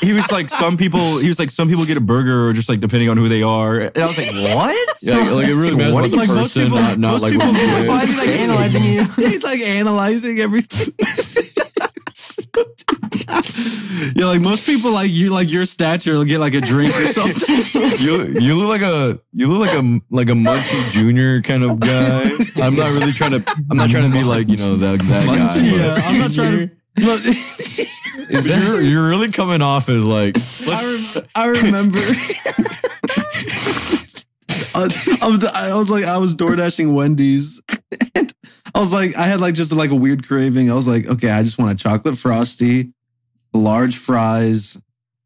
Speaker 1: He was like some people. He was like some people get a burger or just like depending on who they are. And I was like, what?
Speaker 4: Yeah, like, like it really matters
Speaker 1: What
Speaker 4: about the
Speaker 1: do
Speaker 3: you- Like,
Speaker 4: person,
Speaker 3: most people-
Speaker 4: not, not
Speaker 3: most
Speaker 4: like
Speaker 3: people-
Speaker 4: what you did.
Speaker 5: Why is he like analyzing you?
Speaker 3: he's like analyzing everything. yeah, like most people like you like your stature will get like a drink or something.
Speaker 4: you you look like a you look like a like a Munchie Junior kind of guy. I'm not really trying to I'm not trying to be like you know that that guy.
Speaker 3: yeah,
Speaker 4: but
Speaker 3: I'm not trying to. Look,
Speaker 4: Is that- you're, you're really coming off as like
Speaker 3: I, rem- I remember. I, I was I was like I was door dashing Wendy's, and I was like I had like just like a weird craving. I was like, okay, I just want a chocolate frosty, large fries,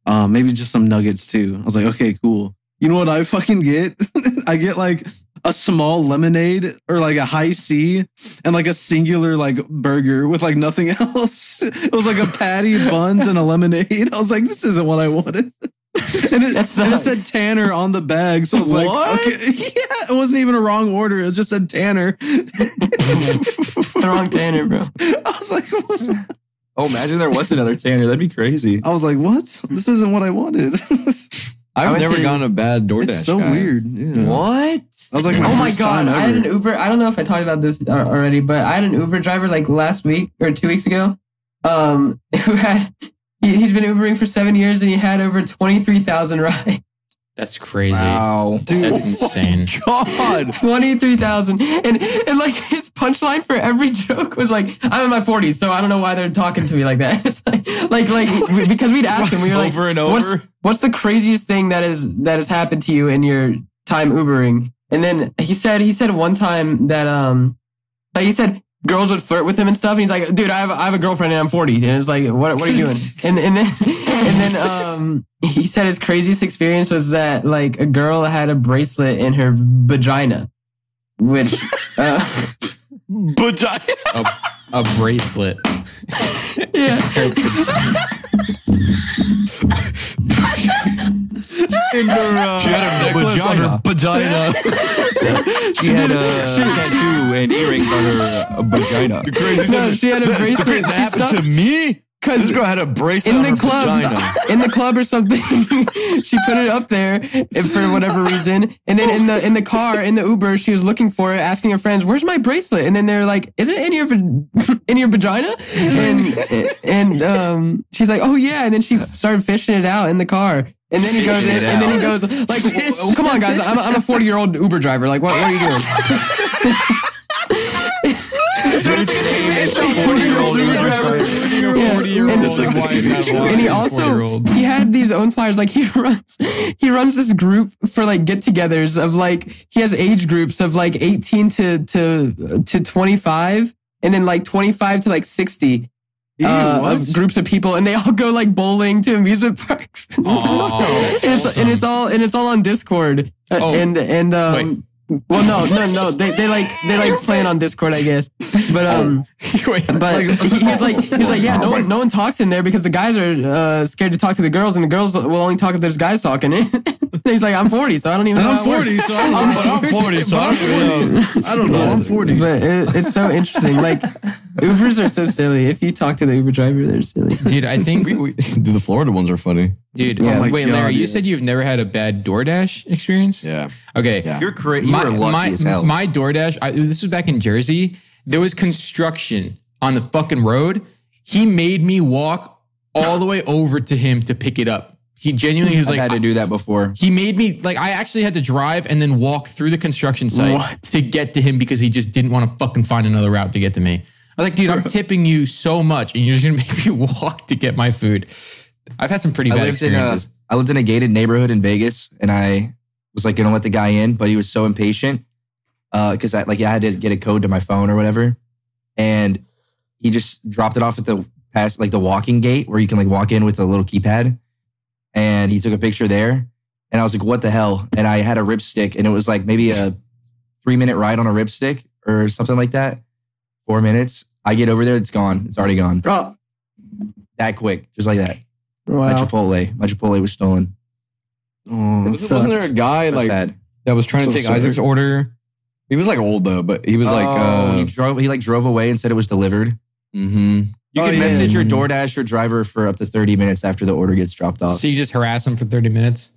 Speaker 3: um, maybe just some nuggets too. I was like, okay, cool. You know what I fucking get? I get like a small lemonade or like a high C and like a singular like burger with like nothing else. It was like a patty, buns, and a lemonade. I was like, this isn't what I wanted. And
Speaker 5: That
Speaker 3: it, and it
Speaker 5: sucks.
Speaker 3: said Tanner on the bag. So I was like,
Speaker 1: What?
Speaker 3: okay. Yeah, it wasn't even a wrong order. It just said Tanner.
Speaker 5: the wrong Tanner, bro.
Speaker 3: I was like, what?
Speaker 1: Oh, imagine there was another Tanner. That'd be crazy.
Speaker 3: I was like, what? This isn't what I wanted. it's
Speaker 5: I
Speaker 4: I've
Speaker 5: went
Speaker 4: never
Speaker 5: to-
Speaker 4: gotten a bad DoorDash.
Speaker 3: so
Speaker 4: guy.
Speaker 3: weird. Yeah.
Speaker 1: What?
Speaker 3: I was like,
Speaker 5: oh my
Speaker 3: first
Speaker 5: god,
Speaker 3: time
Speaker 5: I had
Speaker 3: ever.
Speaker 5: an Uber. I don't know if I talked about this a- already, but I had an Uber driver like last week or two weeks ago, um, who had he, he's been Ubering for seven years and he had over twenty three thousand rides.
Speaker 2: That's crazy.
Speaker 1: Wow.
Speaker 2: That's insane.
Speaker 4: God.
Speaker 5: Twenty three thousand, and and like his punchline for every joke was like, "I'm in my forties, so I don't know why they're talking to me like that." It's like, like, like because we'd ask him, we were like,
Speaker 1: over and
Speaker 5: what's-
Speaker 1: over.
Speaker 5: what's the craziest thing that is that has happened to you in your time Ubering? And then he said he said one time that um like he said girls would flirt with him and stuff, and he's like, dude, I have I have a girlfriend and I'm 40, and it's like, what what are you doing? And and then and then um he said his craziest experience was that like a girl had a bracelet in her vagina, which. Uh,
Speaker 2: A, a bracelet.
Speaker 5: yeah.
Speaker 4: She had a necklace on her vagina.
Speaker 1: She had a tattoo and earrings on her uh, vagina.
Speaker 4: Crazy.
Speaker 5: No, she had a bracelet.
Speaker 4: That
Speaker 5: She
Speaker 4: happened
Speaker 5: stuck
Speaker 4: to me. This girl had a
Speaker 5: in
Speaker 4: bracelet on
Speaker 5: the
Speaker 4: her
Speaker 5: club,
Speaker 4: vagina.
Speaker 5: in the club or something. she put it up there and for whatever reason, and then in the in the car in the Uber, she was looking for it, asking her friends, "Where's my bracelet?" And then they're like, "Is it in your va- in your vagina?" And and um, she's like, "Oh yeah," and then she started fishing it out in the car. And then he goes, in, and then he goes, like, "W- w- "Come on, guys, I'm, I'm a 40 year old Uber driver. Like, what, what are you doing?" And it's like, and he also he had these own flyers like he runs he runs this group for like get-togethers of like he has age groups of like 18 to to to 25 and then like 25 to like 60 uh, of groups of people and they all go like bowling to amusement parks and, stuff.
Speaker 2: Aw, that's
Speaker 5: and, it's, and it's all and it's all on discord Uh,
Speaker 2: Oh.
Speaker 5: and and um well no no no they, they like they like playing on discord i guess but um but he, he was like, he was like, yeah, no one, no one talks in there because the guys are uh, scared to talk to the girls, and the girls will only talk if there's guys talking. and he's like, I'm 40, so I don't even
Speaker 3: And
Speaker 5: know.
Speaker 3: I'm
Speaker 5: how it works."
Speaker 3: 40, so I
Speaker 5: I'm
Speaker 3: don't know.
Speaker 4: But I'm 40, so I don't know.
Speaker 3: I don't know. I'm 40.
Speaker 5: But it, it's so interesting. Like, Ubers are so silly. If you talk to the Uber driver, they're silly.
Speaker 2: Dude, I think,
Speaker 4: Oh Dude, the Florida ones are funny.
Speaker 2: dude.
Speaker 5: Yeah. Oh
Speaker 3: my
Speaker 2: wait,
Speaker 3: God,
Speaker 2: Larry, you
Speaker 3: yeah.
Speaker 2: said you've never had a bad DoorDash experience?
Speaker 4: Yeah.
Speaker 2: Okay.
Speaker 4: Yeah.
Speaker 1: You're cra- you are lucky
Speaker 2: my,
Speaker 1: as hell.
Speaker 2: My DoorDash, I, this was back in Jersey. There was construction on the fucking road. He made me walk all the way over to him to pick it up. He genuinely he was
Speaker 1: I've
Speaker 2: like,
Speaker 1: had to do that before.
Speaker 2: he made me like I actually had to drive and then walk through the construction site to get to him because he just didn't want to fucking find another route to get to me. I was like, dude, I'm tipping you so much, and you're just gonna make me walk to get my food. I've had some pretty
Speaker 1: I
Speaker 2: bad
Speaker 1: lived in uh, a
Speaker 2: experiences.
Speaker 1: I lived in a gated neighborhood in Vegas, and I was like gonna let the guy in, but he was so impatient because I like I had to get a code to my phone or whatever, and he just dropped it off at the past like the walking gate where you can like walk in with a little keypad, and he took a picture there, and I was like, what the hell? And I had a ripstick, and it was like maybe a three minute ride on a ripstick or something like that, four minutes. I get over there, it's gone. It's already gone.
Speaker 5: Oh,
Speaker 1: That quick, just like that. My
Speaker 5: wow.
Speaker 1: Chipotle. My Chipotle was stolen.
Speaker 3: Oh,
Speaker 4: Wasn't wasn't there a guy
Speaker 1: That's
Speaker 4: like
Speaker 1: sad.
Speaker 4: that was trying to
Speaker 3: So
Speaker 4: take
Speaker 3: sorry.
Speaker 4: Isaac's order? He was like old though, but he was like,
Speaker 1: Oh, he
Speaker 4: uh,
Speaker 1: drove. He like drove away and said it was delivered.
Speaker 4: mm-hmm.
Speaker 1: You
Speaker 3: Oh,
Speaker 1: can
Speaker 3: yeah.
Speaker 1: message your DoorDash or driver for up to thirty minutes after the order gets dropped off.
Speaker 2: so you just harass him for 30 minutes.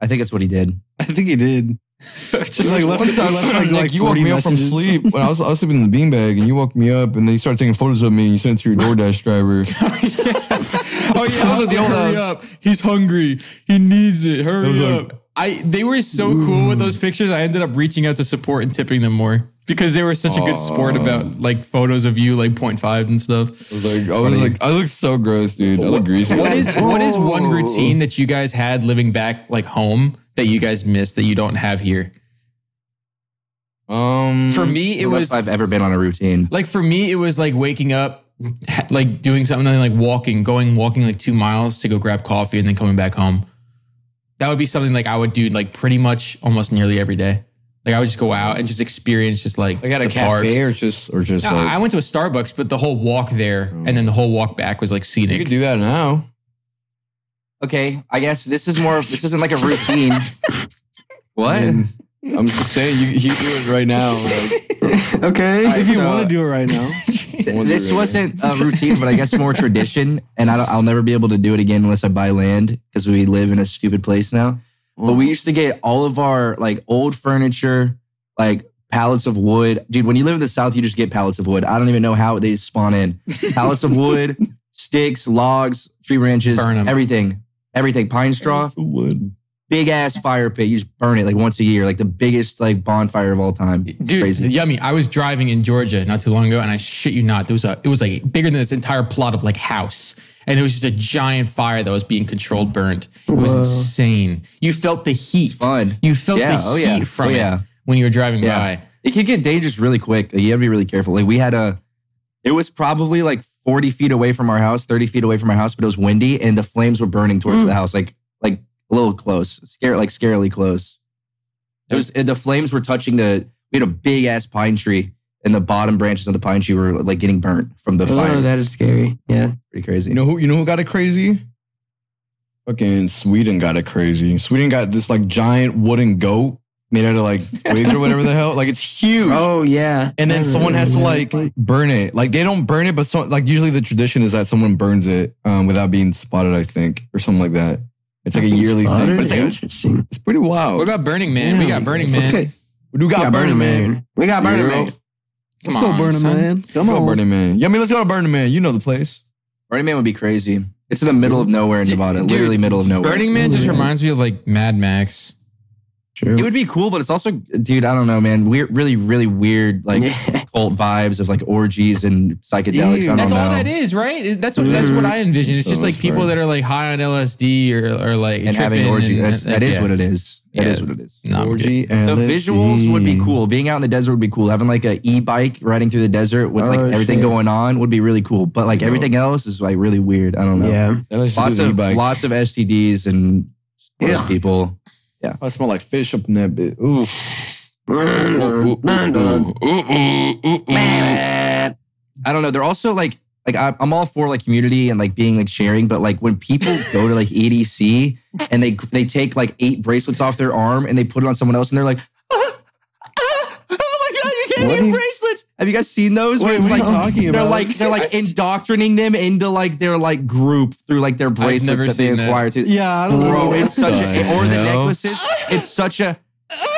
Speaker 1: I think that's what he did.
Speaker 3: I think he did.
Speaker 4: Just like left,
Speaker 3: I left, like, like,
Speaker 4: you woke
Speaker 3: 40
Speaker 4: me up from
Speaker 3: messages.
Speaker 4: sleep when I was, I was sleeping in the beanbag, and you woke me up, and then you started taking photos of me, and you sent it to your DoorDash driver.
Speaker 2: Oh yeah, I was like, hurry up. He's hungry. He needs it. Hurry
Speaker 4: I was like-
Speaker 2: up. I they were so cool with those pictures. I ended up reaching out to support and tipping them more because they were such a good sport
Speaker 4: Aw.
Speaker 2: about like photos of you like 0.5 and stuff.
Speaker 4: I was like, I was like, I look so gross, dude. I look greasy.
Speaker 2: What is what is one routine that you guys had living back like home that you guys miss that you don't have here?
Speaker 4: Um,
Speaker 2: For me, it
Speaker 1: It
Speaker 2: was
Speaker 1: if I've ever been on a routine.
Speaker 2: like for me it was like waking up ha- like doing something and then like walking going walking like two miles to go grab coffee and then coming back home that would be something like i would do like pretty much almost nearly every day like i would just go out and just experience just like
Speaker 4: like at a
Speaker 2: the parks.
Speaker 4: cafe or just or just
Speaker 2: No,
Speaker 4: like
Speaker 2: i went to a starbucks but the whole walk there and then the whole walk back was like
Speaker 4: you
Speaker 2: scenic
Speaker 4: could do that now.
Speaker 1: okay, I guess this is more. This isn't like a routine.
Speaker 4: What? I'm just saying you you do it right now. Like,
Speaker 5: Okay.
Speaker 1: Alright,
Speaker 3: If you
Speaker 1: so
Speaker 3: want to do it right now,
Speaker 4: wonder
Speaker 1: this
Speaker 4: right
Speaker 1: wasn't a routine, but I guess more tradition. And I don't, I'll never be able to do it again unless I buy land because we live in a stupid place now. But we used to get all of our like old furniture, like pallets of wood. Dude, when you live in the South, you just get pallets of wood. I don't even know how they spawn in. Pallets of wood, sticks, logs, tree branches,
Speaker 2: Burn 'em.
Speaker 1: everything, everything, pine straw,
Speaker 3: wood.
Speaker 1: big ass fire pit. You just burn it like once a year, like the biggest like bonfire of all time. It's
Speaker 2: Dude,
Speaker 1: crazy.
Speaker 2: yummy. I was driving in Georgia not too long ago, and I shit you not, there was a it was like bigger than this entire plot of like house. And it was just a giant fire that was being controlled, burned. It was
Speaker 5: Whoa.
Speaker 2: insane. You felt the heat.
Speaker 1: fun.
Speaker 2: You felt
Speaker 1: Yeah,
Speaker 2: the
Speaker 1: oh
Speaker 2: heat
Speaker 1: yeah,
Speaker 2: from
Speaker 1: oh yeah.
Speaker 2: it when you were driving
Speaker 1: Yeah.
Speaker 2: by.
Speaker 1: It could get dangerous really quick. You have to be really careful. Like we had a, it was probably like 40 feet away from our house, 30 feet away from our house, but it was windy and the flames were burning towards the house, like like a little close, scare like scarily close. It was the flames were touching the. We had a big ass pine tree, and the bottom branches of the pine tree were like getting burnt from the fire.
Speaker 5: Oh, that is scary. Yeah.
Speaker 1: Pretty crazy.
Speaker 4: You know who you know who got it crazy? Fucking Sweden got it crazy. Sweden got this like giant wooden goat made out of like twigs or whatever the hell. Like it's huge.
Speaker 5: Oh yeah.
Speaker 4: and then
Speaker 5: I
Speaker 4: someone has to
Speaker 5: remember
Speaker 4: like burn it. Like they don't burn it, but so like usually the tradition is that someone burns it um, without being spotted, I think, or something like that. It's like a yearly
Speaker 5: that.
Speaker 4: thing, but it's,
Speaker 5: Otter?
Speaker 4: like,
Speaker 5: Interesting.
Speaker 4: it's pretty wild.
Speaker 2: What about Burning Man? we
Speaker 5: Yeah.
Speaker 2: got Burning Man.
Speaker 5: Okay.
Speaker 4: We do got, Burning Man.
Speaker 5: We got Burning
Speaker 4: Yeah.
Speaker 5: Man.
Speaker 2: Come
Speaker 3: Let's go,
Speaker 2: on,
Speaker 3: Burning
Speaker 2: son.
Speaker 3: Man. Come
Speaker 4: Let's go
Speaker 3: on,
Speaker 4: Burning Man. Yeah, I mean, let's go to Burning Man. You know the place.
Speaker 1: Burning Man would be crazy. It's in the middle of nowhere in
Speaker 2: Dude,
Speaker 1: Nevada,
Speaker 2: dude,
Speaker 1: literally middle of nowhere.
Speaker 2: Burning Man just
Speaker 5: Yeah.
Speaker 2: reminds me of like Mad Max.
Speaker 1: it
Speaker 5: True.
Speaker 1: would be cool, but it's also, dude, I don't know, man. Weird, really, really weird, like
Speaker 5: Yeah.
Speaker 1: cult vibes of like orgies and psychedelics. I don't
Speaker 2: That's
Speaker 1: know. Mm.
Speaker 2: all that is, right? It- That's what that's what I envision. It's
Speaker 4: So
Speaker 2: just like
Speaker 4: that's
Speaker 2: people
Speaker 4: right.
Speaker 2: that are like high on LSD or, or like
Speaker 1: And having
Speaker 2: tripping
Speaker 1: orgies.
Speaker 2: and-
Speaker 1: That's,
Speaker 2: like,
Speaker 1: that is
Speaker 2: yeah.
Speaker 1: what it is. That
Speaker 2: Yeah.
Speaker 1: is what it is.
Speaker 2: No, I'm good.
Speaker 1: The visuals would be cool. Being out in the desert would be cool. Having like a e bike riding through the desert with like
Speaker 5: Oh,
Speaker 1: everything
Speaker 5: shit.
Speaker 1: going on would be really cool. But like everything else is like really weird. I don't know.
Speaker 5: Yeah.
Speaker 1: Lots of lots of STDs and gross
Speaker 5: Ugh.
Speaker 1: people.
Speaker 4: I smell like fish up in that bit. Ooh.
Speaker 1: I don't know. They're also like like I- I'm all for like community and like being like sharing, but like when people go to like EDC and they they take like eight bracelets off their arm and they put it on someone else and they're like, "Ah, ah, oh my god, you can't
Speaker 5: What
Speaker 1: get
Speaker 5: do you-
Speaker 1: bracelets. Have you guys seen those? Where
Speaker 3: Wait,
Speaker 1: it's
Speaker 3: what are
Speaker 1: like
Speaker 3: you talking
Speaker 1: they're
Speaker 3: about?
Speaker 1: like they're like indoctrinating them into like their like group through like their bracelets
Speaker 2: never
Speaker 1: that they
Speaker 2: seen that.
Speaker 1: acquire through.
Speaker 3: Yeah, I don't
Speaker 1: Bro,
Speaker 3: know.
Speaker 1: it's such a,
Speaker 4: the
Speaker 1: or the
Speaker 4: hell?
Speaker 1: necklaces. It's such a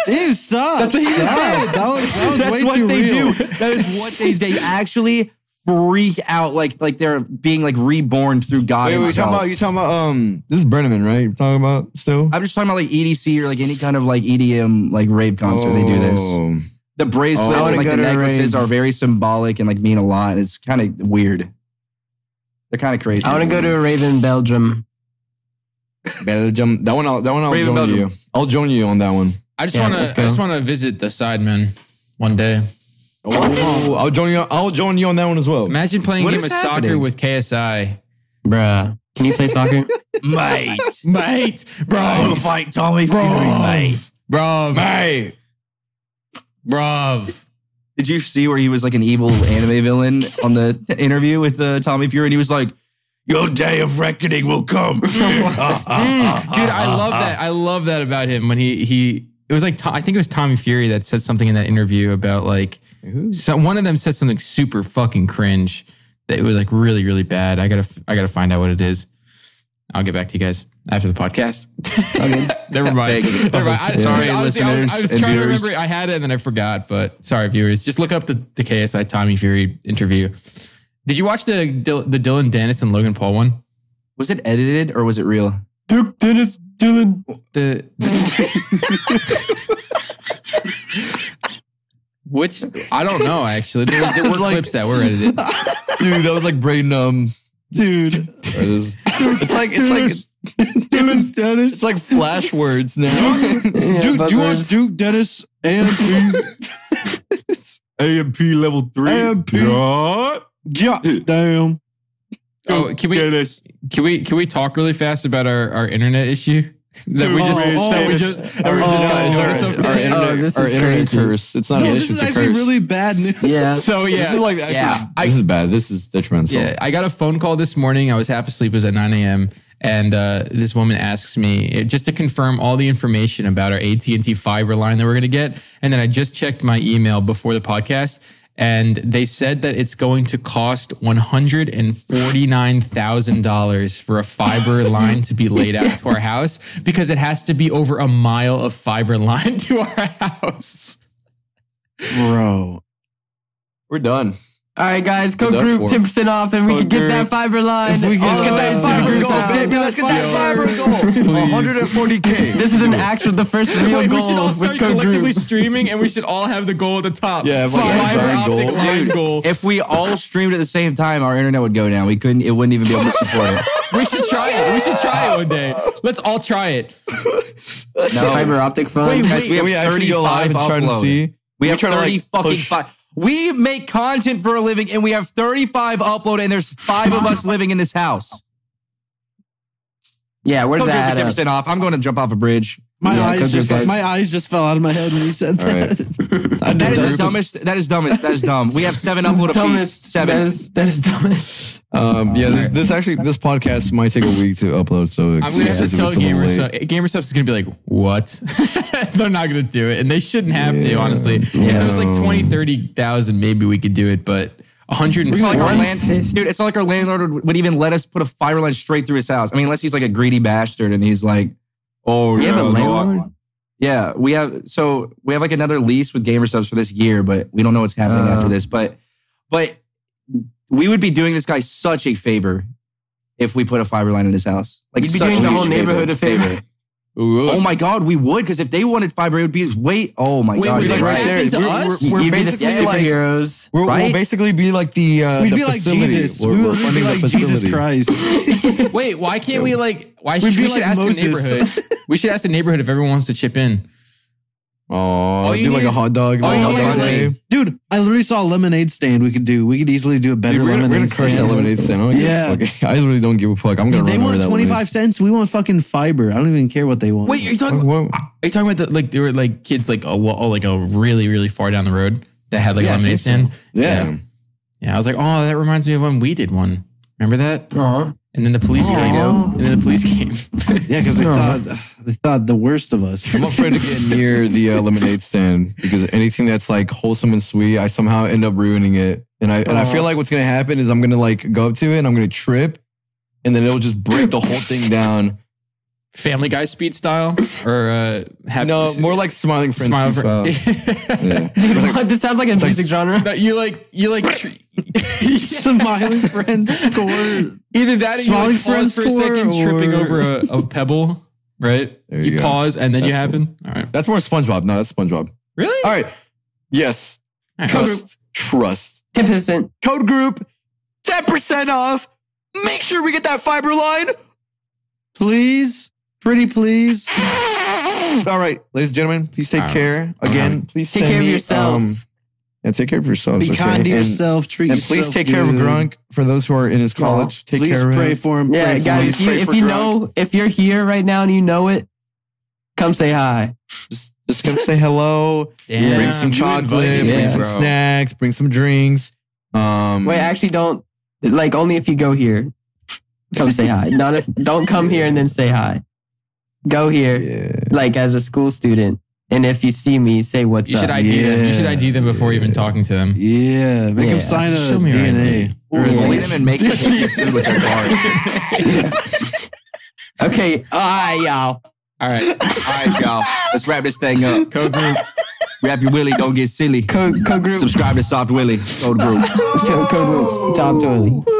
Speaker 3: Ew, stop.
Speaker 2: That's what he just
Speaker 3: Stop. That was, that was
Speaker 1: That's
Speaker 3: way
Speaker 1: what
Speaker 3: too
Speaker 1: they do.
Speaker 3: real.
Speaker 1: That is what they they actually freak out like like they're being like reborn through God
Speaker 4: Wait, wait, you
Speaker 1: himself.
Speaker 4: talking about you talking about um this is Burning Man, right? You're talking about still?
Speaker 1: I'm just talking about like EDC or like any kind of like EDM like rave concert. They do this.
Speaker 4: Oh.
Speaker 1: The bracelets
Speaker 4: Oh.
Speaker 1: and like
Speaker 5: I
Speaker 1: the
Speaker 5: wanna go to a
Speaker 1: necklaces
Speaker 5: rave.
Speaker 1: are very symbolic and like mean a lot. It's kind of weird. They're kind of crazy.
Speaker 5: I want to go to a rave in Belgium.
Speaker 4: Belgium. That one. I'll, that one. I'll
Speaker 1: Raven
Speaker 4: join
Speaker 1: Belgium.
Speaker 4: you. I'll join you on that one.
Speaker 2: I just
Speaker 5: Yeah,
Speaker 2: want to.
Speaker 5: let's
Speaker 2: I just
Speaker 5: go.
Speaker 2: want to visit the Sidemen one day.
Speaker 4: Oh, I'll join you. I'll join you on that one as well.
Speaker 2: Imagine playing
Speaker 1: What
Speaker 2: a game
Speaker 1: is
Speaker 2: of
Speaker 1: happening?
Speaker 2: soccer with KSI.
Speaker 5: Bruh. Can you play soccer?
Speaker 1: mate.
Speaker 2: Mate,
Speaker 1: I'll
Speaker 2: bro,
Speaker 1: fight Tommy Fury, Oh, mate.
Speaker 2: bruv, bruv,
Speaker 4: Hey,
Speaker 2: bruv.
Speaker 1: Did you see where he was like an evil anime villain on the interview with uh, Tommy Fury? And he was like, Your day of reckoning will come.
Speaker 2: Dude, I love that. I love that about him when he he. It was like To- I think it was Tommy Fury that said something in that interview about like so one of them said something super fucking cringe that it was like really really bad. I gotta I gotta find out what it is. I'll get back to you guys after the podcast. Never mind.
Speaker 1: Thank you.
Speaker 2: Never mind. I,
Speaker 1: Sorry,
Speaker 2: dude, honestly, I was, I
Speaker 1: listeners
Speaker 2: was
Speaker 1: and
Speaker 2: trying to
Speaker 1: viewers.
Speaker 2: remember. I had it and then I forgot. But sorry, viewers. Just look up the, the KSI Tommy Fury interview. Did you watch the Dil- the Dylan Dennis and Logan Paul one?
Speaker 1: Was it edited or was it real?
Speaker 5: Duke Dennis Dylan.
Speaker 2: The which I don't know actually. There, there were clips that were edited.
Speaker 4: dude, that was like brain numb.
Speaker 3: Dude.
Speaker 4: It's like it's like it's,
Speaker 3: Duke Dennis.
Speaker 4: it's like flash words now.
Speaker 5: Yeah,
Speaker 3: Duke, do you want
Speaker 5: buzzwords.
Speaker 3: Duke Dennis and
Speaker 4: AMP level three.
Speaker 3: AMP.
Speaker 4: Yeah.
Speaker 3: God damn.
Speaker 2: Oh, can we
Speaker 4: Dennis.
Speaker 2: can we can we talk really fast about our, our internet issue that we just
Speaker 3: Oh,
Speaker 2: that we
Speaker 3: oh,
Speaker 2: just that we just
Speaker 3: oh,
Speaker 2: got
Speaker 3: it's
Speaker 4: our,
Speaker 2: notice of
Speaker 4: our
Speaker 2: today?
Speaker 4: internet,
Speaker 5: Oh, this
Speaker 4: our
Speaker 5: is
Speaker 4: internet
Speaker 5: crazy.
Speaker 4: curse. It's not
Speaker 3: No,
Speaker 4: an
Speaker 3: this is
Speaker 4: issue. it's a
Speaker 3: actually
Speaker 4: curse.
Speaker 3: really bad news.
Speaker 5: Yeah.
Speaker 2: So yeah,
Speaker 4: This is like actually,
Speaker 1: Yeah.
Speaker 4: this is bad. This is detrimental.
Speaker 2: Yeah, I got a phone call this morning. I was half asleep. It was at 9 a.m. and uh, this woman asks me eh, just to confirm all the information about our AT&T fiber line that we're going to get and then I just checked my email before the podcast and they said that it's going to cost $149,000 for a fiber line to be laid out to our house because it has to be over a mile of fiber line to our house.
Speaker 3: Bro.
Speaker 4: We're done.
Speaker 5: All right, guys, code
Speaker 4: Good
Speaker 5: group
Speaker 4: luck for
Speaker 5: ten percent off, and we
Speaker 4: Code
Speaker 5: can get
Speaker 4: group.
Speaker 5: that fiber line.
Speaker 3: If we can-
Speaker 5: all
Speaker 3: Let's
Speaker 5: the
Speaker 3: get that
Speaker 5: way to
Speaker 3: fiber
Speaker 5: the
Speaker 3: goal.
Speaker 5: house.
Speaker 3: Let's get- let's get that
Speaker 4: fiber goal. 140k.
Speaker 5: This is an actual, the first real goal with code group.
Speaker 2: streaming and we should all have the goal at the top.
Speaker 4: Yeah, like a Fiber giant optic goal.
Speaker 2: line goal.
Speaker 1: If we all streamed at the same time, our internet would go down. We couldn't. It wouldn't even be able to support it.
Speaker 2: We should try it. We should try it one day. Let's all try it.
Speaker 1: No.
Speaker 5: Fiber optic phone.
Speaker 1: Guys, we
Speaker 4: Can
Speaker 1: have
Speaker 4: we actually go live
Speaker 1: 35
Speaker 4: and try to
Speaker 1: uploads.
Speaker 4: see?
Speaker 1: We
Speaker 4: Can
Speaker 1: have
Speaker 4: try to,
Speaker 1: 30
Speaker 4: like,
Speaker 1: fucking
Speaker 4: push-
Speaker 1: five. We make content for a living and we have 35 upload and there's five of us living in this house.
Speaker 5: yeah, where's
Speaker 1: Don't give
Speaker 5: that?
Speaker 1: me
Speaker 5: at?
Speaker 1: 10% off. I'm going to jump off a bridge.
Speaker 3: My
Speaker 5: Yeah,
Speaker 3: eyes
Speaker 5: cause
Speaker 3: just
Speaker 5: your guys-
Speaker 3: my eyes just fell out of my head when you said
Speaker 4: All right.
Speaker 3: that. I did
Speaker 1: That is
Speaker 3: that.
Speaker 1: the dumbest. That is dumbest. That is dumb. We have seven upload a piece.
Speaker 5: Dumbest. That
Speaker 1: Seven.
Speaker 5: is that is dumbest.
Speaker 4: Um, yeah, this, this actually, this podcast might take a week to upload, so
Speaker 2: I'm gonna have to tell Gamersub. Gamersubs is gonna be like, what? They're not gonna do it, and they shouldn't have to.
Speaker 4: Yeah.
Speaker 2: Honestly, if it was like
Speaker 4: Yeah.
Speaker 2: 20, 30,000, maybe we could do it. But
Speaker 1: It's not like our
Speaker 2: 140.
Speaker 1: land, dude. It's not like our landlord would, would even let us put a fire line straight through his house. I mean, unless he's like a greedy bastard and he's like, "Oh,
Speaker 5: You have
Speaker 1: no,
Speaker 5: a
Speaker 1: no,
Speaker 5: landlord?
Speaker 1: Yeah, we have so we have like another lease with gamer subs for this year, but we don't know what's happening
Speaker 5: Uh.
Speaker 1: after this. But but we would be doing this guy such a favor if we put a fiber line in his house. Like
Speaker 5: You'd be
Speaker 1: such
Speaker 5: doing
Speaker 1: a
Speaker 5: the
Speaker 1: huge
Speaker 5: whole neighborhood a favor.
Speaker 1: Oh my god, we would because if they wanted fiber, it would be wait. Oh my
Speaker 2: Wait,
Speaker 1: god,
Speaker 2: would
Speaker 1: you're
Speaker 2: they
Speaker 1: right.
Speaker 2: tap into
Speaker 4: we're,
Speaker 2: us?
Speaker 4: We're, we're
Speaker 5: You'd be the
Speaker 4: basically like,
Speaker 5: superheroes.
Speaker 4: we're,
Speaker 1: Right?
Speaker 4: we'll basically be like the, uh,
Speaker 3: We'd
Speaker 4: the
Speaker 3: be like
Speaker 4: facility.
Speaker 3: Jesus.
Speaker 4: We're,
Speaker 3: we
Speaker 4: we're
Speaker 3: would be
Speaker 4: funding
Speaker 3: like
Speaker 4: the facility.
Speaker 3: Jesus Christ.
Speaker 2: Wait, why can't we like? Why should
Speaker 3: We'd be
Speaker 2: we should
Speaker 3: like
Speaker 2: ask
Speaker 3: Moses.
Speaker 2: the neighborhood? we should ask the neighborhood if everyone wants to chip in.
Speaker 4: Oh,
Speaker 2: you
Speaker 4: do like
Speaker 2: need-
Speaker 4: a hot dog.
Speaker 2: all
Speaker 4: like
Speaker 2: you
Speaker 4: hot
Speaker 2: need
Speaker 4: dog
Speaker 2: is, like,
Speaker 4: day.
Speaker 3: Dude, I literally saw a lemonade stand we could do. We could easily do a better
Speaker 4: Dude, we're, gonna,
Speaker 3: lemonade
Speaker 4: we're gonna crush
Speaker 3: stand.
Speaker 4: that lemonade stand. I don't give a
Speaker 3: Yeah.
Speaker 4: fuck. I really don't give a fuck. I'm gonna
Speaker 3: They
Speaker 4: run over
Speaker 3: want
Speaker 4: that
Speaker 3: 25 cents. We want fucking fiber. I don't even care what they want.
Speaker 2: Wait, are you talking?
Speaker 4: lemonade.
Speaker 2: Are
Speaker 4: What- what-
Speaker 2: you talking about the like? There were like kids like a lo- like a really really far down the road that had like
Speaker 3: Yeah, I
Speaker 2: a lemonade
Speaker 3: think so.
Speaker 2: stand.
Speaker 4: Yeah.
Speaker 2: Yeah, I was like, oh, that reminds me of when we did one. Remember that?
Speaker 5: Aw.
Speaker 2: And then the police
Speaker 5: There you
Speaker 2: came.
Speaker 5: go.
Speaker 2: And then the police came.
Speaker 3: Yeah, because they thought they thought the worst of us.
Speaker 4: I'm afraid to get near the uh, lemonade stand because anything that's like wholesome and sweet, I somehow end up ruining it. And I and I feel like what's gonna happen is I'm gonna like go up to it and I'm gonna trip, and then it'll just break the whole thing down.
Speaker 2: Family Guy speed style or uh, happy
Speaker 4: No, more like smiling friends.
Speaker 2: smile for-
Speaker 4: style. Yeah.
Speaker 5: Dude, what? This sounds like a music genre.
Speaker 2: No, you like you like tr-
Speaker 3: Smiling friends score.
Speaker 2: either that or you
Speaker 3: Smiling
Speaker 2: like pause
Speaker 3: friends
Speaker 2: for a second,
Speaker 3: score
Speaker 2: tripping
Speaker 3: or-
Speaker 2: over a, a pebble, right?
Speaker 4: There
Speaker 2: you
Speaker 4: you go.
Speaker 2: pause and then you
Speaker 4: That's
Speaker 2: happen. All right,
Speaker 4: That's more SpongeBob. No, that's SpongeBob.
Speaker 2: really?
Speaker 4: All right. Yes.
Speaker 2: All right.
Speaker 4: Trust. Trust.
Speaker 5: Ten percent.
Speaker 4: Code group. Ten percent off. Make sure we get that fiber line.
Speaker 3: Please, pretty please.
Speaker 4: All right, ladies and gentlemen, please take
Speaker 2: All
Speaker 4: care. Again, please
Speaker 5: Take
Speaker 4: send
Speaker 5: care of
Speaker 4: me, um,
Speaker 5: yourself.
Speaker 4: yeah, take care of yourselves.
Speaker 3: Be kind
Speaker 4: okay?
Speaker 3: to
Speaker 4: And-
Speaker 3: yourself. Treat
Speaker 4: And,
Speaker 3: yourself.
Speaker 4: please take care of
Speaker 3: good.
Speaker 4: Grunk for those who are in his college. Take
Speaker 3: please
Speaker 4: care of
Speaker 3: pray
Speaker 4: him.
Speaker 3: for him.
Speaker 5: Yeah,
Speaker 3: pray for
Speaker 5: guys,
Speaker 3: him.
Speaker 5: if you
Speaker 4: pray
Speaker 5: if
Speaker 4: for
Speaker 5: you
Speaker 4: Gronk.
Speaker 5: know if you're here right now and you know it, come say hi.
Speaker 4: Just, just come say hello.
Speaker 2: Damn,
Speaker 4: bring some
Speaker 2: you
Speaker 4: chocolate.
Speaker 2: invited me,
Speaker 4: bring some
Speaker 2: bro.
Speaker 4: snacks. Bring some drinks. Um,
Speaker 5: Wait, actually, don't like only if you go here. Come say hi. Not if don't come here and then say hi. Go here
Speaker 4: yeah.
Speaker 5: like as a school student, and if you see me, say what's
Speaker 2: You should
Speaker 5: up.
Speaker 2: ID them. You should
Speaker 3: Yeah.
Speaker 2: ID them before even talking to them.
Speaker 3: Yeah, make him
Speaker 5: Yeah.
Speaker 3: sign a
Speaker 2: Show me your
Speaker 3: DNA.
Speaker 2: ID.
Speaker 3: Or a
Speaker 5: Ooh.
Speaker 1: Bully
Speaker 3: DNA.
Speaker 1: them and make them get food with their car.
Speaker 5: okay, ah, y'all.
Speaker 2: All right,
Speaker 1: All right, y'all. Let's wrap this thing up.
Speaker 2: code group.
Speaker 1: Wrap your willy. Don't get silly.
Speaker 5: Code code group.
Speaker 1: Subscribe to Soft Willy. Go to group.
Speaker 5: Code, code group. Tom Dooley.